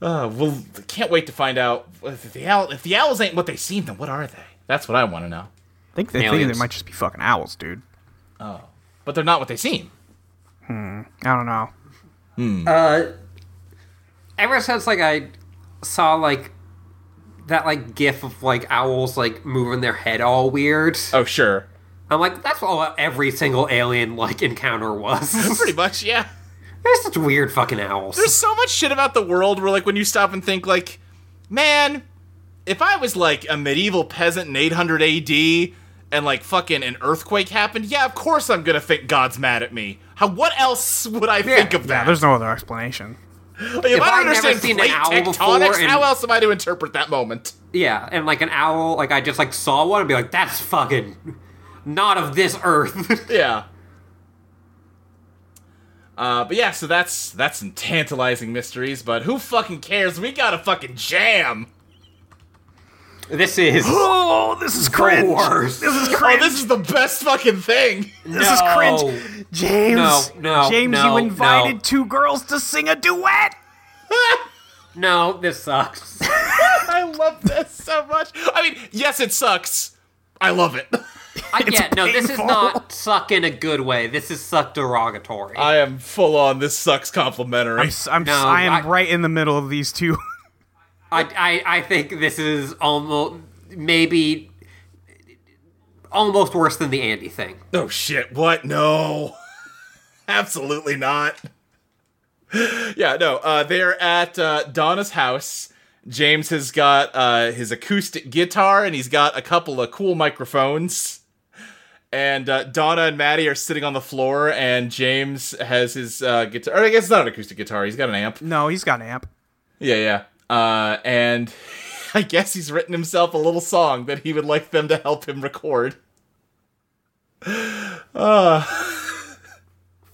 Speaker 3: well, can't wait to find out if the owl, if the owls ain't what they seem. Then what are they? That's what I want to know.
Speaker 2: I think they think
Speaker 1: Aliens.
Speaker 2: they might just be fucking owls, dude.
Speaker 3: But they're not what they seem.
Speaker 2: I don't know.
Speaker 1: ever since like I saw like that like gif of like owls like moving their head all weird.
Speaker 3: Oh sure,
Speaker 1: I'm like, that's all every single alien like encounter was.
Speaker 3: pretty much. Yeah.
Speaker 1: They're such weird fucking owls.
Speaker 3: There's so much shit about the world where like when you stop and think like, man, if I was like a medieval peasant in 800 AD and like fucking an earthquake happened, yeah, of course I'm gonna think God's mad at me. How what else would I think of
Speaker 2: Yeah,
Speaker 3: that?
Speaker 2: there's no other explanation.
Speaker 3: Like, if,
Speaker 1: If
Speaker 3: I
Speaker 1: I've
Speaker 3: don't
Speaker 1: never
Speaker 3: understand
Speaker 1: seen an
Speaker 3: plate
Speaker 1: owl before
Speaker 3: tectonics,
Speaker 1: and-
Speaker 3: how else am I to interpret that moment?
Speaker 1: yeah, and like an owl, like I just like saw one and be like, that's fucking not of this earth.
Speaker 3: Yeah. Uh, but yeah, so that's that's some tantalizing mysteries, but who fucking cares? We got a fucking jam.
Speaker 1: this is
Speaker 2: Oh, this is cringe.
Speaker 1: worst.
Speaker 2: This is
Speaker 3: Oh,
Speaker 2: cringe.
Speaker 3: this is the best fucking thing.
Speaker 2: This is
Speaker 1: No.
Speaker 2: cringe. James,
Speaker 1: No, no,
Speaker 2: James,
Speaker 1: no,
Speaker 2: you invited
Speaker 1: no.
Speaker 2: two girls to sing a duet.
Speaker 1: no, this sucks.
Speaker 3: I love this so much. I mean, yes, it sucks. I love it.
Speaker 1: I get no. This is
Speaker 2: painful. Uh,
Speaker 1: not suck in a good way. This is suck derogatory.
Speaker 3: I am full on. This sucks complimentary.
Speaker 2: I'm, s- I'm, s-
Speaker 1: No,
Speaker 2: I am
Speaker 1: I-
Speaker 2: right in the middle of these two.
Speaker 1: I, I, I think this is almost maybe almost worse than the Andy thing.
Speaker 3: Oh shit, what? No. Absolutely not. yeah, no. Uh they're at uh Donna's house. James has got uh his acoustic guitar and he's got a couple of cool microphones. And uh, Donna and Maddie are sitting on the floor, and James has his uh, guitar. Or I guess it's not an acoustic guitar. He's got an amp.
Speaker 2: No, he's got an amp.
Speaker 3: Yeah, yeah. Uh, and I guess he's written himself a little song that he would like them to help him record.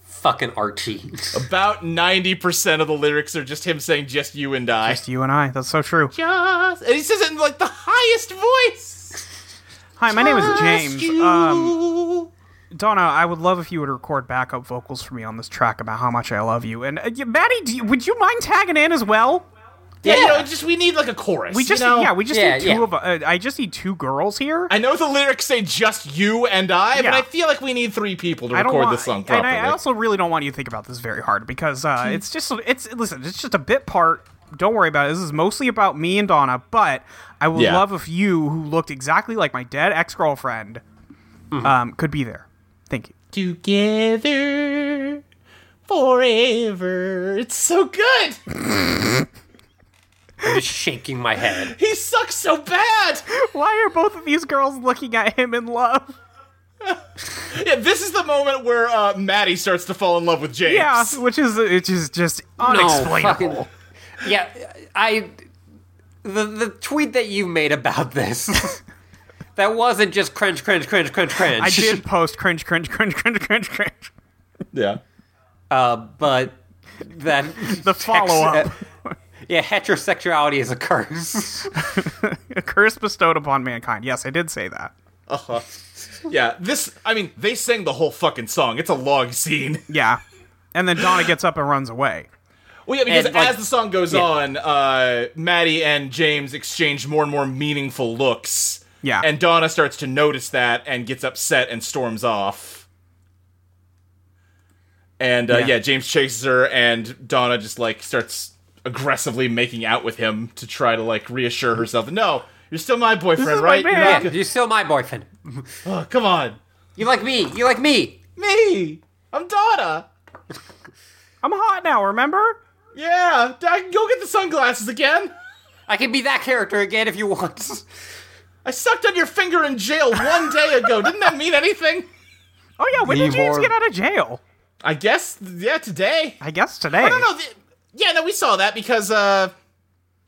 Speaker 1: Fucking Archie.
Speaker 3: About 90% of the lyrics are just him saying, just you and I.
Speaker 2: It's you and I. That's so true.
Speaker 3: Just, and he says it in like the highest voice.
Speaker 2: Hi, my name is James.
Speaker 3: Just
Speaker 2: Um,
Speaker 3: you.
Speaker 2: Donna, I would love if you would record backup vocals for me on this track about how much I love you. And uh, yeah, Maddie, do you, would you mind tagging in as well?
Speaker 3: yeah, you know, just we need like a chorus.
Speaker 2: We
Speaker 3: you
Speaker 2: just
Speaker 3: know?
Speaker 2: yeah, we just
Speaker 1: Yeah,
Speaker 2: need two
Speaker 1: yeah.
Speaker 2: of. Uh, I just need two girls here.
Speaker 3: I know the lyrics say just you and I, but
Speaker 2: Yeah.
Speaker 3: I feel like we need three people to
Speaker 2: I don't
Speaker 3: record
Speaker 2: want,
Speaker 3: this song
Speaker 2: and
Speaker 3: properly. Hmm.
Speaker 2: I, I also really don't want you to think about this very hard because uh, it's just it's listen, it's just a bit part. Don't worry about it. This is mostly about me and Donna, but I would
Speaker 3: Yeah.
Speaker 2: love if you, who looked exactly like my dead ex girlfriend,
Speaker 3: Mm-hmm.
Speaker 2: um, could be there. Thank you.
Speaker 3: Together forever. It's so good.
Speaker 1: I'm just shaking my head.
Speaker 3: He sucks so bad.
Speaker 2: Why are both of these girls looking at him in love?
Speaker 3: Yeah, this is the moment where uh, Maddie starts to fall in love with James.
Speaker 2: Yeah, which is which is just unexplainable.
Speaker 1: No, fucking, yeah, I. The, the tweet that you made about this. that wasn't just cringe, cringe, cringe, cringe, cringe.
Speaker 2: I did post cringe, cringe, cringe, cringe, cringe, cringe.
Speaker 3: Yeah.
Speaker 1: Uh, but that.
Speaker 2: The follow up,
Speaker 1: yeah, heterosexuality is a curse.
Speaker 2: a curse bestowed upon mankind. Yes, I did say that.
Speaker 3: Uh-huh. Yeah, this, I mean, they sang the whole fucking song. It's a long scene.
Speaker 2: Yeah, and then Donna gets up and runs away.
Speaker 3: Well, yeah, because
Speaker 1: And, like-
Speaker 3: as the song goes on, uh, Maddie and James exchange more and more meaningful looks.
Speaker 2: Yeah.
Speaker 3: And Donna starts to notice that and gets upset and storms off. And uh, yeah.
Speaker 2: Yeah.
Speaker 3: James chases her, and Donna just like starts aggressively making out with him to try to like reassure herself. No, you're still my boyfriend,
Speaker 2: is my
Speaker 3: right? You're
Speaker 2: man."
Speaker 3: not
Speaker 1: yeah,
Speaker 3: go-
Speaker 1: you're still my boyfriend.
Speaker 3: Oh, come on,
Speaker 1: You like me. You like me.
Speaker 3: me. I'm Donna.
Speaker 2: I'm hot now. Remember?
Speaker 3: Yeah, Dad, go get the sunglasses again.
Speaker 1: I can be that character again if you want.
Speaker 3: I sucked on your finger in jail one day ago. Didn't that mean anything?
Speaker 2: Oh yeah, when did
Speaker 1: The
Speaker 2: James
Speaker 1: war-
Speaker 2: get out of jail?
Speaker 3: I guess, yeah, today.
Speaker 2: I guess today.
Speaker 3: No, no, th- yeah, no, we saw that because, uh,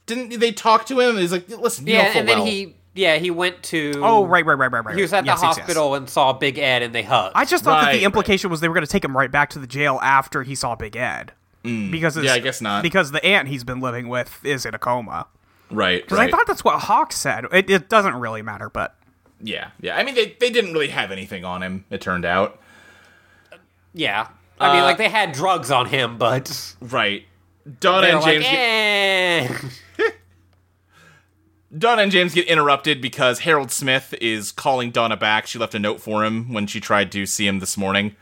Speaker 3: didn't they talk to him? And he's like, listen, you
Speaker 1: Yeah,
Speaker 3: know full
Speaker 1: and then
Speaker 3: well.
Speaker 1: he. Yeah, he went to.
Speaker 2: Oh right, right, right, right, right.
Speaker 1: He was at
Speaker 2: Yes,
Speaker 1: the
Speaker 2: yes, yes.
Speaker 1: hospital and saw Big Ed and they hugged.
Speaker 2: I just thought that
Speaker 3: Right,
Speaker 2: the implication was they were going to take him right back to the jail after he saw Big Ed. Because it's,
Speaker 3: Mm. Yeah, I guess not.
Speaker 2: Because the aunt he's been living with is in a coma.
Speaker 3: Right,
Speaker 2: Because I thought that's what Hawk said. It, it doesn't really matter, but
Speaker 3: yeah, yeah. I mean, they, they didn't really have anything on him, it turned out.
Speaker 1: yeah. I mean,
Speaker 3: Uh,
Speaker 1: like, they had drugs on him, but.
Speaker 3: Right. Donna
Speaker 1: They're
Speaker 3: and
Speaker 1: like,
Speaker 3: James get,
Speaker 1: eh.
Speaker 3: Donna and James get interrupted because Harold Smith is calling Donna back. She left a note for him when she tried to see him this morning.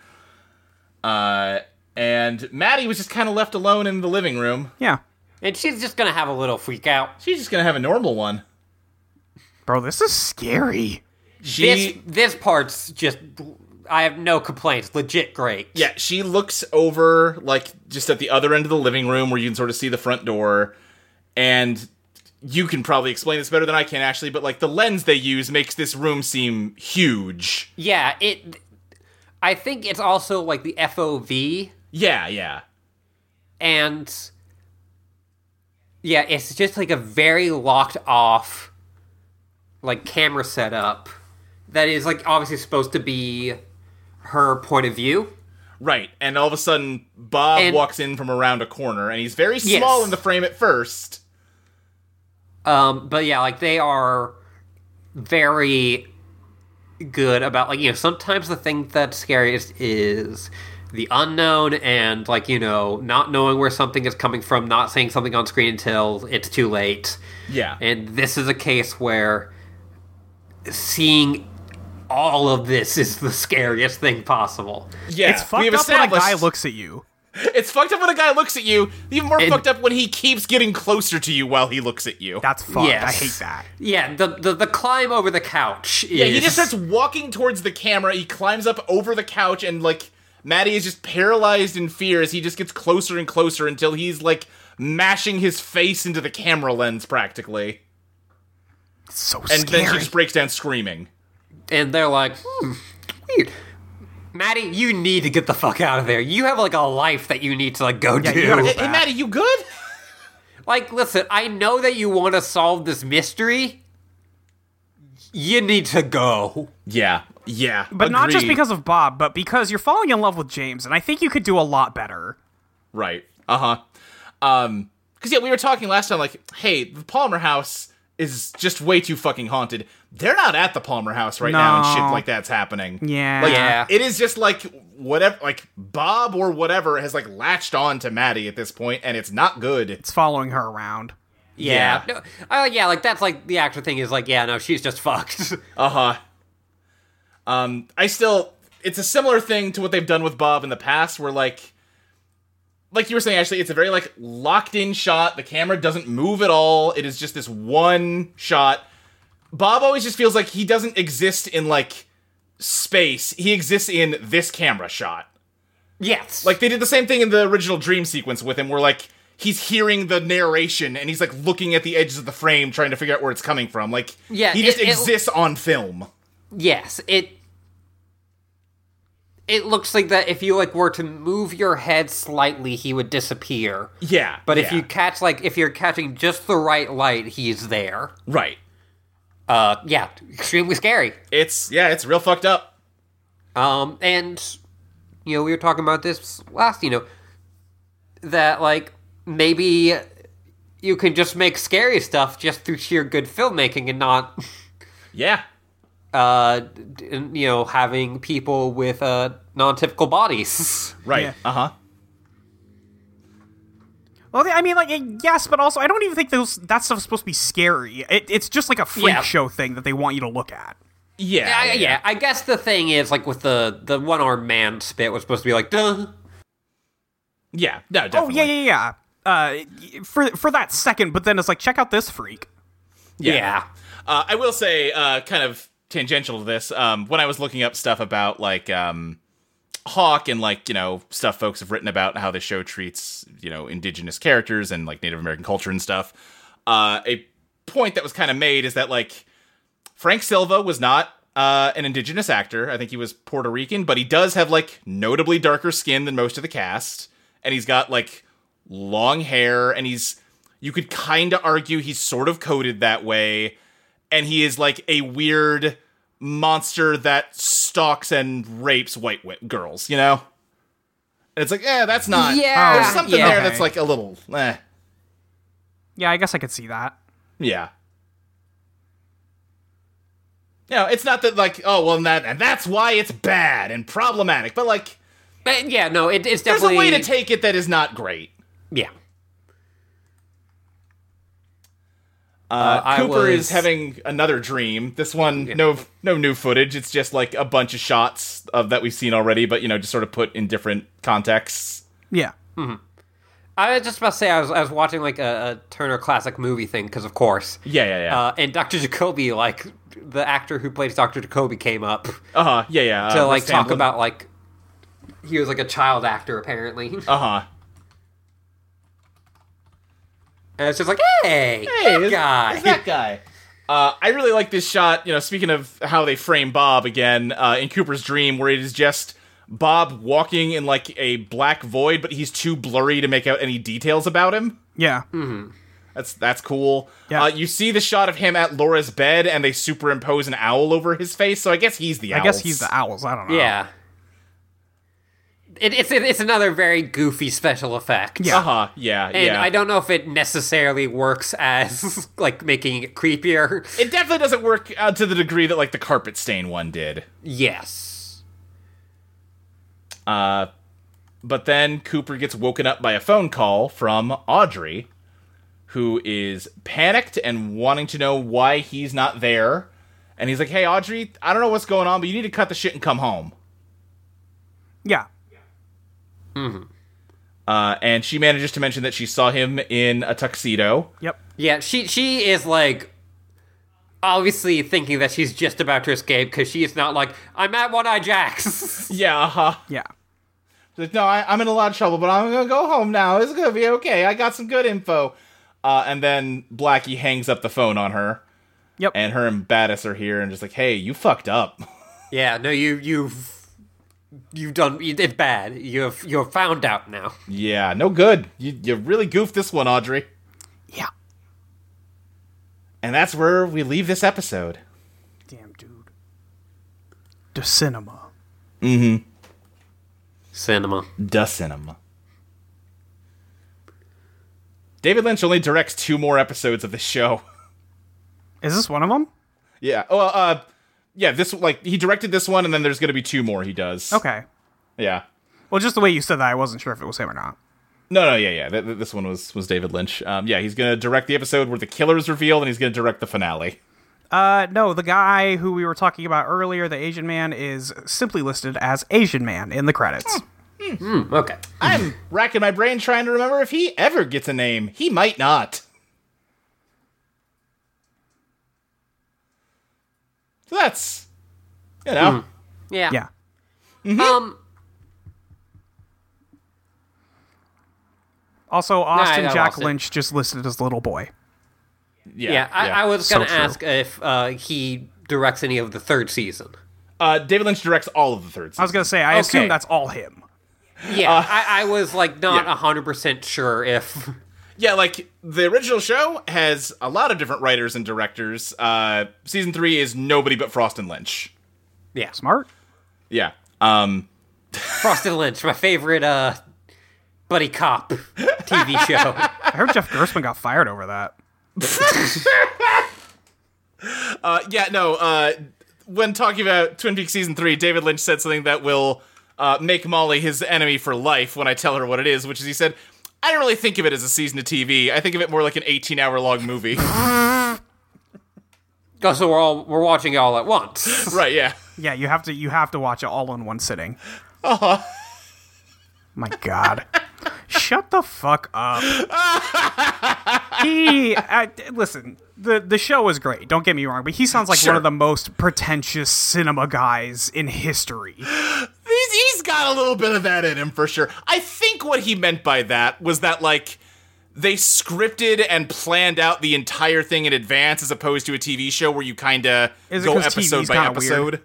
Speaker 3: Uh, and Maddie was just kind of left alone in the living room.
Speaker 2: yeah.
Speaker 1: And she's just gonna have a little freak out.
Speaker 3: She's just gonna have a normal one.
Speaker 2: Bro, this is scary.
Speaker 3: She
Speaker 1: This this part's just I have no complaints. Legit great.
Speaker 3: Yeah, she looks over, like, just at the other end of the living room where you can sort of see the front door. And you can probably explain this better than I can, actually, but, like, the lens they use makes this room seem huge.
Speaker 1: Yeah, it I think it's also like the FOV
Speaker 3: Yeah, yeah.
Speaker 1: and yeah, it's just like a very locked off like camera setup that is like obviously supposed to be her point of view.
Speaker 3: Right. And all of a sudden, Bob
Speaker 1: And-
Speaker 3: walks in from around a corner, and he's very small
Speaker 1: Yes.
Speaker 3: in the frame at first.
Speaker 1: Um, but yeah, like they are very good about like you know sometimes the thing that's scariest is the unknown and like you know not knowing where something is coming from, not saying something on screen until it's too late.
Speaker 3: Yeah.
Speaker 1: And this is a case where seeing all of this is the scariest thing possible.
Speaker 3: yeah.
Speaker 2: It's fucked up when a guy looks at you.
Speaker 3: It's fucked up when a guy looks at you. Even more
Speaker 1: And-
Speaker 3: fucked up when he keeps getting closer to you while he looks at you.
Speaker 2: That's fun. I
Speaker 1: Yes.
Speaker 2: hate that.
Speaker 1: Yeah, the, the the climb over the couch.
Speaker 3: Yeah, he just
Speaker 1: is-
Speaker 3: starts walking towards the camera. He climbs up over the couch, and like Maddie is just paralyzed in fear as he just gets closer and closer until he's like mashing his face into the camera lens practically.
Speaker 2: It's so
Speaker 3: And
Speaker 2: scary.
Speaker 3: then she just breaks down screaming.
Speaker 1: and they're like, hmm, weird. Maddie, you need to get the fuck out of there. You have like a life that you need to like go
Speaker 2: Yeah,
Speaker 1: do.
Speaker 2: you gotta-
Speaker 3: Hey, hey, Maddie, you good?
Speaker 1: Like, listen, I know that you want to solve this mystery. You need to go.
Speaker 3: Yeah, yeah.
Speaker 2: but not just because of Bob, but because you're falling in love with James, and I think you could do a lot better.
Speaker 3: Right. Uh huh. Um, because yeah, we were talking last time, like, hey, the Palmer house is just way too fucking haunted. They're not at the Palmer house right now, and shit
Speaker 2: No.
Speaker 3: like that's happening.
Speaker 2: Yeah.
Speaker 3: Like,
Speaker 1: Yeah.
Speaker 3: It is just like whatever, like Bob or whatever has like latched on to Maddie at this point, and it's not good.
Speaker 2: It's following her around.
Speaker 1: Yeah. No, uh, yeah, like that's like the actor thing is like, yeah, no, she's just fucked.
Speaker 3: Uh huh. Um, I still, it's a similar thing to what they've done with Bob in the past, where like. Like you were saying, actually, it's a very like locked in shot. The camera doesn't move at all. It is just this one shot. Bob always just feels like he doesn't exist in like space. He exists in this camera shot.
Speaker 1: yes.
Speaker 3: Like they did the same thing in the original dream sequence with him, where like he's hearing the narration and he's like looking at the edges of the frame, trying to figure out where it's coming from. Like
Speaker 1: Yeah,
Speaker 3: he just
Speaker 1: it- it-
Speaker 3: exists on film.
Speaker 1: Yes, it it looks like that if you like were to move your head slightly, he would disappear.
Speaker 3: Yeah,
Speaker 1: But if
Speaker 3: yeah.
Speaker 1: you catch like if you're catching just the right light, he's there.
Speaker 3: right,
Speaker 1: Uh yeah, extremely scary.
Speaker 3: it's yeah, it's real fucked up.
Speaker 1: Um and you know, we were talking about this last, you know, that like maybe you can just make scary stuff just through sheer good filmmaking and not
Speaker 3: Yeah,
Speaker 1: uh d- you know, having people with uh non-typical bodies.
Speaker 3: right.
Speaker 2: Yeah.
Speaker 3: Uh huh.
Speaker 2: Well, I mean, like, yes, but also, I don't even think those that stuff's supposed to be scary. It, it's just like a freak
Speaker 1: Yeah.
Speaker 2: show thing that they want you to look at.
Speaker 3: Yeah,
Speaker 1: I, yeah, I guess the thing is like with the the one armed man spit was supposed to be like, duh.
Speaker 3: yeah. No,
Speaker 2: Oh
Speaker 3: definitely.
Speaker 2: yeah, yeah, yeah. Uh, for for that second, but then it's like, check out this freak.
Speaker 1: Yeah.
Speaker 3: Uh, I will say, uh, kind of tangential to this, um, when I was looking up stuff about like um, Hawk and like you know stuff folks have written about how the show treats you know indigenous characters and like Native American culture and stuff. Uh, a point that was kind of made is that like Frank Silva was not uh, an indigenous actor. I think he was Puerto Rican, but he does have like notably darker skin than most of the cast, and he's got like long hair, and he's you could kind of argue he's sort of coded that way and he is like a weird monster that stalks and rapes white wi- girls, you know? And it's like, eh, that's not.
Speaker 1: Yeah,
Speaker 3: There's something
Speaker 1: yeah.
Speaker 3: there that's like a little, eh.
Speaker 2: Yeah, I guess I could see that.
Speaker 3: Yeah. No, it's not that like, oh, well, and that, and that's why it's bad and problematic, but like,
Speaker 1: But yeah, no, it, it's
Speaker 3: there's
Speaker 1: definitely
Speaker 3: a way to take it that is not great.
Speaker 1: yeah.
Speaker 3: Uh,
Speaker 1: I
Speaker 3: Cooper
Speaker 1: was-
Speaker 3: is having another dream. This one, no, no new footage. It's just like a bunch of shots of that we've seen already, but you know, just sort of put in different contexts.
Speaker 2: Yeah.
Speaker 1: I was just about to say I was I was watching like a, a Turner classic movie thing because of course,
Speaker 3: Yeah, yeah, yeah.
Speaker 1: uh, and Dr. Jacoby like the actor who plays Dr. Jacoby came up
Speaker 3: Uh huh. Yeah, yeah.
Speaker 1: to like talk about like he was like a child actor apparently,
Speaker 3: Uh huh.
Speaker 1: and it's just like hey, that guy.
Speaker 3: that guy. Uh, I really like this shot. You know, speaking of how they frame Bob again uh, in Cooper's dream, where it is just Bob walking in like a black void, but he's too blurry to make out any details about him.
Speaker 2: Yeah.
Speaker 3: That's that's cool.
Speaker 2: Yeah.
Speaker 3: Uh, you see the shot of him at Laura's bed, and they superimpose an owl over his face. So I guess he's the.
Speaker 2: I
Speaker 3: Owls.
Speaker 2: guess he's the owls. I don't know.
Speaker 1: yeah. It, it's it's another very goofy special effect.
Speaker 2: Yeah.
Speaker 3: Uh huh. Yeah.
Speaker 1: And
Speaker 3: yeah.
Speaker 1: I don't know if it necessarily works as like making it creepier.
Speaker 3: It definitely doesn't work uh, to the degree that like the carpet stain one did.
Speaker 1: Yes.
Speaker 3: Uh, but then Cooper gets woken up by a phone call from Audrey, who is panicked and wanting to know why he's not there. And he's like, "Hey, Audrey, I don't know what's going on, but you need to cut the shit and come home."
Speaker 2: Yeah.
Speaker 3: Uh, and she manages to mention that she saw him in a tuxedo.
Speaker 2: Yep.
Speaker 1: Yeah, she she is like obviously thinking that she's just about to escape because she is not like I'm at One Eye Jack's.
Speaker 3: Yeah, uh-huh.
Speaker 2: Yeah.
Speaker 3: Like, no, I, I'm in a lot of trouble, but I'm gonna go home now. It's gonna be okay. I got some good info. Uh, and then Blackie hangs up the phone on her,
Speaker 2: Yep.
Speaker 3: and her and Battis are here and just like, hey, you fucked up.
Speaker 1: yeah, no, you you've you've done you did bad. You've you're found out now.
Speaker 3: yeah, no good. You, you really goofed this one, Audrey.
Speaker 2: yeah.
Speaker 3: And that's where we leave this episode.
Speaker 2: Damn, dude. The cinema.
Speaker 1: Cinema.
Speaker 3: Da cinema. David Lynch only directs two more episodes of this show.
Speaker 2: Is this one of them?
Speaker 3: Yeah. Well, uh, yeah. This like he directed this one, and then there's gonna be two more he does.
Speaker 2: Okay.
Speaker 3: Yeah.
Speaker 2: Well, just the way you said that, I wasn't sure if it was him or not.
Speaker 3: No, no, yeah, yeah. Th- th- this one was was David Lynch. Um, yeah, he's gonna direct the episode where the killer is revealed, and he's gonna direct the finale.
Speaker 2: Uh, no, the guy who we were talking about earlier, the Asian man, is simply listed as Asian man in the credits.
Speaker 1: Okay.
Speaker 3: I'm racking my brain trying to remember if he ever gets a name. He might not. So that's, you know,
Speaker 1: Yeah.
Speaker 2: Yeah. Mm-hmm.
Speaker 1: Um.
Speaker 2: Also, Austin
Speaker 1: I
Speaker 2: Jack
Speaker 1: lost it.
Speaker 2: Lynch just listed as little boy.
Speaker 3: yeah.
Speaker 1: Yeah, I, I was gonna
Speaker 2: So true.
Speaker 1: ask if uh, he directs any of the third season.
Speaker 3: Uh, David Lynch directs all of the third.
Speaker 2: I was gonna say, I assume
Speaker 1: Okay.
Speaker 2: that's all him.
Speaker 1: Yeah, I, I was like not
Speaker 3: yeah.
Speaker 1: hundred percent sure if
Speaker 3: Yeah, like the original show has a lot of different writers and directors. Uh, season three is nobody but Frost and Lynch.
Speaker 1: yeah,
Speaker 2: Smart.
Speaker 3: Yeah. Um,
Speaker 1: Frosted Lynch, my favorite uh, buddy cop TV show.
Speaker 2: I heard Jeff Gerstmann got fired over that.
Speaker 3: Uh, yeah, no. Uh, when talking about Twin Peaks season three, David Lynch said something that will uh, make Molly his enemy for life when I tell her what it is, which is he said, "I don't really think of it as a season of TV. I think of it more like an 18-hour-long movie."
Speaker 1: Oh, so we're all we're watching it all at once.
Speaker 3: right? Yeah.
Speaker 2: Yeah, you have to you have to watch it all in one sitting. Uh-huh. My God. Shut the fuck up. he I, listen. The the show is great. Don't get me wrong, but he sounds like
Speaker 3: Sure.
Speaker 2: one of the most pretentious cinema guys in history.
Speaker 3: He's, he's got a little bit of that in him for sure. I think what he meant by that was that like they scripted and planned out the entire thing in advance, as opposed to a TV show where you kind of
Speaker 2: Is it
Speaker 3: go
Speaker 2: 'cause
Speaker 3: episode
Speaker 2: TV's
Speaker 3: by
Speaker 2: kinda weird?
Speaker 3: episode.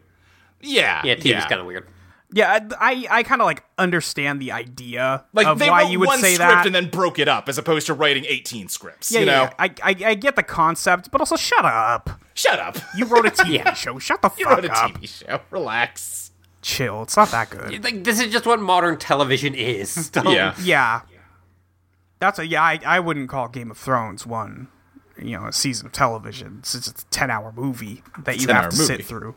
Speaker 3: Yeah,
Speaker 1: Yeah, TV's kind of weird.
Speaker 2: Yeah, I I, I kind of like understand the idea
Speaker 3: like
Speaker 2: of
Speaker 3: they
Speaker 2: why
Speaker 3: wrote
Speaker 2: you would
Speaker 3: one
Speaker 2: say
Speaker 3: script
Speaker 2: that.
Speaker 3: and then broke it up as opposed to writing 18 scripts
Speaker 2: yeah,
Speaker 3: you know
Speaker 2: yeah, I, I I get the concept, but also shut up.
Speaker 3: shut up
Speaker 2: You wrote a TV show. Shut the
Speaker 3: you
Speaker 2: fuck
Speaker 3: wrote a
Speaker 2: up.
Speaker 3: tv show relax
Speaker 2: Chill. It's not that good.
Speaker 1: Like this is just what modern television is. Don't-
Speaker 2: Oh, Yeah. That's a yeah. I, I wouldn't call Game of Thrones one, you know, a season of television since it's a ten hour movie that you
Speaker 3: 10
Speaker 2: have
Speaker 3: hour
Speaker 2: to
Speaker 3: movie.
Speaker 2: sit through.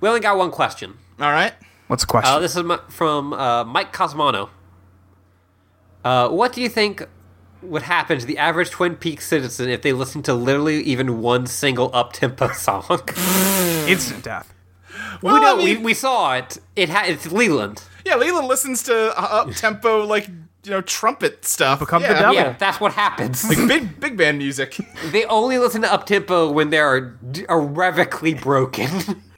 Speaker 1: We only got one question.
Speaker 3: all right
Speaker 2: What's the question?
Speaker 1: Uh, this is my, from uh, Mike Cosmano. Uh, what do you think would happen to the average Twin Peaks citizen if they listened to literally even one single up-tempo song?
Speaker 2: Instant death.
Speaker 3: well,
Speaker 1: we
Speaker 3: I
Speaker 1: know
Speaker 3: mean,
Speaker 1: we, we saw it. It ha- it's Leland.
Speaker 3: yeah leland listens to up tempo like you know trumpet stuff
Speaker 2: Become the
Speaker 3: yeah.
Speaker 2: devil.
Speaker 1: Yeah, that's what happens.
Speaker 3: Like, big big band music
Speaker 1: they only listen to up tempo when they are d- irrevocably broken.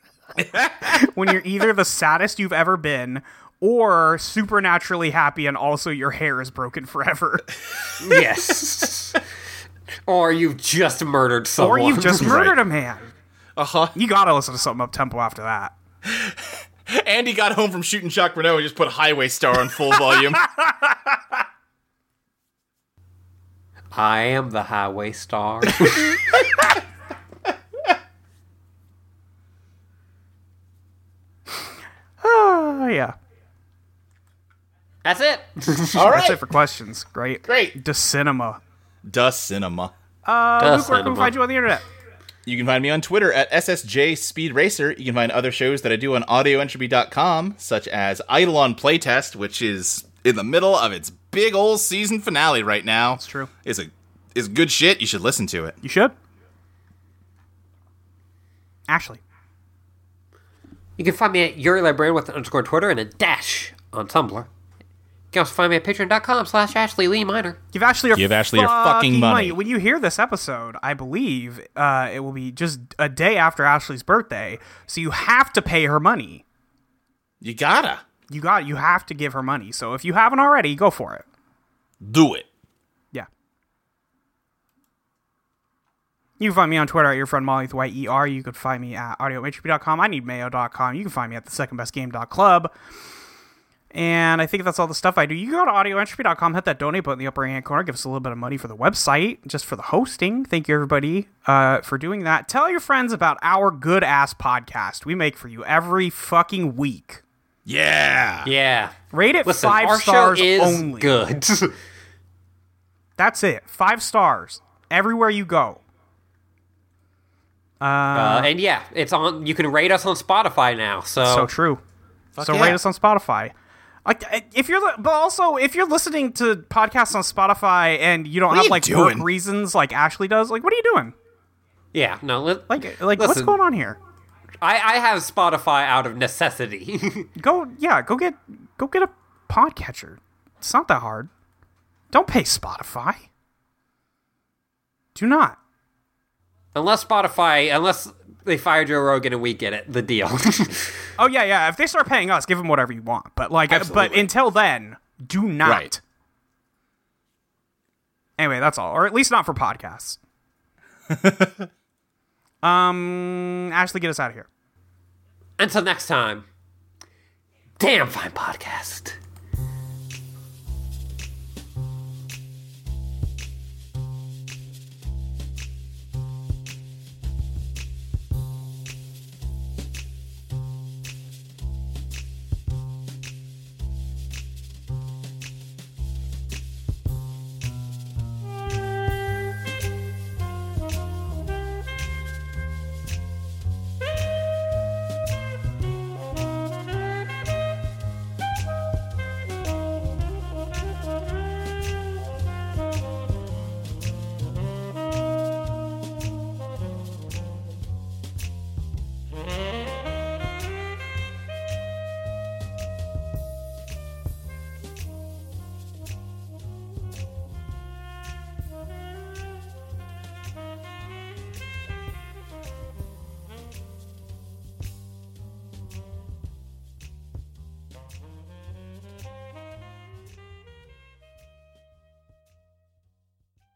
Speaker 2: When you're either the saddest you've ever been, or supernaturally happy, and also your hair is broken forever,
Speaker 1: yes. Or you've just murdered
Speaker 2: or
Speaker 1: someone.
Speaker 2: you've just
Speaker 3: Right.
Speaker 2: murdered a man.
Speaker 3: uh-huh
Speaker 2: You gotta listen to something up tempo after that.
Speaker 3: andy got home from shooting jacques renault and just put highway star on full volume
Speaker 1: I am the highway star.
Speaker 2: Oh yeah.
Speaker 1: That's it.
Speaker 2: Uh,
Speaker 3: all
Speaker 2: That's
Speaker 3: right
Speaker 2: it for questions. Great.
Speaker 3: Great.
Speaker 2: De cinema.
Speaker 3: da cinema
Speaker 2: Uh, Luke, where can
Speaker 1: cinema.
Speaker 2: we find you on the internet?
Speaker 3: You can find me on Twitter at SSJ Speed Racer. You can find other shows that I do on audioentropy.com, such as Idle on Playtest, which is in the middle of its big old season finale right now. It's
Speaker 2: true.
Speaker 3: It's a is good shit. You should listen to it.
Speaker 2: You should. Ashley.
Speaker 1: You can find me at Yuri Librarian with an underscore Twitter and a dash on Tumblr. You can also find me at patreon.com slash Ashley Lee Minor.
Speaker 2: Give Ashley your
Speaker 4: Give Ashley your fucking money.
Speaker 2: When you hear this episode, I believe uh, it will be just a day after Ashley's birthday, so you have to pay her money.
Speaker 3: You gotta
Speaker 2: You got you have to give her money. So if you haven't already, go for it.
Speaker 3: do it.
Speaker 2: Yeah. You can find me on Twitter at your friend Molly with Y E R. You could find me at audioentropy.com. I need mayo.com. You can find me at the secondbestgame.club. And I think that's all the stuff I do. You can go to audioentropy.com, hit that donate button in the upper right hand corner, give us a little bit of money for the website, just for the hosting. Thank you, everybody, uh, for doing that. Tell your friends about our good ass podcast we make for you every fucking week.
Speaker 3: Yeah.
Speaker 1: Yeah.
Speaker 2: Rate it
Speaker 1: Listen,
Speaker 2: five
Speaker 1: our
Speaker 2: stars
Speaker 1: show is
Speaker 2: only.
Speaker 1: good. Uh,
Speaker 2: That's it. Five stars everywhere you go.
Speaker 1: Uh, and yeah, it's on. You can rate us on Spotify now. So,
Speaker 2: So true. so
Speaker 3: Oh. yeah.
Speaker 2: rate us on Spotify. Like I- if you're, li- but also if you're listening to podcasts on Spotify and you don't
Speaker 3: are
Speaker 2: have
Speaker 3: you
Speaker 2: like
Speaker 3: doing?
Speaker 2: work reasons like Ashley does, like what are you doing?
Speaker 1: yeah, no, li-
Speaker 2: Like like what's
Speaker 1: Listen.
Speaker 2: going on here?
Speaker 1: I, I have Spotify out of necessity.
Speaker 2: Go yeah, go get go get a podcatcher. It's not that hard. Don't pay Spotify. Do not.
Speaker 1: unless Spotify, unless they fire Joe Rogan and we get it, the deal.
Speaker 2: Oh yeah, yeah. If they start paying us, give them whatever you want. But like, uh, but
Speaker 3: Absolutely.
Speaker 2: until then, do not.
Speaker 3: Right.
Speaker 2: Anyway, that's all, or at least not for podcasts. um, Ashley, get us out of here.
Speaker 1: Until next time, damn fine podcast.